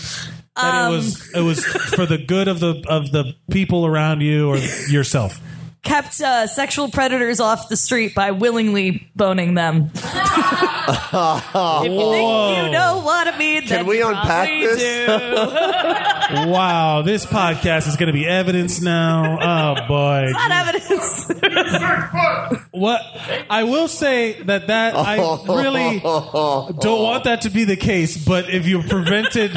[SPEAKER 1] That
[SPEAKER 14] Um,
[SPEAKER 1] it was it was for the good of the of the people around you or yourself.
[SPEAKER 14] Kept uh, sexual predators off the street by willingly boning them. If you think you know what I mean, then you probably do.
[SPEAKER 1] wow, this podcast is going to be evidence now. Oh boy.
[SPEAKER 14] Not evidence.
[SPEAKER 1] What I will say that that I really don't want that to be the case, but if you prevented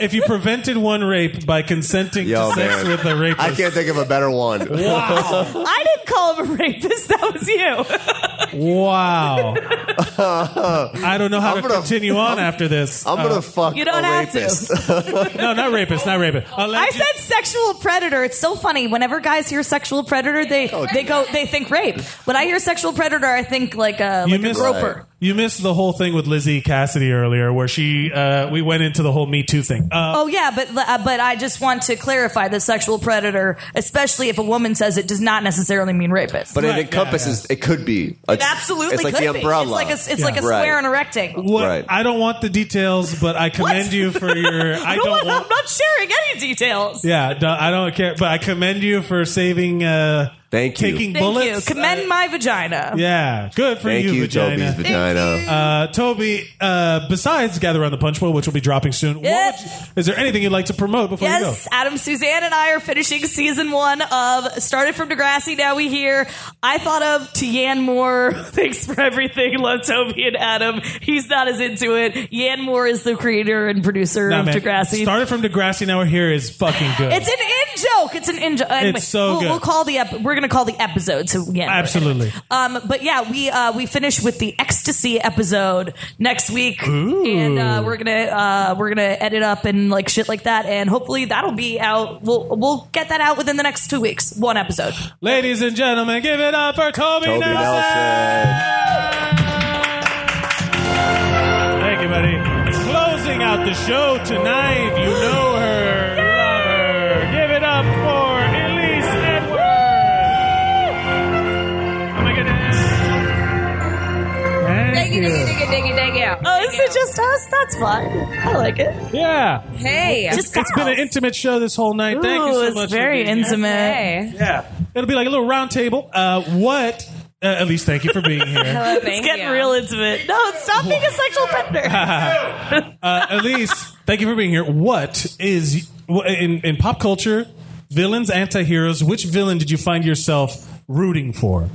[SPEAKER 1] if you prevented one rape by consenting
[SPEAKER 4] Yo,
[SPEAKER 1] to sex
[SPEAKER 4] man.
[SPEAKER 1] with a rapist,
[SPEAKER 4] I can't think of a better one.
[SPEAKER 14] I didn't call him a rapist. That was you.
[SPEAKER 1] Wow. I don't know how to continue on after this.
[SPEAKER 4] I'm gonna fuck
[SPEAKER 14] You don't a have to.
[SPEAKER 1] to. no, not rapist, not rapist.
[SPEAKER 14] I said sexual predator. It's so funny. Whenever guys hear sexual predator, they
[SPEAKER 4] Oh,
[SPEAKER 14] they go they think rape. When I hear sexual predator, I think like a, like a groper.
[SPEAKER 1] You missed the whole thing with Lizzie Cassidy earlier, where she uh, we went into the whole Me Too thing. Uh,
[SPEAKER 14] Oh yeah, but uh, but I just want to clarify that sexual predator, especially if a woman says it, does not necessarily mean rapist.
[SPEAKER 4] But it encompasses. It could be. It's,
[SPEAKER 14] absolutely
[SPEAKER 4] It's like
[SPEAKER 14] could
[SPEAKER 4] the
[SPEAKER 14] be.
[SPEAKER 4] umbrella.
[SPEAKER 14] It's like a, it's like a
[SPEAKER 4] Right.
[SPEAKER 14] square and a rectangle.
[SPEAKER 1] what, I don't want the details, but I commend you for your. I don't want.
[SPEAKER 14] I'm not sharing any details.
[SPEAKER 1] Yeah, no, I don't care, but I commend you for saving. Uh,
[SPEAKER 4] Thank
[SPEAKER 1] you. Taking
[SPEAKER 14] Thank
[SPEAKER 1] bullets. Uh,
[SPEAKER 14] you. Commend my vagina.
[SPEAKER 1] Yeah, good for
[SPEAKER 4] Thank
[SPEAKER 1] you,
[SPEAKER 4] you,
[SPEAKER 1] vagina.
[SPEAKER 4] Toby's vagina.
[SPEAKER 1] Uh, Toby, uh, besides Gather Around the Punch Bowl, which will be dropping soon, what
[SPEAKER 14] Yeah.
[SPEAKER 1] would you- is there anything you'd like to promote before you go?
[SPEAKER 14] Yes, Adam, Suzanne, and I are finishing season one of Started from Degrassi. Now we hear. I thought of Tian Moore. Thanks for everything. Love Toby and Adam. He's not as into it. Yan Moore is the creator and producer
[SPEAKER 1] Nah,
[SPEAKER 14] of
[SPEAKER 1] man.
[SPEAKER 14] Degrassi.
[SPEAKER 1] Started from Degrassi, now we're here is fucking good.
[SPEAKER 14] It's an in joke. It's an in joke. Anyway,
[SPEAKER 1] It's so
[SPEAKER 14] we'll,
[SPEAKER 1] good.
[SPEAKER 14] we'll call the ep- we're gonna call the episode. So yeah,
[SPEAKER 1] Absolutely.
[SPEAKER 14] Um, but yeah, we uh, we finish with the ecstasy episode next week,
[SPEAKER 1] Ooh.
[SPEAKER 14] and uh, we're gonna uh, we're gonna edit up and like shit like that, and hopefully that'll be out. We'll we'll get that out within the next two weeks. One episode.
[SPEAKER 1] Ladies and gentlemen, give it up for Toby,
[SPEAKER 14] Toby
[SPEAKER 1] Nelson. Thank you, buddy. Closing out the show tonight, you know her. love her. Give it up for Elise Edwards. Oh my goodness. Thank
[SPEAKER 15] Diggy, diggy,
[SPEAKER 1] you.
[SPEAKER 15] diggy, diggy, diggy out.
[SPEAKER 14] Oh, is it just us? That's fun. I like it.
[SPEAKER 1] Yeah.
[SPEAKER 15] Hey.
[SPEAKER 1] It's- it's been an intimate show this whole night. Thank you
[SPEAKER 14] Ooh,
[SPEAKER 1] so
[SPEAKER 14] it's
[SPEAKER 1] much. for
[SPEAKER 14] very
[SPEAKER 1] being here.
[SPEAKER 14] intimate.
[SPEAKER 1] Yeah. It'll be like a little round table. Uh, what? Uh, at least thank you for being here.
[SPEAKER 14] it's getting real intimate. No, stop being a sexual predator.
[SPEAKER 1] uh, Elise, thank you for being here. What is wh- in, in pop culture, villains, anti-heroes, which villain did you find yourself rooting for?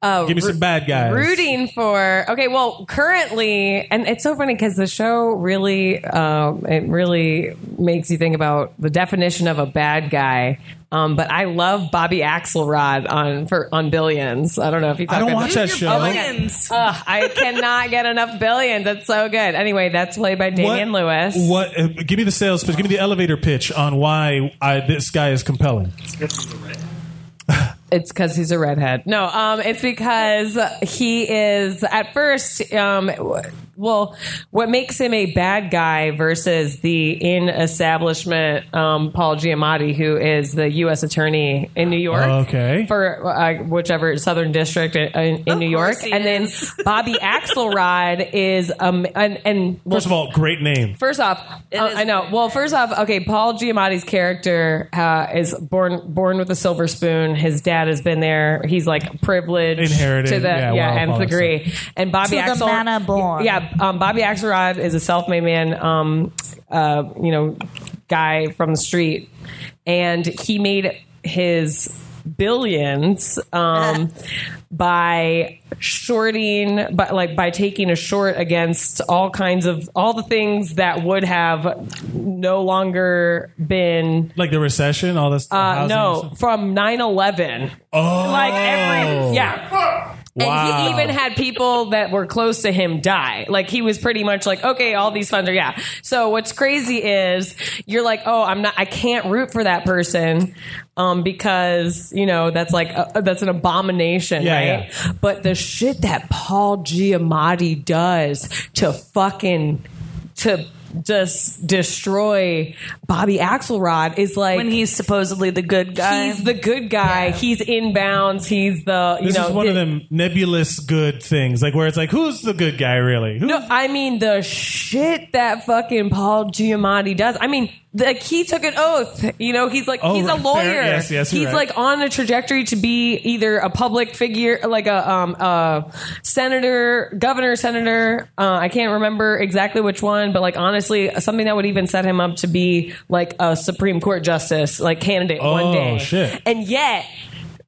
[SPEAKER 15] Oh,
[SPEAKER 1] Give me
[SPEAKER 15] Ru-
[SPEAKER 1] some bad guys.
[SPEAKER 15] Rooting for okay. Well, currently, and it's so funny because the show really, um, it really makes you think about the definition of a bad guy. Um, but I love Bobby Axelrod on for on Billions. I don't know if you.
[SPEAKER 1] I don't watch that show.
[SPEAKER 15] Oh my God. Ugh, I cannot get enough Billions. That's so good. Anyway, that's played by Damian Lewis.
[SPEAKER 1] What? Uh, give me the sales pitch. Give me the elevator pitch on why I, this guy is compelling.
[SPEAKER 15] It's because he's a redhead. No, um, it's because he is at first. Um, well, what makes him a bad guy versus the in establishment um, Paul Giamatti, who is the U.S. attorney in New York,
[SPEAKER 1] Okay.
[SPEAKER 15] for uh, whichever Southern District in, in New York, and then Bobby Axelrod is um and and
[SPEAKER 1] First of all, great name.
[SPEAKER 15] First off, uh, I know. Well, first off, okay, Paul Giamatti's character uh, is born born with a silver spoon. His dad has been there. He's like privileged
[SPEAKER 1] Inherited,
[SPEAKER 15] to the
[SPEAKER 1] yeah,
[SPEAKER 15] yeah,
[SPEAKER 1] well, all
[SPEAKER 15] nth
[SPEAKER 1] that
[SPEAKER 15] degree. And Bobby
[SPEAKER 14] To the
[SPEAKER 15] Axel,
[SPEAKER 14] manner born.
[SPEAKER 15] yeah, um, Bobby Axelrod is a self made man. Um, uh, you know, guy from the street, and he made his billions um, by shorting but like by taking a short against all kinds of all the things that would have no longer been
[SPEAKER 1] Like the recession, all this.
[SPEAKER 15] uh,
[SPEAKER 1] housing
[SPEAKER 15] no
[SPEAKER 1] stuff?
[SPEAKER 15] from 9-11
[SPEAKER 1] Oh.
[SPEAKER 15] like every yeah
[SPEAKER 1] Wow.
[SPEAKER 15] and he even had people that were close to him die. Like he was pretty much like, okay, all these funds are yeah. So what's crazy is you're like, oh, I'm not, I can't root for that person, um, because you know that's like a, that's an abomination,
[SPEAKER 1] Yeah,
[SPEAKER 15] right? But the shit that Paul Giamatti does to fucking to just destroy Bobby Axelrod is like
[SPEAKER 14] when he's supposedly the good guy.
[SPEAKER 15] he's the good guy. He's in bounds. He's the you
[SPEAKER 1] This
[SPEAKER 15] know
[SPEAKER 1] is one
[SPEAKER 15] the-
[SPEAKER 1] of them nebulous good things, like where it's like, who's the good guy really? Who-
[SPEAKER 15] No, I mean the shit that fucking Paul Giamatti does. I mean, like he took an oath. You know, he's like
[SPEAKER 1] Oh,
[SPEAKER 15] he's
[SPEAKER 1] right.
[SPEAKER 15] a
[SPEAKER 1] Fair.
[SPEAKER 15] lawyer.
[SPEAKER 1] Yes, yes, you're
[SPEAKER 15] he's
[SPEAKER 1] right.
[SPEAKER 15] like on a trajectory to be either a public figure, like a um a senator, governor, senator. Uh, I can't remember exactly which one, but like honestly, something that would even set him up to be like a Supreme Court justice, like candidate
[SPEAKER 1] Oh,
[SPEAKER 15] one day.
[SPEAKER 1] shit.
[SPEAKER 15] And yet,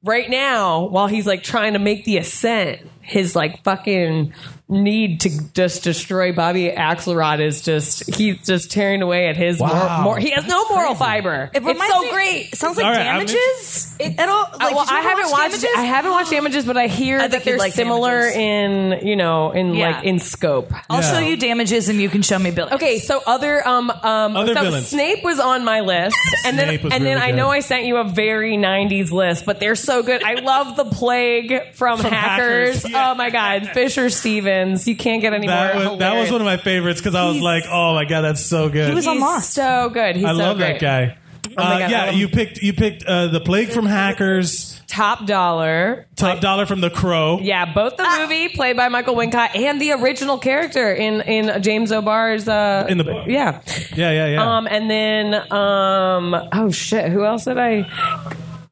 [SPEAKER 15] right now, while he's like trying to make the ascent, his like fucking need to just destroy Bobby Axelrod is just he's just tearing away at his
[SPEAKER 1] Wow.
[SPEAKER 15] mor- mor- he has no moral fiber.
[SPEAKER 14] It
[SPEAKER 15] it's
[SPEAKER 14] reminds
[SPEAKER 15] so
[SPEAKER 14] me-
[SPEAKER 15] great.
[SPEAKER 14] Sounds like
[SPEAKER 15] All right, I'm
[SPEAKER 14] damages. At all? Like,
[SPEAKER 15] Uh, well,
[SPEAKER 14] did you
[SPEAKER 15] I
[SPEAKER 14] ever
[SPEAKER 15] haven't
[SPEAKER 14] watch
[SPEAKER 15] watched.
[SPEAKER 14] Damages?
[SPEAKER 15] I haven't watched Damages, but I hear
[SPEAKER 14] think
[SPEAKER 15] that
[SPEAKER 14] you'd
[SPEAKER 15] they're
[SPEAKER 14] like
[SPEAKER 15] similar in you know in
[SPEAKER 14] Yeah.
[SPEAKER 15] like in scope.
[SPEAKER 14] I'll show you damages, and you can show me Billy.
[SPEAKER 15] Okay, so other um um
[SPEAKER 14] Other
[SPEAKER 15] so
[SPEAKER 14] villains.
[SPEAKER 15] Snape was on my list, and then
[SPEAKER 14] Snape was
[SPEAKER 15] and then
[SPEAKER 14] really
[SPEAKER 15] I know
[SPEAKER 14] good.
[SPEAKER 15] I sent you a very '90s list, but they're so good. I love the plague from,
[SPEAKER 1] From
[SPEAKER 15] Hackers.
[SPEAKER 1] Hackers,
[SPEAKER 15] Oh my God, Fisher Stevens, you can't get any
[SPEAKER 1] that
[SPEAKER 15] more.
[SPEAKER 1] was that was
[SPEAKER 15] hilarious.
[SPEAKER 1] one of my favorites because I was
[SPEAKER 15] He's-
[SPEAKER 1] like, oh my god, that's so good.
[SPEAKER 15] He's So good. He's
[SPEAKER 1] I
[SPEAKER 15] so
[SPEAKER 1] love
[SPEAKER 15] great.
[SPEAKER 1] that guy.
[SPEAKER 15] Oh my
[SPEAKER 1] Uh,
[SPEAKER 15] God, I
[SPEAKER 1] yeah,
[SPEAKER 15] love
[SPEAKER 1] you picked you picked uh, the plague from hackers,
[SPEAKER 15] top dollar,
[SPEAKER 1] top dollar from the crow.
[SPEAKER 15] Yeah, both the movie played by Michael Wincott and the original character in in James O'Barr's uh
[SPEAKER 1] In the-
[SPEAKER 15] yeah.
[SPEAKER 1] yeah, yeah, yeah.
[SPEAKER 15] Um and then um oh shit, who else did I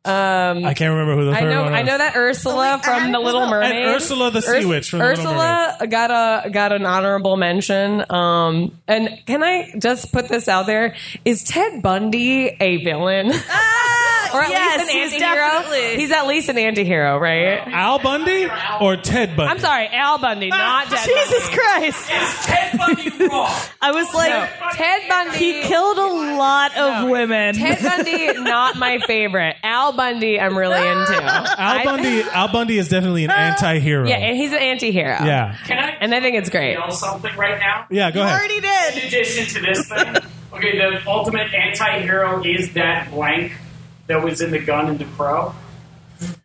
[SPEAKER 15] um
[SPEAKER 1] I can't remember who the
[SPEAKER 15] I
[SPEAKER 1] third
[SPEAKER 15] know
[SPEAKER 1] one
[SPEAKER 15] I know
[SPEAKER 1] was.
[SPEAKER 15] that Ursula from The Little Mermaid.
[SPEAKER 1] And Ursula the sea
[SPEAKER 15] Urs-
[SPEAKER 1] witch from The Little
[SPEAKER 15] Ursula got a got an honorable mention. Um and can I just put this out there? Is Ted Bundy a villain? or at
[SPEAKER 14] yes,
[SPEAKER 15] least an
[SPEAKER 14] he's
[SPEAKER 15] anti-hero?
[SPEAKER 14] definitely-
[SPEAKER 15] He's at least an anti-hero, right?
[SPEAKER 1] Al Bundy or Ted Bundy?
[SPEAKER 15] I'm sorry, Al Bundy,
[SPEAKER 1] Ah,
[SPEAKER 15] not Ted
[SPEAKER 14] Jesus
[SPEAKER 15] Bundy.
[SPEAKER 14] Christ!
[SPEAKER 6] Ted Bundy wrong.
[SPEAKER 14] I was like,
[SPEAKER 15] No, Ted Bundy.
[SPEAKER 14] he killed a lot of women.
[SPEAKER 15] Ted Bundy, not my favorite. Al Bundy, I'm really into.
[SPEAKER 1] Al Bundy. Al Bundy is definitely an anti-hero.
[SPEAKER 15] Yeah, eh, and he's an anti-hero.
[SPEAKER 1] Yeah.
[SPEAKER 6] Can I
[SPEAKER 15] and I think it's great.
[SPEAKER 6] reveal something right now?
[SPEAKER 1] Yeah, go ahead.
[SPEAKER 14] did.
[SPEAKER 6] In addition to this thing, okay, the ultimate anti-hero is that blank that was in the gun in the crow.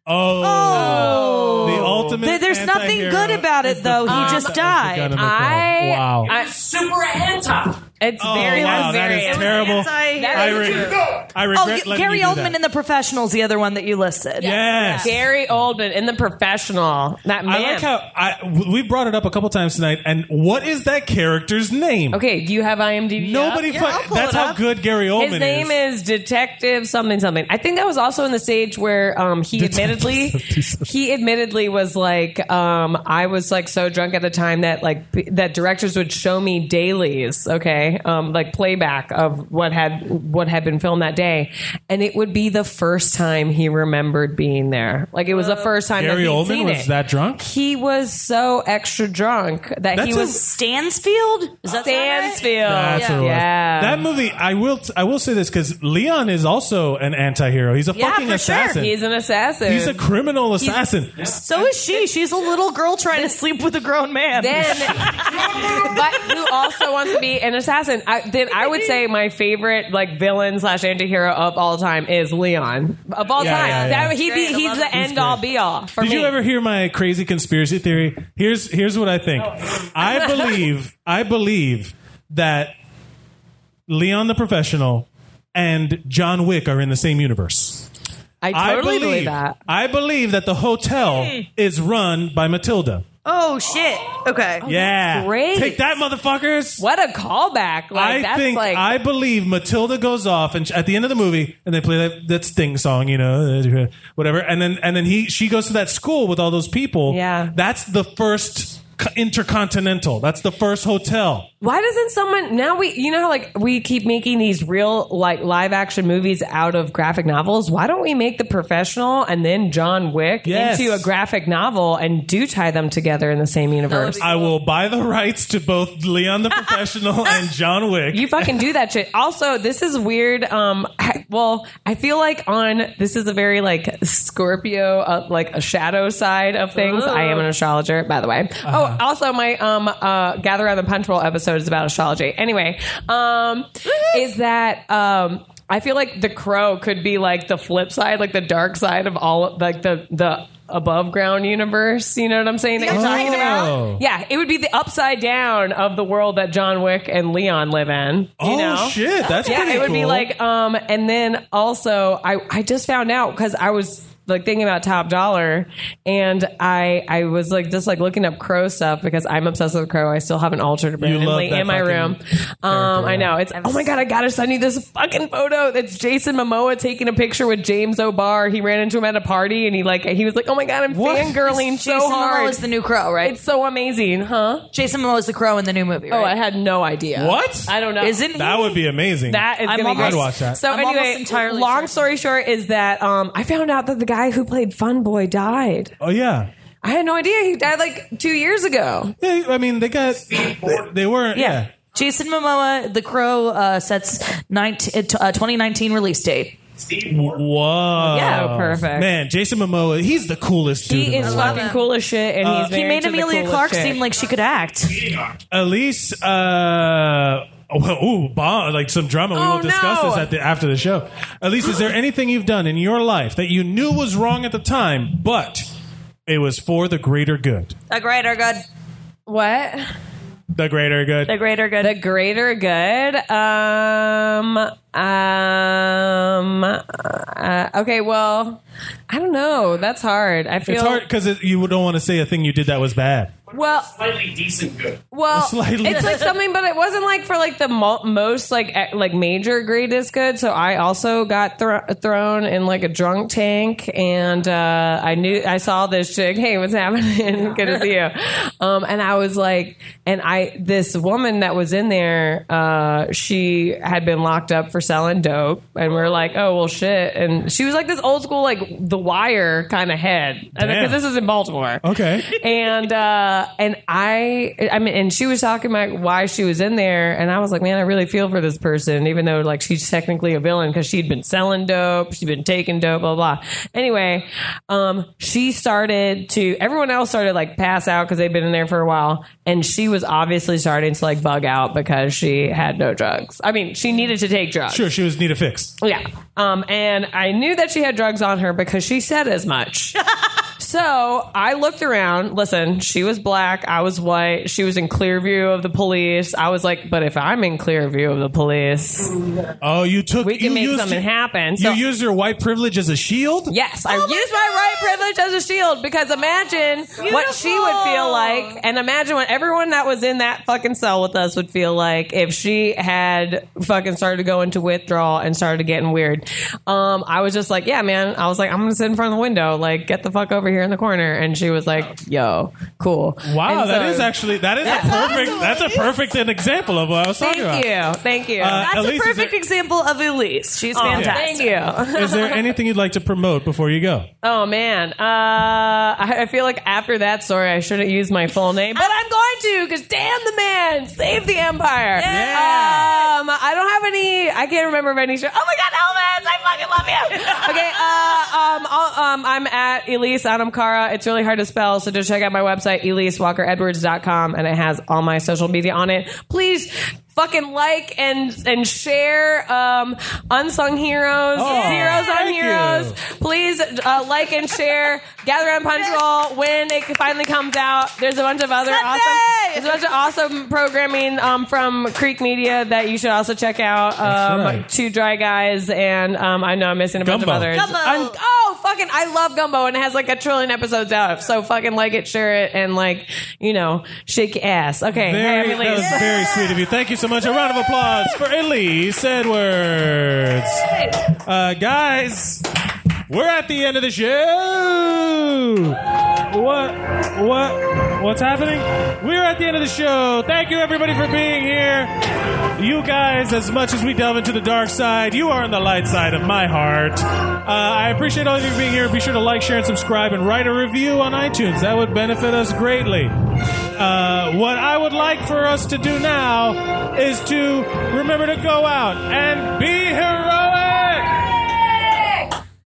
[SPEAKER 1] Oh,
[SPEAKER 15] Oh.
[SPEAKER 1] the ultimate.
[SPEAKER 14] There- there's nothing
[SPEAKER 1] anti-hero
[SPEAKER 14] good about
[SPEAKER 1] is
[SPEAKER 14] it,
[SPEAKER 1] the
[SPEAKER 14] though. He
[SPEAKER 1] blank
[SPEAKER 14] just
[SPEAKER 1] that was the gun in the crow.
[SPEAKER 15] I,
[SPEAKER 1] wow.
[SPEAKER 15] I-
[SPEAKER 6] Super anti.
[SPEAKER 15] it's
[SPEAKER 1] Oh,
[SPEAKER 15] very,
[SPEAKER 1] wow,
[SPEAKER 15] I'm
[SPEAKER 1] that
[SPEAKER 15] very.
[SPEAKER 1] is terrible.
[SPEAKER 14] anti-hero.
[SPEAKER 1] I,
[SPEAKER 14] That was
[SPEAKER 1] re-
[SPEAKER 14] true.
[SPEAKER 1] I regret
[SPEAKER 14] oh, you,
[SPEAKER 1] letting
[SPEAKER 14] Gary
[SPEAKER 1] you do
[SPEAKER 14] Oldman
[SPEAKER 1] that.
[SPEAKER 14] in The Professionals, the other one that you listed.
[SPEAKER 1] Yes.
[SPEAKER 15] Gary Oldman in The Professional. That man.
[SPEAKER 1] I like how I w- we brought it up a couple times tonight. And what is that character's name?
[SPEAKER 15] okay, do you have IMDb? up?
[SPEAKER 1] Nobody. fu- that's how good Gary Oldman
[SPEAKER 15] His name is. Detective something something. I think that was also in the stage where um, he admittedly he admittedly was like um, I was like so drunk at the time that like p- that directors would show me dailies, okay, um, like playback of what had what had been filmed that day, and it would be the first time he remembered being there. Like it was the first time that
[SPEAKER 1] Uh, Gary
[SPEAKER 15] he'd
[SPEAKER 1] Oldman
[SPEAKER 15] seen
[SPEAKER 1] was
[SPEAKER 15] it.
[SPEAKER 1] that drunk?
[SPEAKER 15] He was so extra drunk that
[SPEAKER 1] That's
[SPEAKER 15] he
[SPEAKER 1] a-
[SPEAKER 15] was
[SPEAKER 14] Stansfield? Is that
[SPEAKER 15] Stansfield.
[SPEAKER 1] That's what it was.
[SPEAKER 15] Oh, yeah.
[SPEAKER 1] That movie, I will, t- I will say this because Leon is also an anti-hero. He's a fucking assassin.
[SPEAKER 15] He's an assassin.
[SPEAKER 1] He's a criminal assassin.
[SPEAKER 14] So is she. She's a little girl trying to sleep with a grown man.
[SPEAKER 15] then, but who also wants to be an assassin? Assassin. I, then I would say my favorite like villain slash antihero of all time is Leon. Of all
[SPEAKER 1] Yeah,
[SPEAKER 15] time,
[SPEAKER 1] yeah, yeah.
[SPEAKER 15] That, he,
[SPEAKER 14] Great, I
[SPEAKER 15] he's
[SPEAKER 14] love
[SPEAKER 15] the
[SPEAKER 14] it. He's
[SPEAKER 15] end all be all. For
[SPEAKER 1] Did
[SPEAKER 15] me.
[SPEAKER 1] you ever hear my crazy conspiracy theory? Here's here's what I think.
[SPEAKER 15] Oh.
[SPEAKER 1] I believe I believe that Leon the Professional and John Wick are in the same universe.
[SPEAKER 15] I totally believe that.
[SPEAKER 1] I believe that the hotel is run by Matilda.
[SPEAKER 14] Oh shit. Okay.
[SPEAKER 1] yeah.
[SPEAKER 15] great.
[SPEAKER 1] Oh, Take that, motherfuckers.
[SPEAKER 15] What a callback! Like
[SPEAKER 1] I
[SPEAKER 15] that's
[SPEAKER 1] think
[SPEAKER 15] like
[SPEAKER 1] I believe Matilda goes off and sh- at the end of the movie and they play that, that Sting song, you know, whatever. And then and then he she goes to that school with all those people. Yeah, that's the first co- intercontinental. That's the first hotel.
[SPEAKER 15] Why doesn't someone now we you know how like we keep making these real like live action movies out of graphic novels? Why don't we make the professional and then John Wick
[SPEAKER 1] Yes.
[SPEAKER 15] into a graphic novel and do tie them together in the same universe?
[SPEAKER 1] I will buy the rights to both Leon the Professional and John Wick.
[SPEAKER 15] You fucking do that shit. Also, this is weird. Um, I- well, I feel like on this is a very like Scorpio, uh, like a shadow side of things.
[SPEAKER 14] Ooh.
[SPEAKER 15] I am an astrologer, by the way. Oh, also my um uh gather around the punch roll episode is about astrology. Anyway, um, is that um. I feel like the crow could be like the flip side, like the dark side of all, like the the above ground universe. You know what I'm saying? That you're talking about.
[SPEAKER 1] Oh.
[SPEAKER 15] Yeah, it would be the upside down of the world that John Wick and Leon live in. You
[SPEAKER 1] Oh,
[SPEAKER 15] know?
[SPEAKER 1] shit, that's
[SPEAKER 15] yeah.
[SPEAKER 1] pretty
[SPEAKER 15] it would be
[SPEAKER 1] cool.
[SPEAKER 15] like, um, and then also, I I just found out because I was like thinking about Top Dollar, and I I was like just like looking up Crow stuff because I'm obsessed with Crow. I still have an altered
[SPEAKER 14] love
[SPEAKER 15] randomly
[SPEAKER 14] that
[SPEAKER 15] in my
[SPEAKER 14] fucking
[SPEAKER 15] room. Um, I know it's. Oh my god, I gotta send you this fucking photo. That's Jason Momoa taking a picture with James O'Barr. He ran into him at a party, and he like he was like, oh my god, I'm fangirling so
[SPEAKER 14] Jason
[SPEAKER 15] hard.
[SPEAKER 14] Momoa is the new crow, right?
[SPEAKER 15] It's so amazing, huh?
[SPEAKER 14] Jason Momoa is the crow in the new movie.
[SPEAKER 15] Oh,
[SPEAKER 14] right?
[SPEAKER 15] I had no idea.
[SPEAKER 1] What?
[SPEAKER 15] I don't know.
[SPEAKER 14] Isn't
[SPEAKER 1] that would be amazing.
[SPEAKER 15] That is
[SPEAKER 14] I'm
[SPEAKER 15] gonna
[SPEAKER 1] almost-
[SPEAKER 15] be
[SPEAKER 1] I'd watch that.
[SPEAKER 15] So
[SPEAKER 14] I'm almost
[SPEAKER 15] anyway,
[SPEAKER 14] entirely
[SPEAKER 15] long story short is that um, I found out that the guy who played Fun Boy died.
[SPEAKER 1] Oh yeah.
[SPEAKER 15] I had no idea he died like two years ago.
[SPEAKER 1] Yeah, I mean they got they, they weren't. yeah.
[SPEAKER 14] Jason Momoa, The Crow, uh, sets 19, uh, t- uh, 2019 release date.
[SPEAKER 1] Whoa.
[SPEAKER 14] Yeah, perfect.
[SPEAKER 1] Man, Jason Momoa, he's the coolest dude.
[SPEAKER 14] He
[SPEAKER 1] in
[SPEAKER 14] is
[SPEAKER 1] the world.
[SPEAKER 14] fucking
[SPEAKER 15] cool as shit, and
[SPEAKER 1] Uh,
[SPEAKER 15] he's
[SPEAKER 14] he
[SPEAKER 15] married
[SPEAKER 14] made
[SPEAKER 15] to the
[SPEAKER 14] Amelia
[SPEAKER 15] coolest
[SPEAKER 14] Clark
[SPEAKER 15] chick.
[SPEAKER 14] seem like she could act.
[SPEAKER 1] Elise, uh, well, ooh, bomb, like some drama. We
[SPEAKER 14] Oh,
[SPEAKER 1] will discuss
[SPEAKER 14] no.
[SPEAKER 1] this at the, after the show. Elise, is there anything you've done in your life that you knew was wrong at the time, but it was for the greater good?
[SPEAKER 14] The greater good.
[SPEAKER 15] What?
[SPEAKER 1] The greater good.
[SPEAKER 14] The greater good.
[SPEAKER 15] The greater good. Um. Um. uh, okay. Well, I don't know. That's hard. I feel
[SPEAKER 1] it's hard because it, you don't want to say a thing you did that was bad.
[SPEAKER 15] Well,
[SPEAKER 6] slightly decent good.
[SPEAKER 15] Well,
[SPEAKER 1] Slightly.
[SPEAKER 15] it's like something, but it wasn't like for like the mo- most like eh, like major greatest good. So I also got thro- thrown in like a drunk tank, and uh, I knew I saw this chick. Hey, what's happening? Good to see you. Um, and I was like, and I this woman that was in there, uh, she had been locked up for selling dope, and we are like, oh well, shit. And she was like this old school like The Wire kind of head, and
[SPEAKER 1] Damn.
[SPEAKER 15] because this is in Baltimore
[SPEAKER 1] Okay.
[SPEAKER 15] and uh, and I, I mean, and she was talking about why she was in there, and I was like, man, I really feel for this person, even though like she's technically a villain because she'd been selling dope, she'd been taking dope, blah blah. Anyway, um, she started to everyone else started like pass out because they'd been in there for a while, and she was obviously starting to like bug out because she had no drugs. I mean, she needed to take drugs.
[SPEAKER 1] Sure, she was need a fix.
[SPEAKER 15] Yeah. Um, and I knew that she had drugs on her because she said as much. so I looked around. Listen, she was black. I was white. She was in clear view of the police. I was like, but if I'm in clear view of the police,
[SPEAKER 1] Oh, you took.
[SPEAKER 15] we can
[SPEAKER 1] you
[SPEAKER 15] make
[SPEAKER 1] used
[SPEAKER 15] something happen. So
[SPEAKER 1] You used your white privilege as a shield.
[SPEAKER 15] Yes, I used my right privilege as a shield because imagine what she would feel like, and imagine what everyone that was in that fucking cell with us would feel like if she had fucking started to go into withdrawal and started getting weird. Um, I was just like, yeah, man. I was like, I'm gonna sit in front of the window, like get the fuck over here in the corner, and she was like, yo, cool.
[SPEAKER 1] Wow,
[SPEAKER 15] And
[SPEAKER 1] that
[SPEAKER 15] so-
[SPEAKER 1] is actually that is a perfect that's a perfect an example of what I was talking
[SPEAKER 15] Thank you,
[SPEAKER 1] about.
[SPEAKER 15] thank you.
[SPEAKER 1] Uh, That's a Elise, is
[SPEAKER 14] Perfect example of Elise. She's
[SPEAKER 15] Oh,
[SPEAKER 14] fantastic.
[SPEAKER 15] Thank you.
[SPEAKER 1] Is there anything you'd like to promote before you go?
[SPEAKER 15] Oh man, uh, I I feel like after that story, I shouldn't use my full name, but I'm going to because damn the man, save the empire. Yeah. Um, I don't have any. I can't remember of any show. Oh my god, Elvis, I fucking love you. okay. Uh, um, I'll- um, I'm at Elise Anamkara. It's really hard to spell, so just check out my website, EliseWalkerEdwards.com, and it has all my social media on it. Please Fucking like and and share um, unsung heroes,
[SPEAKER 14] Oh,
[SPEAKER 15] zeros on
[SPEAKER 14] thank
[SPEAKER 15] heroes.
[SPEAKER 14] you.
[SPEAKER 15] Please uh, like and share. Gather on Punch Roll when it finally comes out. There's a bunch of other awesome, there's a bunch of awesome programming um, from Creek Media that you should also check out. Um,
[SPEAKER 14] right.
[SPEAKER 15] Two Dry Guys and um, I know I'm missing a
[SPEAKER 14] Gumbo.
[SPEAKER 15] bunch of others.
[SPEAKER 14] Gumbo.
[SPEAKER 15] Un- oh fucking, I love Gumbo and it has like a trillion episodes out. So fucking like it, share it, and like you know shake your ass. Okay, hey,
[SPEAKER 1] Very, that was
[SPEAKER 15] Elise.
[SPEAKER 1] very sweet of you. Thank you so much. A round of applause for Elise Edwards. Uh, guys, we're at the end of the show. What? What? What's happening? We're at the end of the show. Thank you, everybody, for being here. You guys, as much as we delve into the dark side, you are on the light side of my heart. Uh, I appreciate all of you being here. Be sure to like, share, and subscribe, and write a review on iTunes. That would benefit us greatly. Uh, what I would like for us to do now is to remember to go out and be